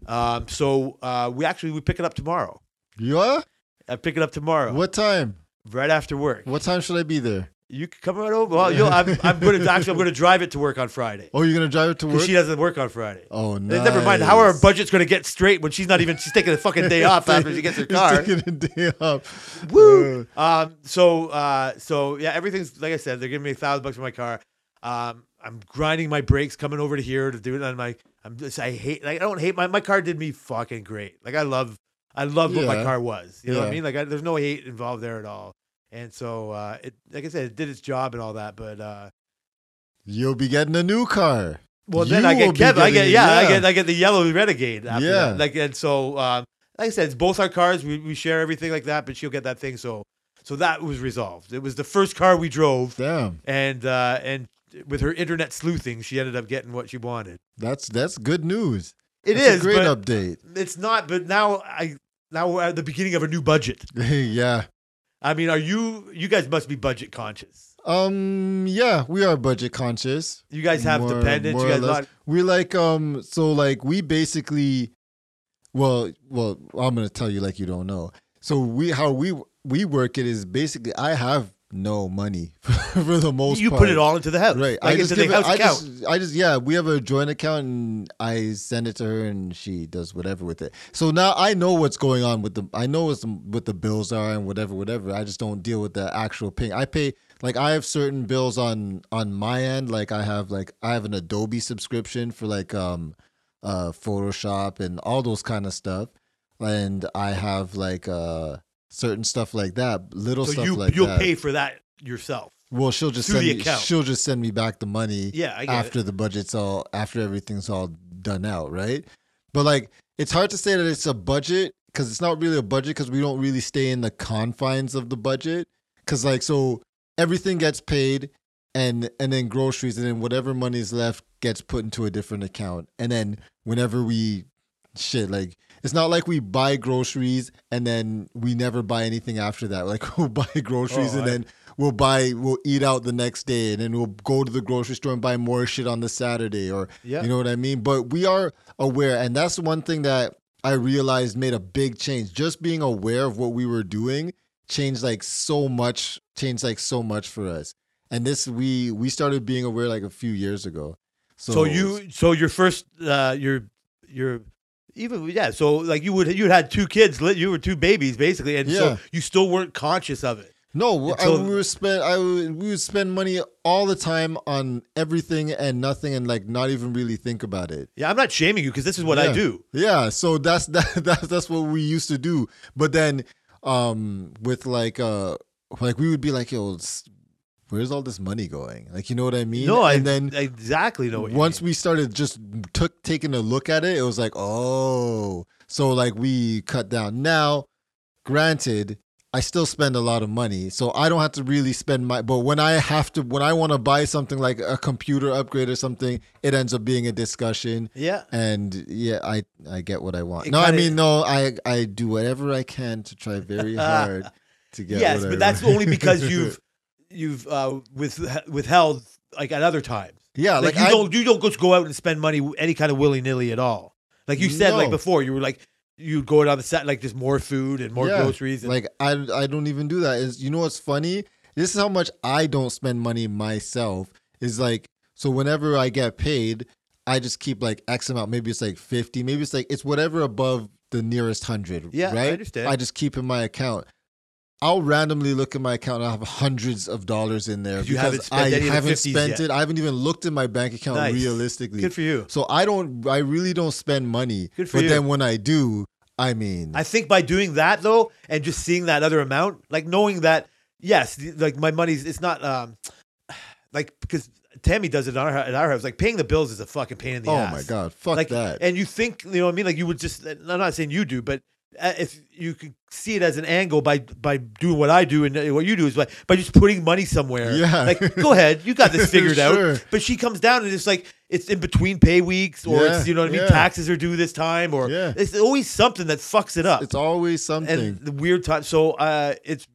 [SPEAKER 1] Um, so uh, we actually we pick it up tomorrow.
[SPEAKER 2] Yeah.
[SPEAKER 1] I pick it up tomorrow,
[SPEAKER 2] What time?
[SPEAKER 1] right after work.
[SPEAKER 2] What time should I be there?
[SPEAKER 1] You can come right over. Well, you'll, I'm, I'm gonna actually I'm gonna drive it to work on Friday
[SPEAKER 2] Oh, you're gonna drive it to work.
[SPEAKER 1] because she doesn't work on Friday.
[SPEAKER 2] oh,
[SPEAKER 1] Then
[SPEAKER 2] nice.
[SPEAKER 1] Never mind. How are our budget's going to get straight when she's not even? She's taking a fucking day off after she gets her car.
[SPEAKER 2] He's taking a day off.
[SPEAKER 1] Woo!
[SPEAKER 2] Uh,
[SPEAKER 1] Um. So. Uh. So yeah. Everything's like I said. They're giving me a thousand bucks for my car. Um. I'm grinding my brakes coming over to here to do it. And my. I'm just. I hate. Like I don't hate my. My car did me fucking great. Like I love. I love what my
[SPEAKER 2] Yeah.
[SPEAKER 1] car was. You know what I
[SPEAKER 2] Yeah.
[SPEAKER 1] mean? Like I, there's no hate involved there at all. And so uh, it. Like I said, it did its job and all that. But. uh
[SPEAKER 2] You'll be getting a new car.
[SPEAKER 1] Well, then
[SPEAKER 2] You
[SPEAKER 1] I
[SPEAKER 2] will
[SPEAKER 1] get
[SPEAKER 2] be
[SPEAKER 1] Kevin. I get
[SPEAKER 2] getting-
[SPEAKER 1] yeah, I
[SPEAKER 2] yeah.
[SPEAKER 1] get I get the yellow renegade. After
[SPEAKER 2] Yeah.
[SPEAKER 1] that. like and so um, like I said, it's both our cars. We we share everything like that, but she'll get that thing. So so that was resolved. It was the first car we drove,
[SPEAKER 2] Damn,
[SPEAKER 1] and uh, and with her internet sleuthing, she ended up getting what she wanted.
[SPEAKER 2] that's that's good news.
[SPEAKER 1] It
[SPEAKER 2] That's
[SPEAKER 1] is,
[SPEAKER 2] a great
[SPEAKER 1] but
[SPEAKER 2] update.
[SPEAKER 1] it's not. But now I now we're at the beginning of a new budget.
[SPEAKER 2] yeah.
[SPEAKER 1] I mean, are you you guys must be budget conscious?
[SPEAKER 2] Um. Yeah, we are budget conscious.
[SPEAKER 1] You guys have
[SPEAKER 2] More-
[SPEAKER 1] dependents.
[SPEAKER 2] more
[SPEAKER 1] You
[SPEAKER 2] or
[SPEAKER 1] guys
[SPEAKER 2] less.
[SPEAKER 1] not.
[SPEAKER 2] we like um. So like we basically, well, well, I'm gonna tell you like you don't know. So we how we we work it is basically I have no money for the most
[SPEAKER 1] you
[SPEAKER 2] part.
[SPEAKER 1] put it all into the house.
[SPEAKER 2] Right.
[SPEAKER 1] Like
[SPEAKER 2] I just
[SPEAKER 1] into the
[SPEAKER 2] give it,
[SPEAKER 1] house
[SPEAKER 2] I
[SPEAKER 1] account.
[SPEAKER 2] just, I just, yeah, we have a joint account and I send it to her and she does whatever with it. So now I know what's going on with the, I know what's, what the bills are and whatever, whatever. I just don't deal with the actual paying. I pay, like I have certain bills on, on my end. Like I have, like, I have an Adobe subscription for like, um, uh, Photoshop and all those kind of stuff. And I have like, uh, certain stuff like that, little
[SPEAKER 1] so
[SPEAKER 2] stuff
[SPEAKER 1] you
[SPEAKER 2] like
[SPEAKER 1] you'll
[SPEAKER 2] that.
[SPEAKER 1] pay for that yourself.
[SPEAKER 2] Well, she'll just
[SPEAKER 1] through
[SPEAKER 2] send
[SPEAKER 1] the
[SPEAKER 2] me,
[SPEAKER 1] account.
[SPEAKER 2] she'll just send me back the money
[SPEAKER 1] Yeah, I get
[SPEAKER 2] after
[SPEAKER 1] it.
[SPEAKER 2] the budget's all after everything's all done out, right? But like, it's hard to say that it's a budget because it's not really a budget because we don't really stay in the confines of the budget because like so everything gets paid and and then groceries and then whatever money's left gets put into a different account and then whenever we shit like it's not like we buy groceries and then we never buy anything after that like we'll buy groceries
[SPEAKER 1] Oh,
[SPEAKER 2] and
[SPEAKER 1] I-
[SPEAKER 2] then we'll buy we'll eat out the next day and then we'll go to the grocery store and buy more shit on the saturday or
[SPEAKER 1] Yeah.
[SPEAKER 2] you know what i mean but we are aware and that's one thing that i realized made a big change just being aware of what we were doing changed like so much changed like so much for us and this we we started being aware like a few years ago so,
[SPEAKER 1] So, you so your first uh your your even yeah, so like you would you had two kids, li- you were two babies basically, and
[SPEAKER 2] Yeah.
[SPEAKER 1] so you still weren't conscious of it.
[SPEAKER 2] No, I,
[SPEAKER 1] so-
[SPEAKER 2] we would spend I would, we would spend money all the time on everything and nothing and like not even really think about it.
[SPEAKER 1] Yeah, I'm not shaming you because this is what I
[SPEAKER 2] Yeah.
[SPEAKER 1] do.
[SPEAKER 2] Yeah, so that's that, that's that's what we used to do. But then um with like uh like we would be like yo it's- where's all this money going? Like you know what I mean?
[SPEAKER 1] No, I
[SPEAKER 2] and then
[SPEAKER 1] I exactly know what you
[SPEAKER 2] once
[SPEAKER 1] mean.
[SPEAKER 2] we started just took taking a look at it, it was like, oh, so like we cut down. Now, granted, I still spend a lot of money, so I don't have to really spend my. But when I have to, when I want to buy something like a computer upgrade or something, it ends up being a discussion.
[SPEAKER 1] yeah.
[SPEAKER 2] And yeah, I I get what I want.
[SPEAKER 1] It
[SPEAKER 2] no, I
[SPEAKER 1] kinda-
[SPEAKER 2] mean no, I I do whatever I can to try very hard to get.
[SPEAKER 1] yes,
[SPEAKER 2] what I
[SPEAKER 1] but that's
[SPEAKER 2] want.
[SPEAKER 1] only because you've you've uh with withheld like at other times.
[SPEAKER 2] yeah,
[SPEAKER 1] Like,
[SPEAKER 2] like,
[SPEAKER 1] you
[SPEAKER 2] I,
[SPEAKER 1] don't you don't just go out and spend money w- any kind of willy nilly at all. Like you said, like
[SPEAKER 2] No.
[SPEAKER 1] before, you were like you'd go down the set like just more food and more
[SPEAKER 2] Yeah,
[SPEAKER 1] groceries. And,
[SPEAKER 2] Like I I don't even do that. Is you know what's funny? This is how much I don't spend money myself. Is like so whenever I get paid, I just keep like X amount. Maybe it's like fifty. Maybe it's like it's whatever above the nearest hundred.
[SPEAKER 1] Yeah, I
[SPEAKER 2] right.
[SPEAKER 1] understand.
[SPEAKER 2] I just keep in my account. I'll randomly look at my account. and I have hundreds of dollars in there
[SPEAKER 1] 'Cause you haven't spent
[SPEAKER 2] I
[SPEAKER 1] any of the
[SPEAKER 2] haven't
[SPEAKER 1] 50s
[SPEAKER 2] spent
[SPEAKER 1] yet.
[SPEAKER 2] it. I haven't even looked at my bank account
[SPEAKER 1] Nice.
[SPEAKER 2] Oh, realistically.
[SPEAKER 1] good for you.
[SPEAKER 2] so I don't. I really don't spend money.
[SPEAKER 1] Good for
[SPEAKER 2] but
[SPEAKER 1] you.
[SPEAKER 2] then when I do, I mean,
[SPEAKER 1] I think by doing that though, and just seeing that other amount, like knowing that yes, th- like my money's it's not um like because Tammy does it on our, at our house. Like paying the bills is a fucking pain in the
[SPEAKER 2] oh
[SPEAKER 1] ass.
[SPEAKER 2] my god, fuck
[SPEAKER 1] like
[SPEAKER 2] that.
[SPEAKER 1] And you think you know what I mean? Like you would just. I'm not saying you do, but uh, if you could see it as an angle by by doing what I do and uh, what you do is by by just putting money somewhere.
[SPEAKER 2] Yeah.
[SPEAKER 1] Like go ahead, you got this figured
[SPEAKER 2] Sure.
[SPEAKER 1] out. But she comes down and it's like it's in between pay weeks, or
[SPEAKER 2] Yeah,
[SPEAKER 1] it's you know what I mean.
[SPEAKER 2] yeah.
[SPEAKER 1] Taxes are due this time, or
[SPEAKER 2] Yeah.
[SPEAKER 1] it's always something that fucks it up.
[SPEAKER 2] It's always something.
[SPEAKER 1] and the weird time. So uh, it's.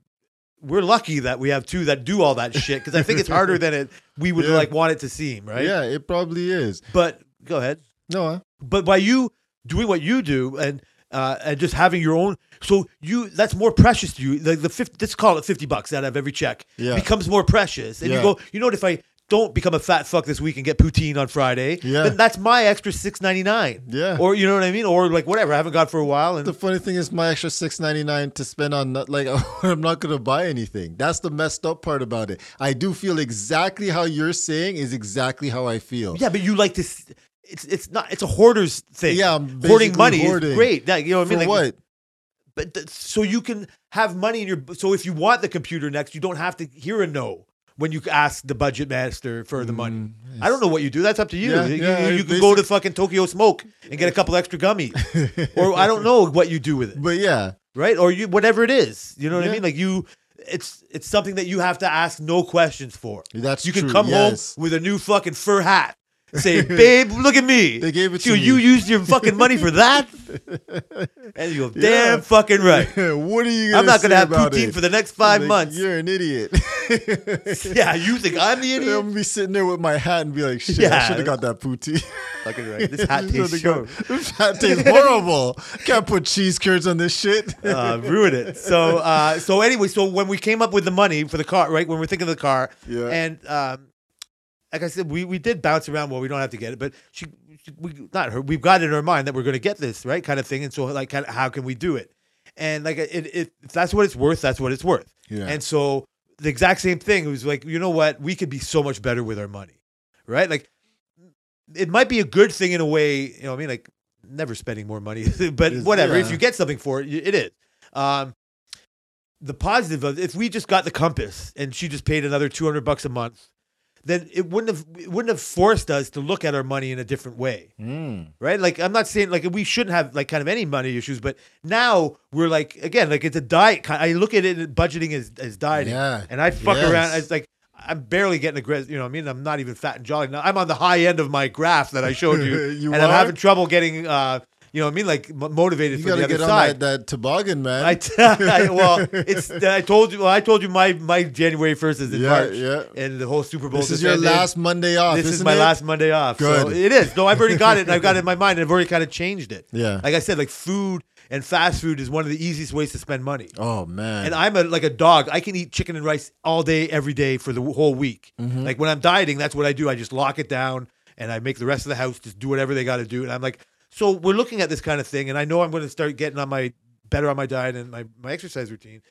[SPEAKER 1] We're lucky that we have two that do all that shit because I think it's harder than it we would
[SPEAKER 2] Yeah.
[SPEAKER 1] like want it to seem, right?
[SPEAKER 2] Yeah, it probably is.
[SPEAKER 1] But go ahead
[SPEAKER 2] No, uh, I-
[SPEAKER 1] but by you doing what you do and uh, and just having your own so you that's more precious to you like the 50 let's call it 50 bucks out of every check
[SPEAKER 2] Yeah.
[SPEAKER 1] becomes more precious and
[SPEAKER 2] Yeah.
[SPEAKER 1] you go you know what if i don't become a fat fuck this week and get poutine on friday
[SPEAKER 2] Yeah.
[SPEAKER 1] then that's my extra 6.99
[SPEAKER 2] Yeah.
[SPEAKER 1] or you know what i mean or like whatever i haven't got for a while and
[SPEAKER 2] the funny thing is my extra six ninety nine to spend on not- like I'm not gonna buy anything. That's the messed up part about it. I do feel exactly how you're saying is exactly how I feel.
[SPEAKER 1] yeah but you like to s- it's it's not it's a hoarder's thing
[SPEAKER 2] Yeah, I'm
[SPEAKER 1] hoarding
[SPEAKER 2] basically
[SPEAKER 1] money
[SPEAKER 2] hoarding.
[SPEAKER 1] is great Like, you know what i
[SPEAKER 2] For
[SPEAKER 1] mean like,
[SPEAKER 2] what?
[SPEAKER 1] but th- so you can have money in your so if you want the computer next you don't have to hear a no when you ask the budget master for the money i don't know what you do that's up to you
[SPEAKER 2] Mm, Yeah,
[SPEAKER 1] you,
[SPEAKER 2] yeah,
[SPEAKER 1] you,
[SPEAKER 2] I
[SPEAKER 1] you can go
[SPEAKER 2] basic-
[SPEAKER 1] to fucking tokyo smoke and get a couple extra gummies or i don't know what you do with it
[SPEAKER 2] But yeah,
[SPEAKER 1] right or you whatever it is you know what
[SPEAKER 2] Yeah.
[SPEAKER 1] i mean like you it's it's something that you have to ask no questions for
[SPEAKER 2] that's
[SPEAKER 1] you can
[SPEAKER 2] true.
[SPEAKER 1] come
[SPEAKER 2] yes.
[SPEAKER 1] home with a new fucking fur hat say, "Babe, look at me."
[SPEAKER 2] They gave it
[SPEAKER 1] Dude,
[SPEAKER 2] to
[SPEAKER 1] you
[SPEAKER 2] me.
[SPEAKER 1] used your fucking money for that? And you go,
[SPEAKER 2] Yeah.
[SPEAKER 1] damn fucking right.
[SPEAKER 2] what are you? Gonna
[SPEAKER 1] I'm not gonna
[SPEAKER 2] say
[SPEAKER 1] have
[SPEAKER 2] about
[SPEAKER 1] poutine
[SPEAKER 2] it?
[SPEAKER 1] for the next five
[SPEAKER 2] Like,
[SPEAKER 1] months.
[SPEAKER 2] You're an idiot.
[SPEAKER 1] Yeah, you think I'm the
[SPEAKER 2] I'm
[SPEAKER 1] idiot?
[SPEAKER 2] gonna be sitting there with my hat and be like, "Shit, I
[SPEAKER 1] Yeah.
[SPEAKER 2] should have got that poutine."
[SPEAKER 1] fucking right. This hat
[SPEAKER 2] Just
[SPEAKER 1] tastes
[SPEAKER 2] wanted to go,
[SPEAKER 1] sure.
[SPEAKER 2] This hat tastes horrible. Can't put cheese curds on this shit.
[SPEAKER 1] uh, ruin it. So uh, so anyway, so when we came up with the money for the car, right? When we're thinking of the car,
[SPEAKER 2] Yeah.
[SPEAKER 1] And um, like I said, we, we did bounce around. Well, we don't have to get it, but she, she we not her. We've got it in our mind that we're going to get this right kind of thing, and so like, kind of, how can we do it? And like it, it, if that's what it's worth, that's what it's worth.
[SPEAKER 2] Yeah.
[SPEAKER 1] And so the exact same thing. It was like, you know what? We could be so much better with our money, right? Like, it might be a good thing in a way. You know, what I mean, like never spending more money, but
[SPEAKER 2] Is-
[SPEAKER 1] whatever.
[SPEAKER 2] yeah.
[SPEAKER 1] If you get something for it, y- it is. Um, the positive of if we just got the compass and she just paid another two hundred bucks a month, then it wouldn't have it wouldn't have forced us to look at our money in a different way
[SPEAKER 2] Mm.
[SPEAKER 1] right? Like I'm not saying like we shouldn't have like kind of any money issues, but now we're like again like it's a diet. Kind I look at it budgeting as as dieting,
[SPEAKER 2] Yeah.
[SPEAKER 1] and I fuck around.
[SPEAKER 2] Yes.
[SPEAKER 1] It's like I'm barely getting aggressive. You know what I mean? I'm not even fat and jolly now. I'm on the high end of my graph that I showed you,
[SPEAKER 2] You
[SPEAKER 1] and I'm
[SPEAKER 2] are?
[SPEAKER 1] having trouble getting. uh you know what I mean? Like m- motivated
[SPEAKER 2] You
[SPEAKER 1] from
[SPEAKER 2] gotta
[SPEAKER 1] the
[SPEAKER 2] get
[SPEAKER 1] other
[SPEAKER 2] on
[SPEAKER 1] side.
[SPEAKER 2] that, that toboggan, man.
[SPEAKER 1] I t- I- well, it's I told you. Well, I told you my my January first is in
[SPEAKER 2] Yeah,
[SPEAKER 1] March,
[SPEAKER 2] yeah.
[SPEAKER 1] and the whole Super Bowl.
[SPEAKER 2] this is
[SPEAKER 1] just
[SPEAKER 2] your
[SPEAKER 1] ended.
[SPEAKER 2] last Monday off.
[SPEAKER 1] This is
[SPEAKER 2] isn't
[SPEAKER 1] my
[SPEAKER 2] it?
[SPEAKER 1] last Monday off. So
[SPEAKER 2] Good.
[SPEAKER 1] it is. No, I've already got it. and I've got it in my mind. I've already kind of changed it.
[SPEAKER 2] Yeah.
[SPEAKER 1] Like I said, like food and fast food is one of the easiest ways to spend money.
[SPEAKER 2] Oh man.
[SPEAKER 1] And I'm a, like a dog. I can eat chicken and rice all day, every day for the whole week.
[SPEAKER 2] Mm-hmm.
[SPEAKER 1] Like when I'm dieting, that's what I do. I just lock it down and I make the rest of the house just do whatever they got to do. And I'm like, so we're looking at this kind of thing, and I know I'm going to start getting on my better on my diet and my, my exercise routine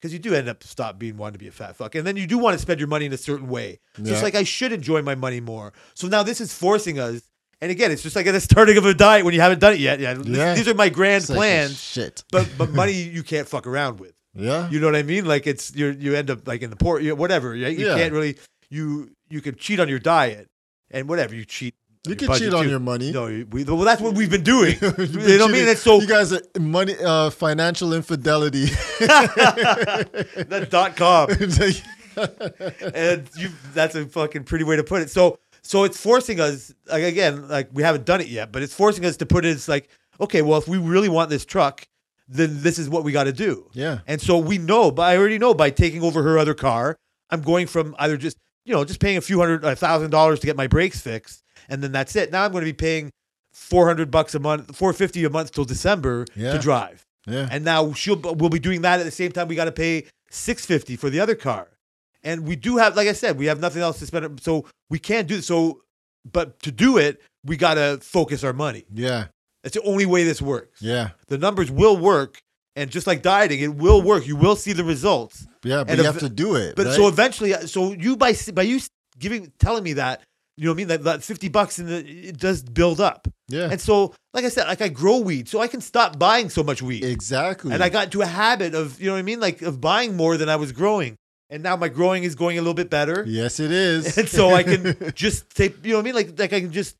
[SPEAKER 1] because you do end up stop being wanting to be a fat fuck, and then you do want to spend your money in a certain way. So
[SPEAKER 2] Yeah.
[SPEAKER 1] it's like I should enjoy my money more. So now this is forcing us. And again, it's just like at the starting of a diet when you haven't done it yet. Yeah,
[SPEAKER 2] Yeah.
[SPEAKER 1] these are my grand
[SPEAKER 2] It's like,
[SPEAKER 1] plans,
[SPEAKER 2] Shit.
[SPEAKER 1] but but money you can't fuck around with.
[SPEAKER 2] Yeah.
[SPEAKER 1] You know what I mean? Like it's you you end up like in the port, you, whatever. You, you
[SPEAKER 2] Yeah.
[SPEAKER 1] can't really you you can cheat on your diet and whatever you cheat. on
[SPEAKER 2] You
[SPEAKER 1] your
[SPEAKER 2] can
[SPEAKER 1] budget
[SPEAKER 2] cheat on
[SPEAKER 1] too.
[SPEAKER 2] your money.
[SPEAKER 1] No, you- we, well that's what we've been doing.
[SPEAKER 2] You've
[SPEAKER 1] you know
[SPEAKER 2] been
[SPEAKER 1] what I mean?
[SPEAKER 2] cheating.
[SPEAKER 1] That's so
[SPEAKER 2] you guys are money uh, financial infidelity.
[SPEAKER 1] that's dot com,
[SPEAKER 2] It's like-
[SPEAKER 1] and you that's a fucking pretty way to put it. So so it's forcing us like again like we haven't done it yet, but it's forcing us to put it. It's like okay, well if we really want this truck, then this is what we got to do.
[SPEAKER 2] yeah.
[SPEAKER 1] And so we know, but I already know by taking over her other car, I'm going from either just, you know, just paying a few hundred, a thousand dollars to get my brakes fixed, and then that's it. Now I'm going to be paying 400 bucks a month, 450 a month till December
[SPEAKER 2] Yeah.
[SPEAKER 1] to drive.
[SPEAKER 2] Yeah.
[SPEAKER 1] And now she'll, we'll be doing that at the same time we got to pay 650 for the other car. And we do have, like I said, we have nothing else to spend. it- So we can't do So, but to do it, we got to focus our money.
[SPEAKER 2] yeah.
[SPEAKER 1] That's the only way this works
[SPEAKER 2] Yeah.
[SPEAKER 1] the numbers will work and just like dieting it will work you will see the results
[SPEAKER 2] Yeah. But
[SPEAKER 1] And
[SPEAKER 2] you
[SPEAKER 1] if-
[SPEAKER 2] have to do it.
[SPEAKER 1] but
[SPEAKER 2] right?
[SPEAKER 1] so eventually uh, so you by by you giving telling me that you know what i mean that, that 50 bucks in the it does build up
[SPEAKER 2] yeah.
[SPEAKER 1] and so like i said like i grow weed so i can stop buying so much weed
[SPEAKER 2] exactly.
[SPEAKER 1] and i got into a habit of you know what i mean like of buying more than i was growing and now my growing is going a little bit better
[SPEAKER 2] yes, it is.
[SPEAKER 1] and so i can just take you know what i mean like like i can just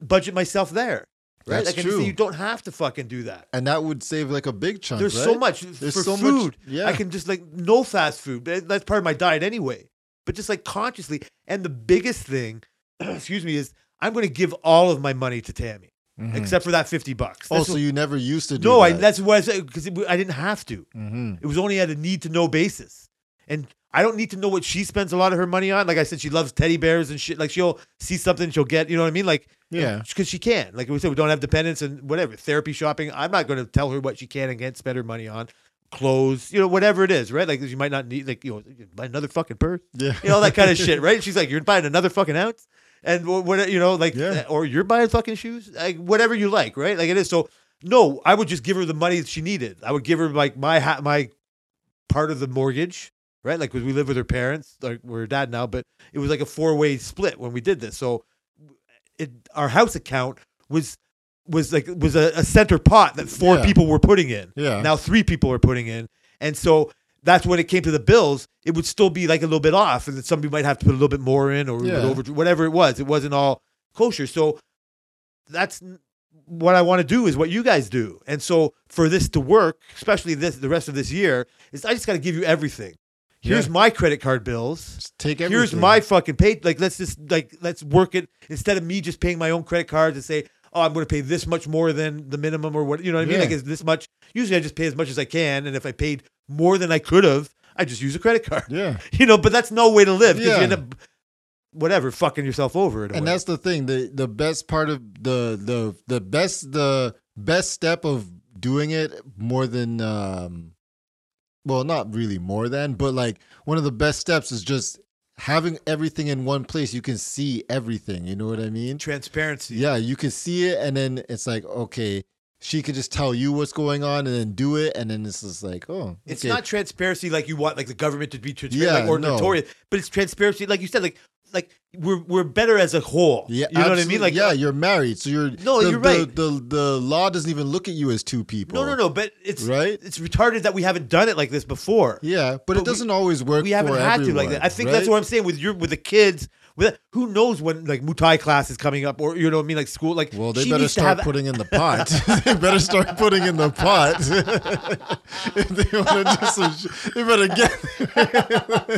[SPEAKER 1] budget myself there right
[SPEAKER 2] That's
[SPEAKER 1] like I can
[SPEAKER 2] true.
[SPEAKER 1] say you don't have to fucking do that
[SPEAKER 2] and that would save like a big chunk.
[SPEAKER 1] there's
[SPEAKER 2] right?
[SPEAKER 1] so much
[SPEAKER 2] There's
[SPEAKER 1] for
[SPEAKER 2] so much-
[SPEAKER 1] food.
[SPEAKER 2] yeah.
[SPEAKER 1] I can just like no fast food. That- That's part of my diet anyway. But just like consciously, and the biggest thing, excuse me, is I'm going to give all of my money to Tammy,
[SPEAKER 2] Mhm.
[SPEAKER 1] except for that fifty bucks. That's
[SPEAKER 2] Also,
[SPEAKER 1] what-
[SPEAKER 2] Oh, you never used to do
[SPEAKER 1] no, I
[SPEAKER 2] that.
[SPEAKER 1] that's why I said because I didn't have to.
[SPEAKER 2] hmm
[SPEAKER 1] It was only at a need to know basis, and I don't need to know what she spends a lot of her money on. Like I said, she loves teddy bears and shit. Like she'll see something, she'll get. You know what I mean? Like
[SPEAKER 2] Yeah.
[SPEAKER 1] because she can. Like we said, we don't have dependents and whatever therapy shopping. I'm not going to tell her what she can and can't spend her money on, clothes, you know, whatever it is, right? Like she might not need, like you know, buy another fucking purse,
[SPEAKER 2] Yeah.
[SPEAKER 1] you know, that kind of shit, right? She's like, you're buying another fucking ounce, and wha- what you know, like, uh,
[SPEAKER 2] Yeah.
[SPEAKER 1] or you're buying fucking shoes, like whatever you like, right? Like it is. So no, I would just give her the money that she needed. I would give her like my ha- my part of the mortgage. Right, like 'cause we live with her parents, like we're her dad now, but it was like a four way split when we did this. So it, our house account was was like was a, a center pot that four
[SPEAKER 2] Yeah.
[SPEAKER 1] people were putting in.
[SPEAKER 2] Yeah.
[SPEAKER 1] Now three people are putting in, and so that's when it came to the bills. It would still be like a little bit off, and then somebody might have to put a little bit more in, or we would
[SPEAKER 2] Yeah.
[SPEAKER 1] over whatever it was. It wasn't all kosher. So that's n- what I want to do is what you guys do. And so for this to work, especially this the rest of this year, is I just got to give you everything. Here's
[SPEAKER 2] Yeah.
[SPEAKER 1] my credit card bills.
[SPEAKER 2] Just take everything.
[SPEAKER 1] Here's my fucking pay. Like let's just like let's work it instead of me just paying my own credit cards and say, oh, I'm going to pay this much more than the minimum or what. You know what I mean?
[SPEAKER 2] Yeah.
[SPEAKER 1] Like it's this much. Usually I just pay as much as I can, and if I paid more than I could have, I just use a credit card.
[SPEAKER 2] Yeah.
[SPEAKER 1] You know, but that's no way to live because
[SPEAKER 2] Yeah.
[SPEAKER 1] you end up whatever fucking yourself over. in a
[SPEAKER 2] And
[SPEAKER 1] way.
[SPEAKER 2] that's the thing. The the best part of the the the best the best step of doing it more than um well, not really more than, but like one of the best steps is just having everything in one place. You can see everything, you know what I mean?
[SPEAKER 1] transparency.
[SPEAKER 2] Yeah, you can see it and then it's like, okay, she could just tell you what's going on and then do it and then it's just like, oh,
[SPEAKER 1] It's
[SPEAKER 2] okay.
[SPEAKER 1] not transparency like you want, like the government to be transparent
[SPEAKER 2] Yeah,
[SPEAKER 1] like, or
[SPEAKER 2] no.
[SPEAKER 1] notorious, but it's transparency, like you said, like like we're we're better as a whole.
[SPEAKER 2] Yeah,
[SPEAKER 1] you know what I
[SPEAKER 2] absolutely.
[SPEAKER 1] mean. Like uh
[SPEAKER 2] yeah, you're married, so you're
[SPEAKER 1] No,
[SPEAKER 2] the-
[SPEAKER 1] you're
[SPEAKER 2] the-
[SPEAKER 1] right.
[SPEAKER 2] The, the law doesn't even look at you as two people.
[SPEAKER 1] no, no, no. But it's
[SPEAKER 2] Right?
[SPEAKER 1] It's retarded that we haven't done it like this before.
[SPEAKER 2] Yeah, but,
[SPEAKER 1] But
[SPEAKER 2] it
[SPEAKER 1] we-
[SPEAKER 2] doesn't always work.
[SPEAKER 1] we haven't
[SPEAKER 2] for
[SPEAKER 1] had to
[SPEAKER 2] everyone,
[SPEAKER 1] like that. I think that's
[SPEAKER 2] right?
[SPEAKER 1] what I'm saying with your with the kids. With who knows when like Muay class is coming up or you know what I mean like school like
[SPEAKER 2] Well, they
[SPEAKER 1] she
[SPEAKER 2] better
[SPEAKER 1] needs to
[SPEAKER 2] start
[SPEAKER 1] have-
[SPEAKER 2] putting in the pot. they better start putting in the pot. if they want to do some, sh- they better get.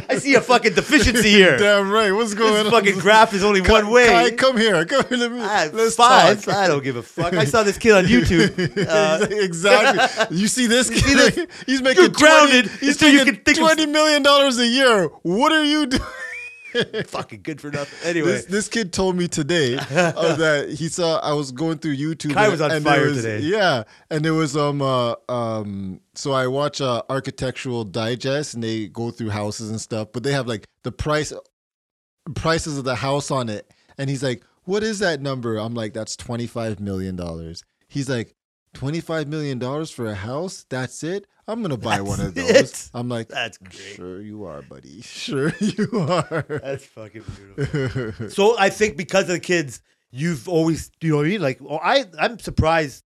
[SPEAKER 1] I see a fucking deficiency here.
[SPEAKER 2] Damn right. What's going
[SPEAKER 1] this
[SPEAKER 2] on?
[SPEAKER 1] fucking graph is only
[SPEAKER 2] Kai-
[SPEAKER 1] one way.
[SPEAKER 2] Kai, come here. Come here. Let me,
[SPEAKER 1] Ah,
[SPEAKER 2] let's
[SPEAKER 1] fuck,
[SPEAKER 2] talk.
[SPEAKER 1] I don't give a fuck. I saw this kid on YouTube. Uh,
[SPEAKER 2] exactly. You see this
[SPEAKER 1] see
[SPEAKER 2] kid?
[SPEAKER 1] this?
[SPEAKER 2] He's making
[SPEAKER 1] grounded
[SPEAKER 2] 20, he's
[SPEAKER 1] until you
[SPEAKER 2] making
[SPEAKER 1] can think of-
[SPEAKER 2] twenty million dollars a year. What are you doing?
[SPEAKER 1] fucking good for nothing. Anyway,
[SPEAKER 2] This, this kid told me today uh, that he saw I was going through YouTube.
[SPEAKER 1] Kai was on
[SPEAKER 2] there
[SPEAKER 1] fire
[SPEAKER 2] was-
[SPEAKER 1] today.
[SPEAKER 2] Yeah, and there was um uh, um. So I watch uh, Architectural Digest, and they go through houses and stuff, but they have like the price prices of the house on it. And he's like, What is that number? I'm like, That's $25 million. He's like, $25 million for a house? That's it? I'm going to buy one of
[SPEAKER 1] That's
[SPEAKER 2] those.
[SPEAKER 1] it?
[SPEAKER 2] I'm like,
[SPEAKER 1] That's great.
[SPEAKER 2] Sure you are, buddy. Sure you are.
[SPEAKER 1] That's fucking beautiful. so I think because of the kids, you've always you know what I mean. Like oh, I, I'm surprised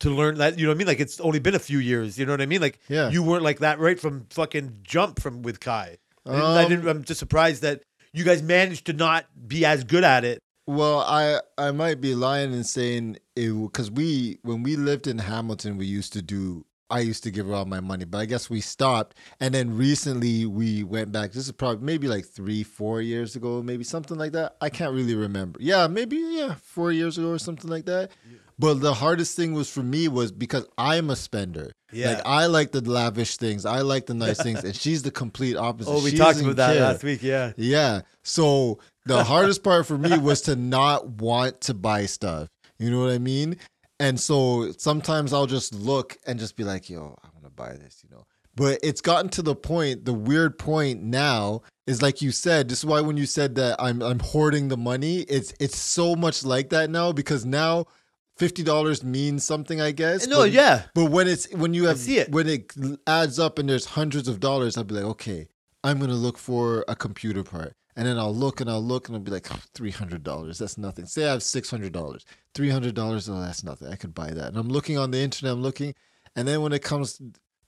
[SPEAKER 1] to learn that you know what I mean. Like it's only been a few years. You know what I mean. Like
[SPEAKER 2] Yeah.
[SPEAKER 1] you weren't like that right from fucking jump from with Kai. I didn't, I
[SPEAKER 2] Um,
[SPEAKER 1] didn't, I'm just surprised that you guys managed to not be as good at it.
[SPEAKER 2] Well, I I might be lying in saying it because we when we lived in Hamilton, we used to do. I used to give her all my money, but I guess we stopped. And then recently we went back. This is probably maybe like three, four years ago, maybe something like that. I can't really remember. Yeah, maybe yeah, four years ago or something like that. But the hardest thing was for me was because I'm a spender.
[SPEAKER 1] Yeah.
[SPEAKER 2] Like I like the lavish things, I like the nice things, and she's the complete opposite.
[SPEAKER 1] Oh, we
[SPEAKER 2] She
[SPEAKER 1] talked
[SPEAKER 2] doesn't
[SPEAKER 1] about that
[SPEAKER 2] care.
[SPEAKER 1] last week. Yeah.
[SPEAKER 2] Yeah. So the hardest part for me was to not want to buy stuff. You know what I mean? And so sometimes I'll just look and just be like, yo, I want to buy this, you know. But it's gotten to the point, the weird point now is like you said, this is why when you said that I'm I'm hoarding the money, it's it's so much like that now because now fifty dollars means something, I guess.
[SPEAKER 1] No,
[SPEAKER 2] but-
[SPEAKER 1] yeah.
[SPEAKER 2] but when it's when you have
[SPEAKER 1] see it.
[SPEAKER 2] when it adds up and there's hundreds of dollars, I'll be like, okay, I'm gonna look for a computer part, and then I'll look and I'll look and I'll be like, "Oh, three hundred dollars, that's nothing. Say I have six hundred dollars, three hundred dollars, oh, that's nothing. I could buy that. And I'm looking on the internet, I'm looking, and then when it comes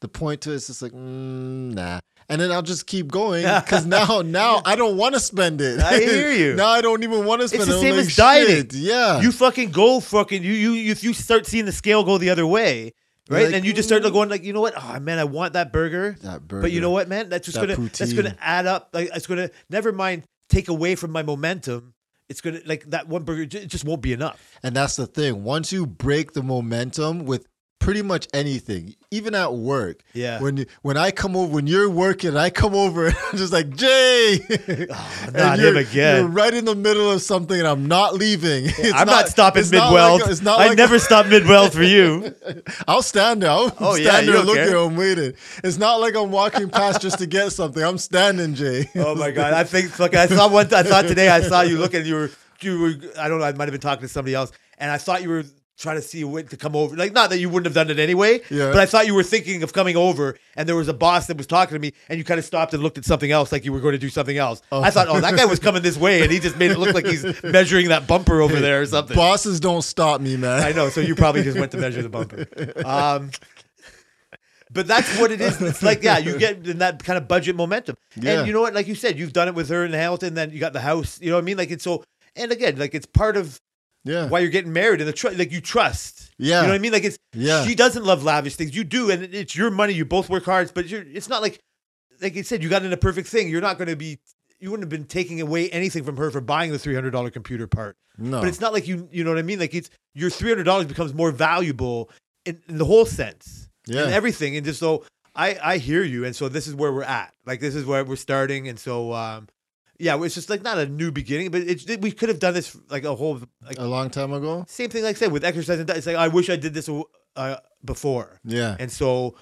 [SPEAKER 2] the point to it, it's just like, mm, nah. And then I'll just keep going because now, now I don't want to spend it.
[SPEAKER 1] I hear you.
[SPEAKER 2] now I don't even want to spend
[SPEAKER 1] the
[SPEAKER 2] it. I'm
[SPEAKER 1] same
[SPEAKER 2] like,
[SPEAKER 1] as dieting.
[SPEAKER 2] "Shit, Yeah.
[SPEAKER 1] You fucking go fucking you you if you start seeing the scale go the other way, right?
[SPEAKER 2] Like,
[SPEAKER 1] and you just start
[SPEAKER 2] mm.
[SPEAKER 1] going like, you know what? Oh man, I want that burger.
[SPEAKER 2] that
[SPEAKER 1] But you
[SPEAKER 2] burger.
[SPEAKER 1] know what, man? That's just
[SPEAKER 2] That
[SPEAKER 1] gonna that's
[SPEAKER 2] poutine.
[SPEAKER 1] gonna add up. Like it's gonna never mind take away from my momentum. It's gonna like that one burger ju- it just won't be enough.
[SPEAKER 2] And that's the thing. Once you break the momentum with pretty much anything, even at work.
[SPEAKER 1] Yeah.
[SPEAKER 2] When you- when I come over, when you're working, I come over and I'm just like, Jay. And
[SPEAKER 1] not him
[SPEAKER 2] you're-
[SPEAKER 1] again.
[SPEAKER 2] You're right in the middle of something and I'm not leaving. It's
[SPEAKER 1] I'm not, stopping
[SPEAKER 2] it's
[SPEAKER 1] mid
[SPEAKER 2] not
[SPEAKER 1] weld.
[SPEAKER 2] like- it's not
[SPEAKER 1] I
[SPEAKER 2] like-
[SPEAKER 1] never stop mid weld for you.
[SPEAKER 2] I'll stand there. I'll
[SPEAKER 1] Oh, yeah,
[SPEAKER 2] stand
[SPEAKER 1] you
[SPEAKER 2] there
[SPEAKER 1] don't care.
[SPEAKER 2] looking. I'm waiting. It's not like I'm walking past just to get something. I'm standing, Jay.
[SPEAKER 1] Oh my god! I think fucking. I saw one. I thought today I saw you looking. You were you were. I don't know. I might have been talking to somebody else, and I thought you were trying to see a way to come over. Like not that you wouldn't have done it anyway.
[SPEAKER 2] Yeah.
[SPEAKER 1] But I thought you were thinking of coming over, and there was a boss that was talking to me, and you kind of stopped and looked at something else, like you were going to do something else. I thought, oh, that guy was coming this way, and he just made it look like he's measuring that bumper over there or something.
[SPEAKER 2] Bosses don't stop me, man.
[SPEAKER 1] I know. So you probably just went to measure the bumper. Um, but that's what it is. It's like, yeah, you get in that kind of budget momentum.
[SPEAKER 2] Yeah.
[SPEAKER 1] And you know what? Like you said, you've done it with her in Hamilton, then you got the house. You know what I mean? Like it's so, and again, like it's part of
[SPEAKER 2] Yeah.
[SPEAKER 1] why you're getting married and the tr- like you trust. You
[SPEAKER 2] Yeah.
[SPEAKER 1] know what I mean? Like it's,
[SPEAKER 2] Yeah.
[SPEAKER 1] she doesn't love lavish things. You do. And it's your money. You both work hard, but you're, it's not like, like I said, you got in a perfect thing. You're not going to be, you wouldn't have been taking away anything from her for buying the three hundred dollar computer part.
[SPEAKER 2] No,
[SPEAKER 1] But it's not like you, you know what I mean. Like it's your three hundred dollars becomes more valuable in, in the whole sense
[SPEAKER 2] yeah,
[SPEAKER 1] and everything. And just so I, I hear you. And so this is where we're at. Like this is where we're starting. And so, um, yeah, it's just like not a new beginning, but it's we could have done this like a whole like
[SPEAKER 2] a long time ago.
[SPEAKER 1] same thing. Like I said with exercise and diet, it's like I wish I did this uh, before.
[SPEAKER 2] Yeah.
[SPEAKER 1] And so,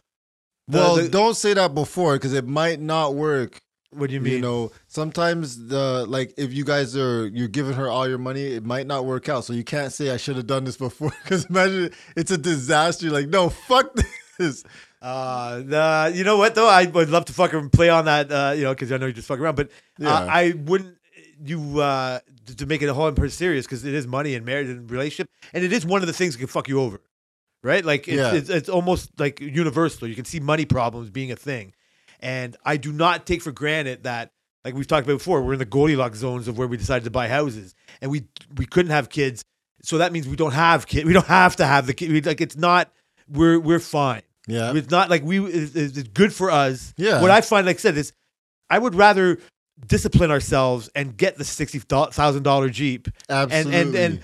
[SPEAKER 1] the-
[SPEAKER 2] well,
[SPEAKER 1] the-
[SPEAKER 2] don't say that before because it might not work.
[SPEAKER 1] what do you
[SPEAKER 2] You,
[SPEAKER 1] mean?
[SPEAKER 2] know, sometimes the like if you guys are you're giving her all your money, it might not work out. So you can't say I should have done this before because imagine it's a disaster. You're like, no, fuck this.
[SPEAKER 1] Uh, the, you know what though? I would love to fucking play on that. Uh, you know, because I know you just fuck around, but
[SPEAKER 2] Yeah.
[SPEAKER 1] uh, I wouldn't. You uh, t- to make it a whole and per serious because it is money and marriage and relationship, and it is one of the things that can fuck you over, right? Like it's,
[SPEAKER 2] Yeah.
[SPEAKER 1] it's, it's almost like universal. You can see money problems being a thing, and I do not take for granted that. Like we've talked about before, we're in the Goldilocks zones of where we decided to buy houses, and we we couldn't have kids, so that means we don't have kid. We don't have to have the kid. We, like it's not. We're we're fine.
[SPEAKER 2] Yeah.
[SPEAKER 1] It's not like we. It's, it's it's good for us.
[SPEAKER 2] Yeah.
[SPEAKER 1] What I find, like I said, is I would rather discipline ourselves and get the sixty thousand dollar Jeep and
[SPEAKER 2] Absolutely.
[SPEAKER 1] and and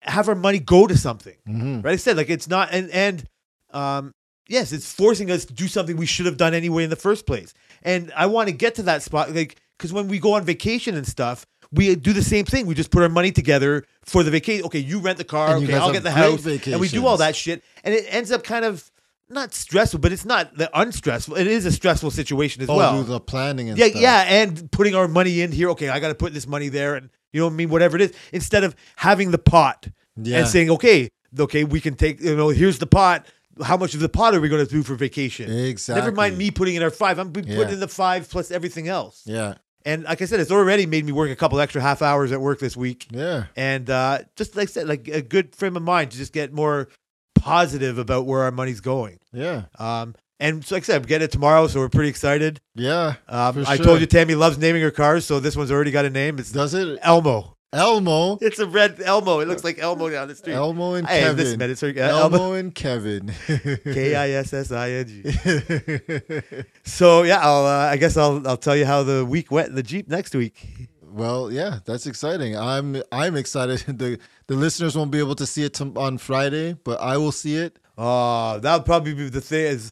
[SPEAKER 1] have our money go to something.
[SPEAKER 2] Mhm.
[SPEAKER 1] Right? I said like it's not and and um yes, it's forcing us to do something we should have done anyway in the first place. And I want to get to that spot, like because when we go on vacation and stuff. We do the same thing. We just put our money together for the vacation. Okay, you rent the car.
[SPEAKER 2] And you
[SPEAKER 1] okay,
[SPEAKER 2] guys
[SPEAKER 1] I'll
[SPEAKER 2] have
[SPEAKER 1] get the
[SPEAKER 2] great
[SPEAKER 1] house, and we do all
[SPEAKER 2] vacations.
[SPEAKER 1] that shit. And it ends up kind of not stressful, but it's not the unstressful. It is a stressful situation as
[SPEAKER 2] Oh,
[SPEAKER 1] well.
[SPEAKER 2] do the planning and
[SPEAKER 1] Yeah,
[SPEAKER 2] stuff.
[SPEAKER 1] yeah, and putting our money in here. Okay, I got to put this money there, and you know what I mean. Whatever it is, instead of having the pot
[SPEAKER 2] Yeah.
[SPEAKER 1] and saying, okay, okay, we can take. You know, here's the pot. How much of the pot are we going to do for vacation?
[SPEAKER 2] Exactly.
[SPEAKER 1] Never mind me putting in our five. I'm putting
[SPEAKER 2] Yeah.
[SPEAKER 1] in the five plus everything else.
[SPEAKER 2] Yeah.
[SPEAKER 1] And like I said, it's already made me work a couple extra half hours at work this week.
[SPEAKER 2] Yeah.
[SPEAKER 1] And uh, just like I said, like a good frame of mind to just get more positive about where our money's going.
[SPEAKER 2] Yeah.
[SPEAKER 1] Um, and so like I said, I'm getting it tomorrow, so we're pretty excited.
[SPEAKER 2] Yeah.
[SPEAKER 1] Um,
[SPEAKER 2] For
[SPEAKER 1] I told
[SPEAKER 2] sure.
[SPEAKER 1] you Tammy loves naming her cars, so this one's already got a name. It's
[SPEAKER 2] Does it
[SPEAKER 1] Elmo.
[SPEAKER 2] Elmo?
[SPEAKER 1] It's a red Elmo. It looks like Elmo down the street.
[SPEAKER 2] Elmo and
[SPEAKER 1] I have this
[SPEAKER 2] Kevin.
[SPEAKER 1] minute. Sorry, uh, Elmo.
[SPEAKER 2] Elmo and Kevin.
[SPEAKER 1] K i s s i n g.
[SPEAKER 2] well,
[SPEAKER 1] So yeah, I'll. Uh, I guess I'll. I'll tell you how the week went in the Jeep next week.
[SPEAKER 2] yeah, that's exciting. I'm I'm excited. The the listeners won't be able to see it tom on Friday, but I will see it.
[SPEAKER 1] Oh, that'll probably be the thing. Is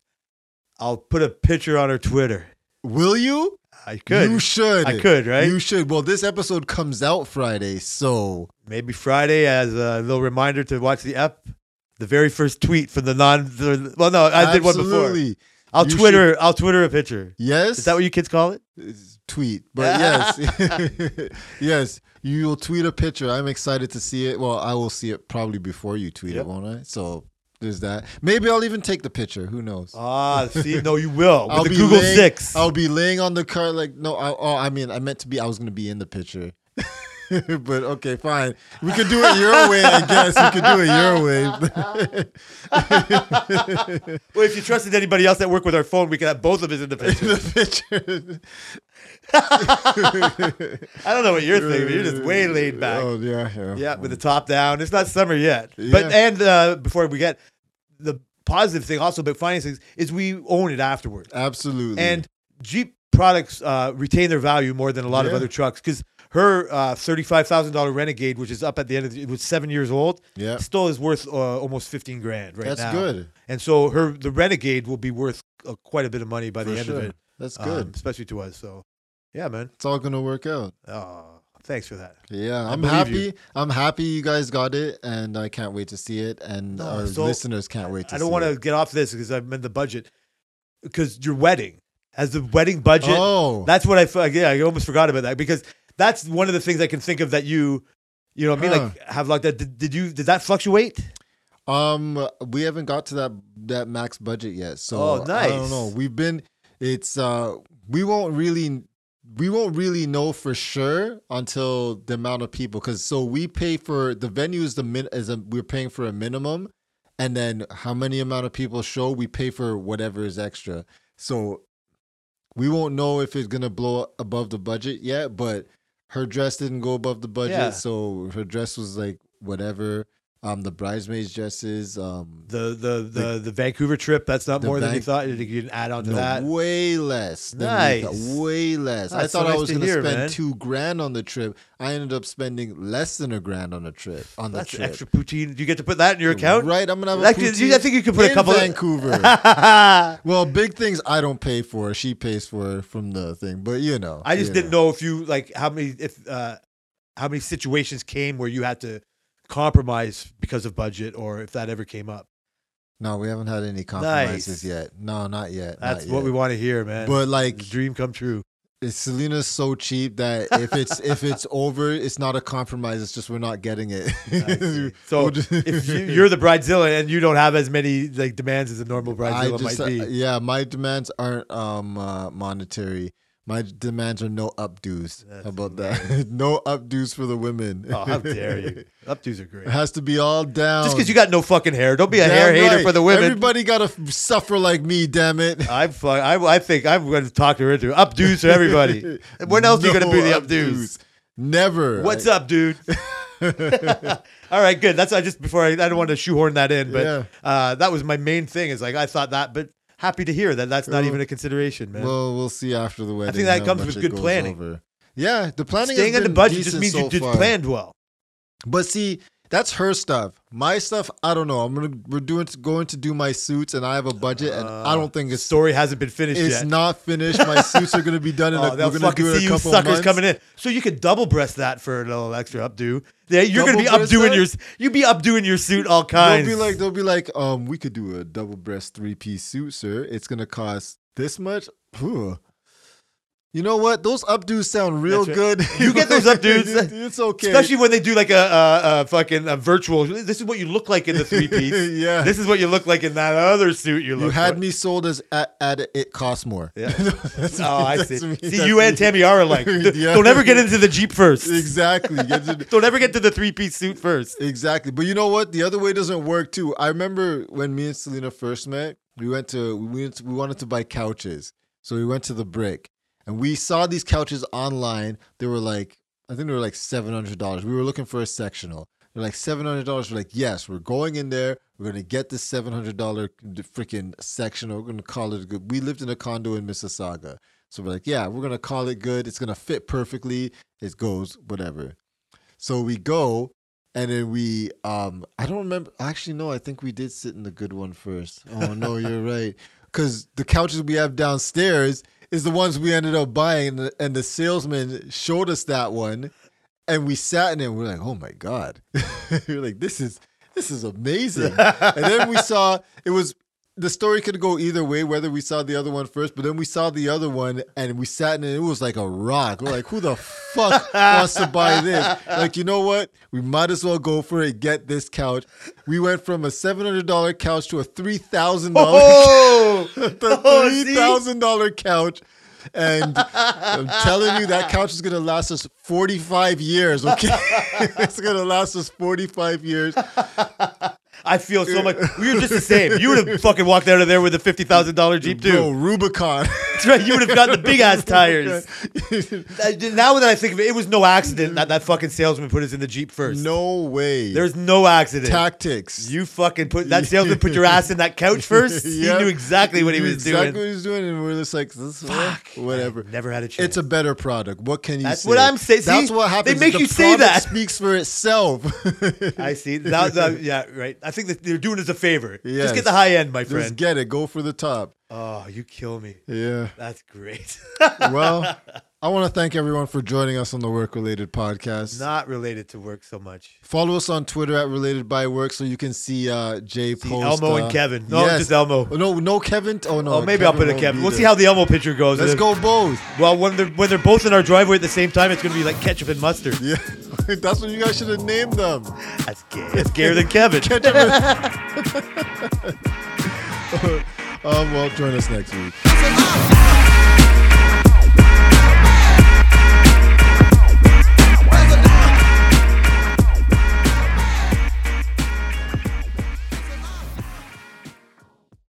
[SPEAKER 1] I'll put a picture on her Twitter.
[SPEAKER 2] Will you?
[SPEAKER 1] I could.
[SPEAKER 2] You should.
[SPEAKER 1] I could, right?
[SPEAKER 2] You should. Well, this episode comes out Friday, so
[SPEAKER 1] Maybe Friday as a little reminder to watch the ep. The very first tweet from the non. The, well, no, I did one before.
[SPEAKER 2] Absolutely.
[SPEAKER 1] I'll
[SPEAKER 2] You
[SPEAKER 1] Twitter. I'll Twitter a picture.
[SPEAKER 2] Yes.
[SPEAKER 1] Is that what you kids call it?
[SPEAKER 2] It's tweet, but yes, yes, you will tweet a picture. I'm excited to see it. Well, I will see it probably before you tweet
[SPEAKER 1] Yep.
[SPEAKER 2] it, won't I? So there's that. Maybe I'll even take the picture. Who knows?
[SPEAKER 1] Ah, see, no, you will with
[SPEAKER 2] I'll
[SPEAKER 1] the Google
[SPEAKER 2] laying,
[SPEAKER 1] Six.
[SPEAKER 2] I'll be laying on the car like no. I, oh, I mean, I meant to be. I was gonna be in the picture. but okay, fine. We could do it your way, I guess. We could do it your way.
[SPEAKER 1] well, if you trusted anybody else that worked with our phone, we could have both of us in the picture.
[SPEAKER 2] the picture.
[SPEAKER 1] I don't know what you're thinking. but You're just way laid back.
[SPEAKER 2] Oh yeah, yeah.
[SPEAKER 1] Yeah, with the top down. It's not summer yet.
[SPEAKER 2] Yeah.
[SPEAKER 1] But and uh, before we get the positive thing also about financing is we own it afterwards.
[SPEAKER 2] Mm. Absolutely.
[SPEAKER 1] And Jeep products uh, retain their value more than a lot of
[SPEAKER 2] Yeah.
[SPEAKER 1] other trucks because her uh, thirty-five thousand dollar Renegade, which is up at the end of the, it was seven years old,
[SPEAKER 2] yeah,
[SPEAKER 1] still is worth uh, almost fifteen grand right
[SPEAKER 2] that's
[SPEAKER 1] now.
[SPEAKER 2] good.
[SPEAKER 1] And so her the Renegade will be worth uh, quite a bit of money by the
[SPEAKER 2] For
[SPEAKER 1] end
[SPEAKER 2] sure.
[SPEAKER 1] of it.
[SPEAKER 2] That's
[SPEAKER 1] um,
[SPEAKER 2] good.
[SPEAKER 1] especially to us. So, yeah, man.
[SPEAKER 2] it's all gonna work out.
[SPEAKER 1] Oh, thanks for that.
[SPEAKER 2] Yeah, I'm
[SPEAKER 1] believe
[SPEAKER 2] happy.
[SPEAKER 1] you.
[SPEAKER 2] I'm happy you guys got it, and I can't wait to see it, and
[SPEAKER 1] No,
[SPEAKER 2] our
[SPEAKER 1] so-
[SPEAKER 2] listeners can't wait to.
[SPEAKER 1] I don't
[SPEAKER 2] see
[SPEAKER 1] want to
[SPEAKER 2] it.
[SPEAKER 1] get off this because I'm in the budget. Because your wedding as the wedding budget.
[SPEAKER 2] Oh,
[SPEAKER 1] That's what I feel. Yeah, I almost forgot about that because that's one of the things I can think of that you, you know, what I mean, like have like that. Did, did you? Did that fluctuate?
[SPEAKER 2] um, we haven't got to that that max budget yet, so
[SPEAKER 1] Oh,
[SPEAKER 2] I don't
[SPEAKER 1] nice.
[SPEAKER 2] know. We've been. It's uh, we won't really. We won't really know for sure until the amount of people, because so we pay for the venue is the min is a, we're paying for a minimum, and then how many amount of people show we pay for whatever is extra so we won't know if it's gonna blow above the budget yet but her dress didn't go above the budget
[SPEAKER 1] Yeah.
[SPEAKER 2] so her dress was like whatever um, the bridesmaids dresses. Um,
[SPEAKER 1] The the the, the, Vancouver trip. That's not
[SPEAKER 2] The
[SPEAKER 1] more than you thought.
[SPEAKER 2] Van-
[SPEAKER 1] You can add on to
[SPEAKER 2] no,
[SPEAKER 1] that.
[SPEAKER 2] way less. than we thought.
[SPEAKER 1] Nice.
[SPEAKER 2] Way less. I
[SPEAKER 1] That's so
[SPEAKER 2] thought I
[SPEAKER 1] nice
[SPEAKER 2] was
[SPEAKER 1] to
[SPEAKER 2] gonna
[SPEAKER 1] hear,
[SPEAKER 2] spend
[SPEAKER 1] man.
[SPEAKER 2] two grand on the trip. I ended up spending less than a grand on the trip. On the
[SPEAKER 1] That's
[SPEAKER 2] trip.
[SPEAKER 1] extra poutine. You get to put that in your account.
[SPEAKER 2] Right, I'm gonna have
[SPEAKER 1] That
[SPEAKER 2] a
[SPEAKER 1] could- you-
[SPEAKER 2] poutine
[SPEAKER 1] I think you could put a
[SPEAKER 2] in
[SPEAKER 1] couple of-
[SPEAKER 2] Vancouver.
[SPEAKER 1] I
[SPEAKER 2] well, big things I don't pay for. She pays for from the thing, but you know.
[SPEAKER 1] just
[SPEAKER 2] you
[SPEAKER 1] didn't know if you like how many if uh how many situations came where you had to compromise because of budget or if that ever came up.
[SPEAKER 2] No, we haven't had any compromises yet. No, not yet.
[SPEAKER 1] That's what we want to hear, man. The
[SPEAKER 2] But like,
[SPEAKER 1] dream come true.
[SPEAKER 2] Selena's so cheap that if it's if it's over, it's not a compromise. It's just we're not getting it.
[SPEAKER 1] I see.
[SPEAKER 2] We'll
[SPEAKER 1] So
[SPEAKER 2] just-
[SPEAKER 1] if you, you're the bridezilla and you don't have as many like demands as a normal
[SPEAKER 2] I
[SPEAKER 1] bridezilla
[SPEAKER 2] just,
[SPEAKER 1] might be.
[SPEAKER 2] uh, yeah, my demands aren't um uh, monetary. My demands are no updos.
[SPEAKER 1] That's
[SPEAKER 2] How about that? no updos for the women.
[SPEAKER 1] oh, how dare you? Updos are great.
[SPEAKER 2] It has to be all down.
[SPEAKER 1] Just because you got no fucking hair, don't be a hair
[SPEAKER 2] Damn
[SPEAKER 1] hater
[SPEAKER 2] right.
[SPEAKER 1] for the women.
[SPEAKER 2] Everybody gotta f- suffer like me. Damn it.
[SPEAKER 1] I'm fu- I, I think I'm going to talk her into it. updos for everybody. when else are you going to do the
[SPEAKER 2] No
[SPEAKER 1] updos?
[SPEAKER 2] Never.
[SPEAKER 1] What's up, dude? All right, good. That's I just before I, I don't want to shoehorn that in, but
[SPEAKER 2] Yeah.
[SPEAKER 1] uh, that was my main thing. Is like I thought that, but happy to hear that that's not
[SPEAKER 2] Well,
[SPEAKER 1] even a consideration, man.
[SPEAKER 2] Well, we'll see after the wedding.
[SPEAKER 1] that
[SPEAKER 2] how
[SPEAKER 1] comes
[SPEAKER 2] much
[SPEAKER 1] with
[SPEAKER 2] it
[SPEAKER 1] good
[SPEAKER 2] goes
[SPEAKER 1] planning.
[SPEAKER 2] over. Yeah, the planning.
[SPEAKER 1] Staying
[SPEAKER 2] has
[SPEAKER 1] in the
[SPEAKER 2] been
[SPEAKER 1] budget just
[SPEAKER 2] decent
[SPEAKER 1] means
[SPEAKER 2] so
[SPEAKER 1] you did
[SPEAKER 2] far.
[SPEAKER 1] planned well.
[SPEAKER 2] But see, that's her stuff. My stuff, I don't know. I'm gonna we're doing going to do my suits, and I have a budget, and I don't think
[SPEAKER 1] The
[SPEAKER 2] it's
[SPEAKER 1] story hasn't been finished
[SPEAKER 2] it's
[SPEAKER 1] yet.
[SPEAKER 2] not finished. My suits are gonna be done in
[SPEAKER 1] Uh, Oh,
[SPEAKER 2] a,
[SPEAKER 1] they'll
[SPEAKER 2] we're gonna
[SPEAKER 1] fucking
[SPEAKER 2] do it
[SPEAKER 1] see
[SPEAKER 2] a
[SPEAKER 1] you
[SPEAKER 2] couple
[SPEAKER 1] suckers
[SPEAKER 2] months.
[SPEAKER 1] coming in. So you could double breast that for a little extra updo. Yeah, you're gonna be
[SPEAKER 2] Double breast
[SPEAKER 1] updoing
[SPEAKER 2] that?
[SPEAKER 1] your you'd be updoing your suit all
[SPEAKER 2] They'll
[SPEAKER 1] kinds.
[SPEAKER 2] be like, they'll be like, um, we could do a double breast three piece suit, sir. It's gonna cost this much. Whew. You know what? Those updos sound real
[SPEAKER 1] That's
[SPEAKER 2] good.
[SPEAKER 1] You get those updos.
[SPEAKER 2] It's- it's okay.
[SPEAKER 1] Especially when they do like a, a, a fucking a virtual. This is what you look like in the three piece.
[SPEAKER 2] yeah.
[SPEAKER 1] This is what you look like in that other suit you look.
[SPEAKER 2] You had
[SPEAKER 1] like.
[SPEAKER 2] me sold as at, at it costs more.
[SPEAKER 1] Yeah.
[SPEAKER 2] That's
[SPEAKER 1] Oh, I
[SPEAKER 2] that's
[SPEAKER 1] see.
[SPEAKER 2] me,
[SPEAKER 1] See,
[SPEAKER 2] that's
[SPEAKER 1] you and
[SPEAKER 2] me.
[SPEAKER 1] Tammy are alike. Th-
[SPEAKER 2] Yeah.
[SPEAKER 1] Don't ever get into the jeep first.
[SPEAKER 2] Exactly. You get to-
[SPEAKER 1] Don't ever get to the three piece suit first.
[SPEAKER 2] exactly. But you know what? The other way doesn't work too. I remember when me and Selena first met, we went to we went to- we wanted to buy couches. So we went to the brick and we saw these couches online. They were like I think they were like seven hundred dollars. We were looking for a sectional. They're like seven hundred dollars. We're like, yes, we're going in there. We're gonna get this seven hundred dollar freaking sectional. We're gonna call it good. We lived in a condo in Mississauga, so we're like, yeah, we're gonna call it good. It's gonna fit perfectly. It goes whatever. So we go, and then we um I don't remember. Actually, no, I think we did sit in the good one first. Oh no, you're right. Because the couches we have downstairs is the ones we ended up buying, and the, and the salesman showed us that one and we sat in it and we're like, oh my god, we are like, this is this is amazing. and then we saw it was the story could go either way, whether we saw the other one first, but then we saw the other one and we sat in it. It was like a rock. We're like, who the fuck wants to buy this? Like, you know what? We might as well go for it. Get this couch. We went from a seven hundred dollar couch to a three thousand dollar
[SPEAKER 1] Oh,
[SPEAKER 2] the
[SPEAKER 1] Oh,
[SPEAKER 2] three thousand dollar couch. And I'm telling you, that couch is gonna last us 45 years. Okay, it's gonna last us 45 years.
[SPEAKER 1] I feel so much. We were just the same. You would have fucking walked out of there with a fifty thousand dollar jeep
[SPEAKER 2] Bro,
[SPEAKER 1] too.
[SPEAKER 2] Rubicon.
[SPEAKER 1] That's right. You would have gotten the big ass tires. Uh, Now that I think of it, it was no accident that that fucking salesman put us in the jeep first.
[SPEAKER 2] no way.
[SPEAKER 1] There's no accident.
[SPEAKER 2] tactics.
[SPEAKER 1] You fucking put that salesman put your ass in that couch first.
[SPEAKER 2] Yep.
[SPEAKER 1] He knew exactly what he
[SPEAKER 2] knew
[SPEAKER 1] was
[SPEAKER 2] exactly
[SPEAKER 1] doing.
[SPEAKER 2] what he was doing, and we're just like, this is whatever.
[SPEAKER 1] Never had a chance.
[SPEAKER 2] It's a better product. What can you
[SPEAKER 1] That's
[SPEAKER 2] say?
[SPEAKER 1] what I'm saying.
[SPEAKER 2] That's
[SPEAKER 1] See,
[SPEAKER 2] what
[SPEAKER 1] they
[SPEAKER 2] happens.
[SPEAKER 1] make
[SPEAKER 2] The
[SPEAKER 1] you say
[SPEAKER 2] product
[SPEAKER 1] that.
[SPEAKER 2] speaks for itself.
[SPEAKER 1] I see. That, that- yeah, right. I think that they're doing us a favor. Just
[SPEAKER 2] Yes.
[SPEAKER 1] get the high end, my
[SPEAKER 2] Just
[SPEAKER 1] friend.
[SPEAKER 2] get it. Go for the top.
[SPEAKER 1] oh, you kill me.
[SPEAKER 2] Yeah.
[SPEAKER 1] That's great.
[SPEAKER 2] well, I want to thank everyone for joining us on the Work Related Podcast.
[SPEAKER 1] Not related to work so much.
[SPEAKER 2] Follow us on Twitter at Related by Work so you can see uh, Jay
[SPEAKER 1] See
[SPEAKER 2] post.
[SPEAKER 1] Elmo
[SPEAKER 2] uh,
[SPEAKER 1] and Kevin. No,
[SPEAKER 2] yes.
[SPEAKER 1] just Elmo.
[SPEAKER 2] Oh, No, no Kevin. Oh no.
[SPEAKER 1] Oh, maybe I'll put a
[SPEAKER 2] won't
[SPEAKER 1] Kevin.
[SPEAKER 2] be
[SPEAKER 1] We'll
[SPEAKER 2] there.
[SPEAKER 1] see how the Elmo picture goes.
[SPEAKER 2] Let's
[SPEAKER 1] And
[SPEAKER 2] go both.
[SPEAKER 1] if- Well, when they're when they're both in our driveway at the same time, it's gonna be like ketchup and mustard.
[SPEAKER 2] Yeah, that's what you guys should have named them.
[SPEAKER 1] That's gay. It's gayer than Kevin.
[SPEAKER 2] Um, well, join us next week.
[SPEAKER 3] Come on.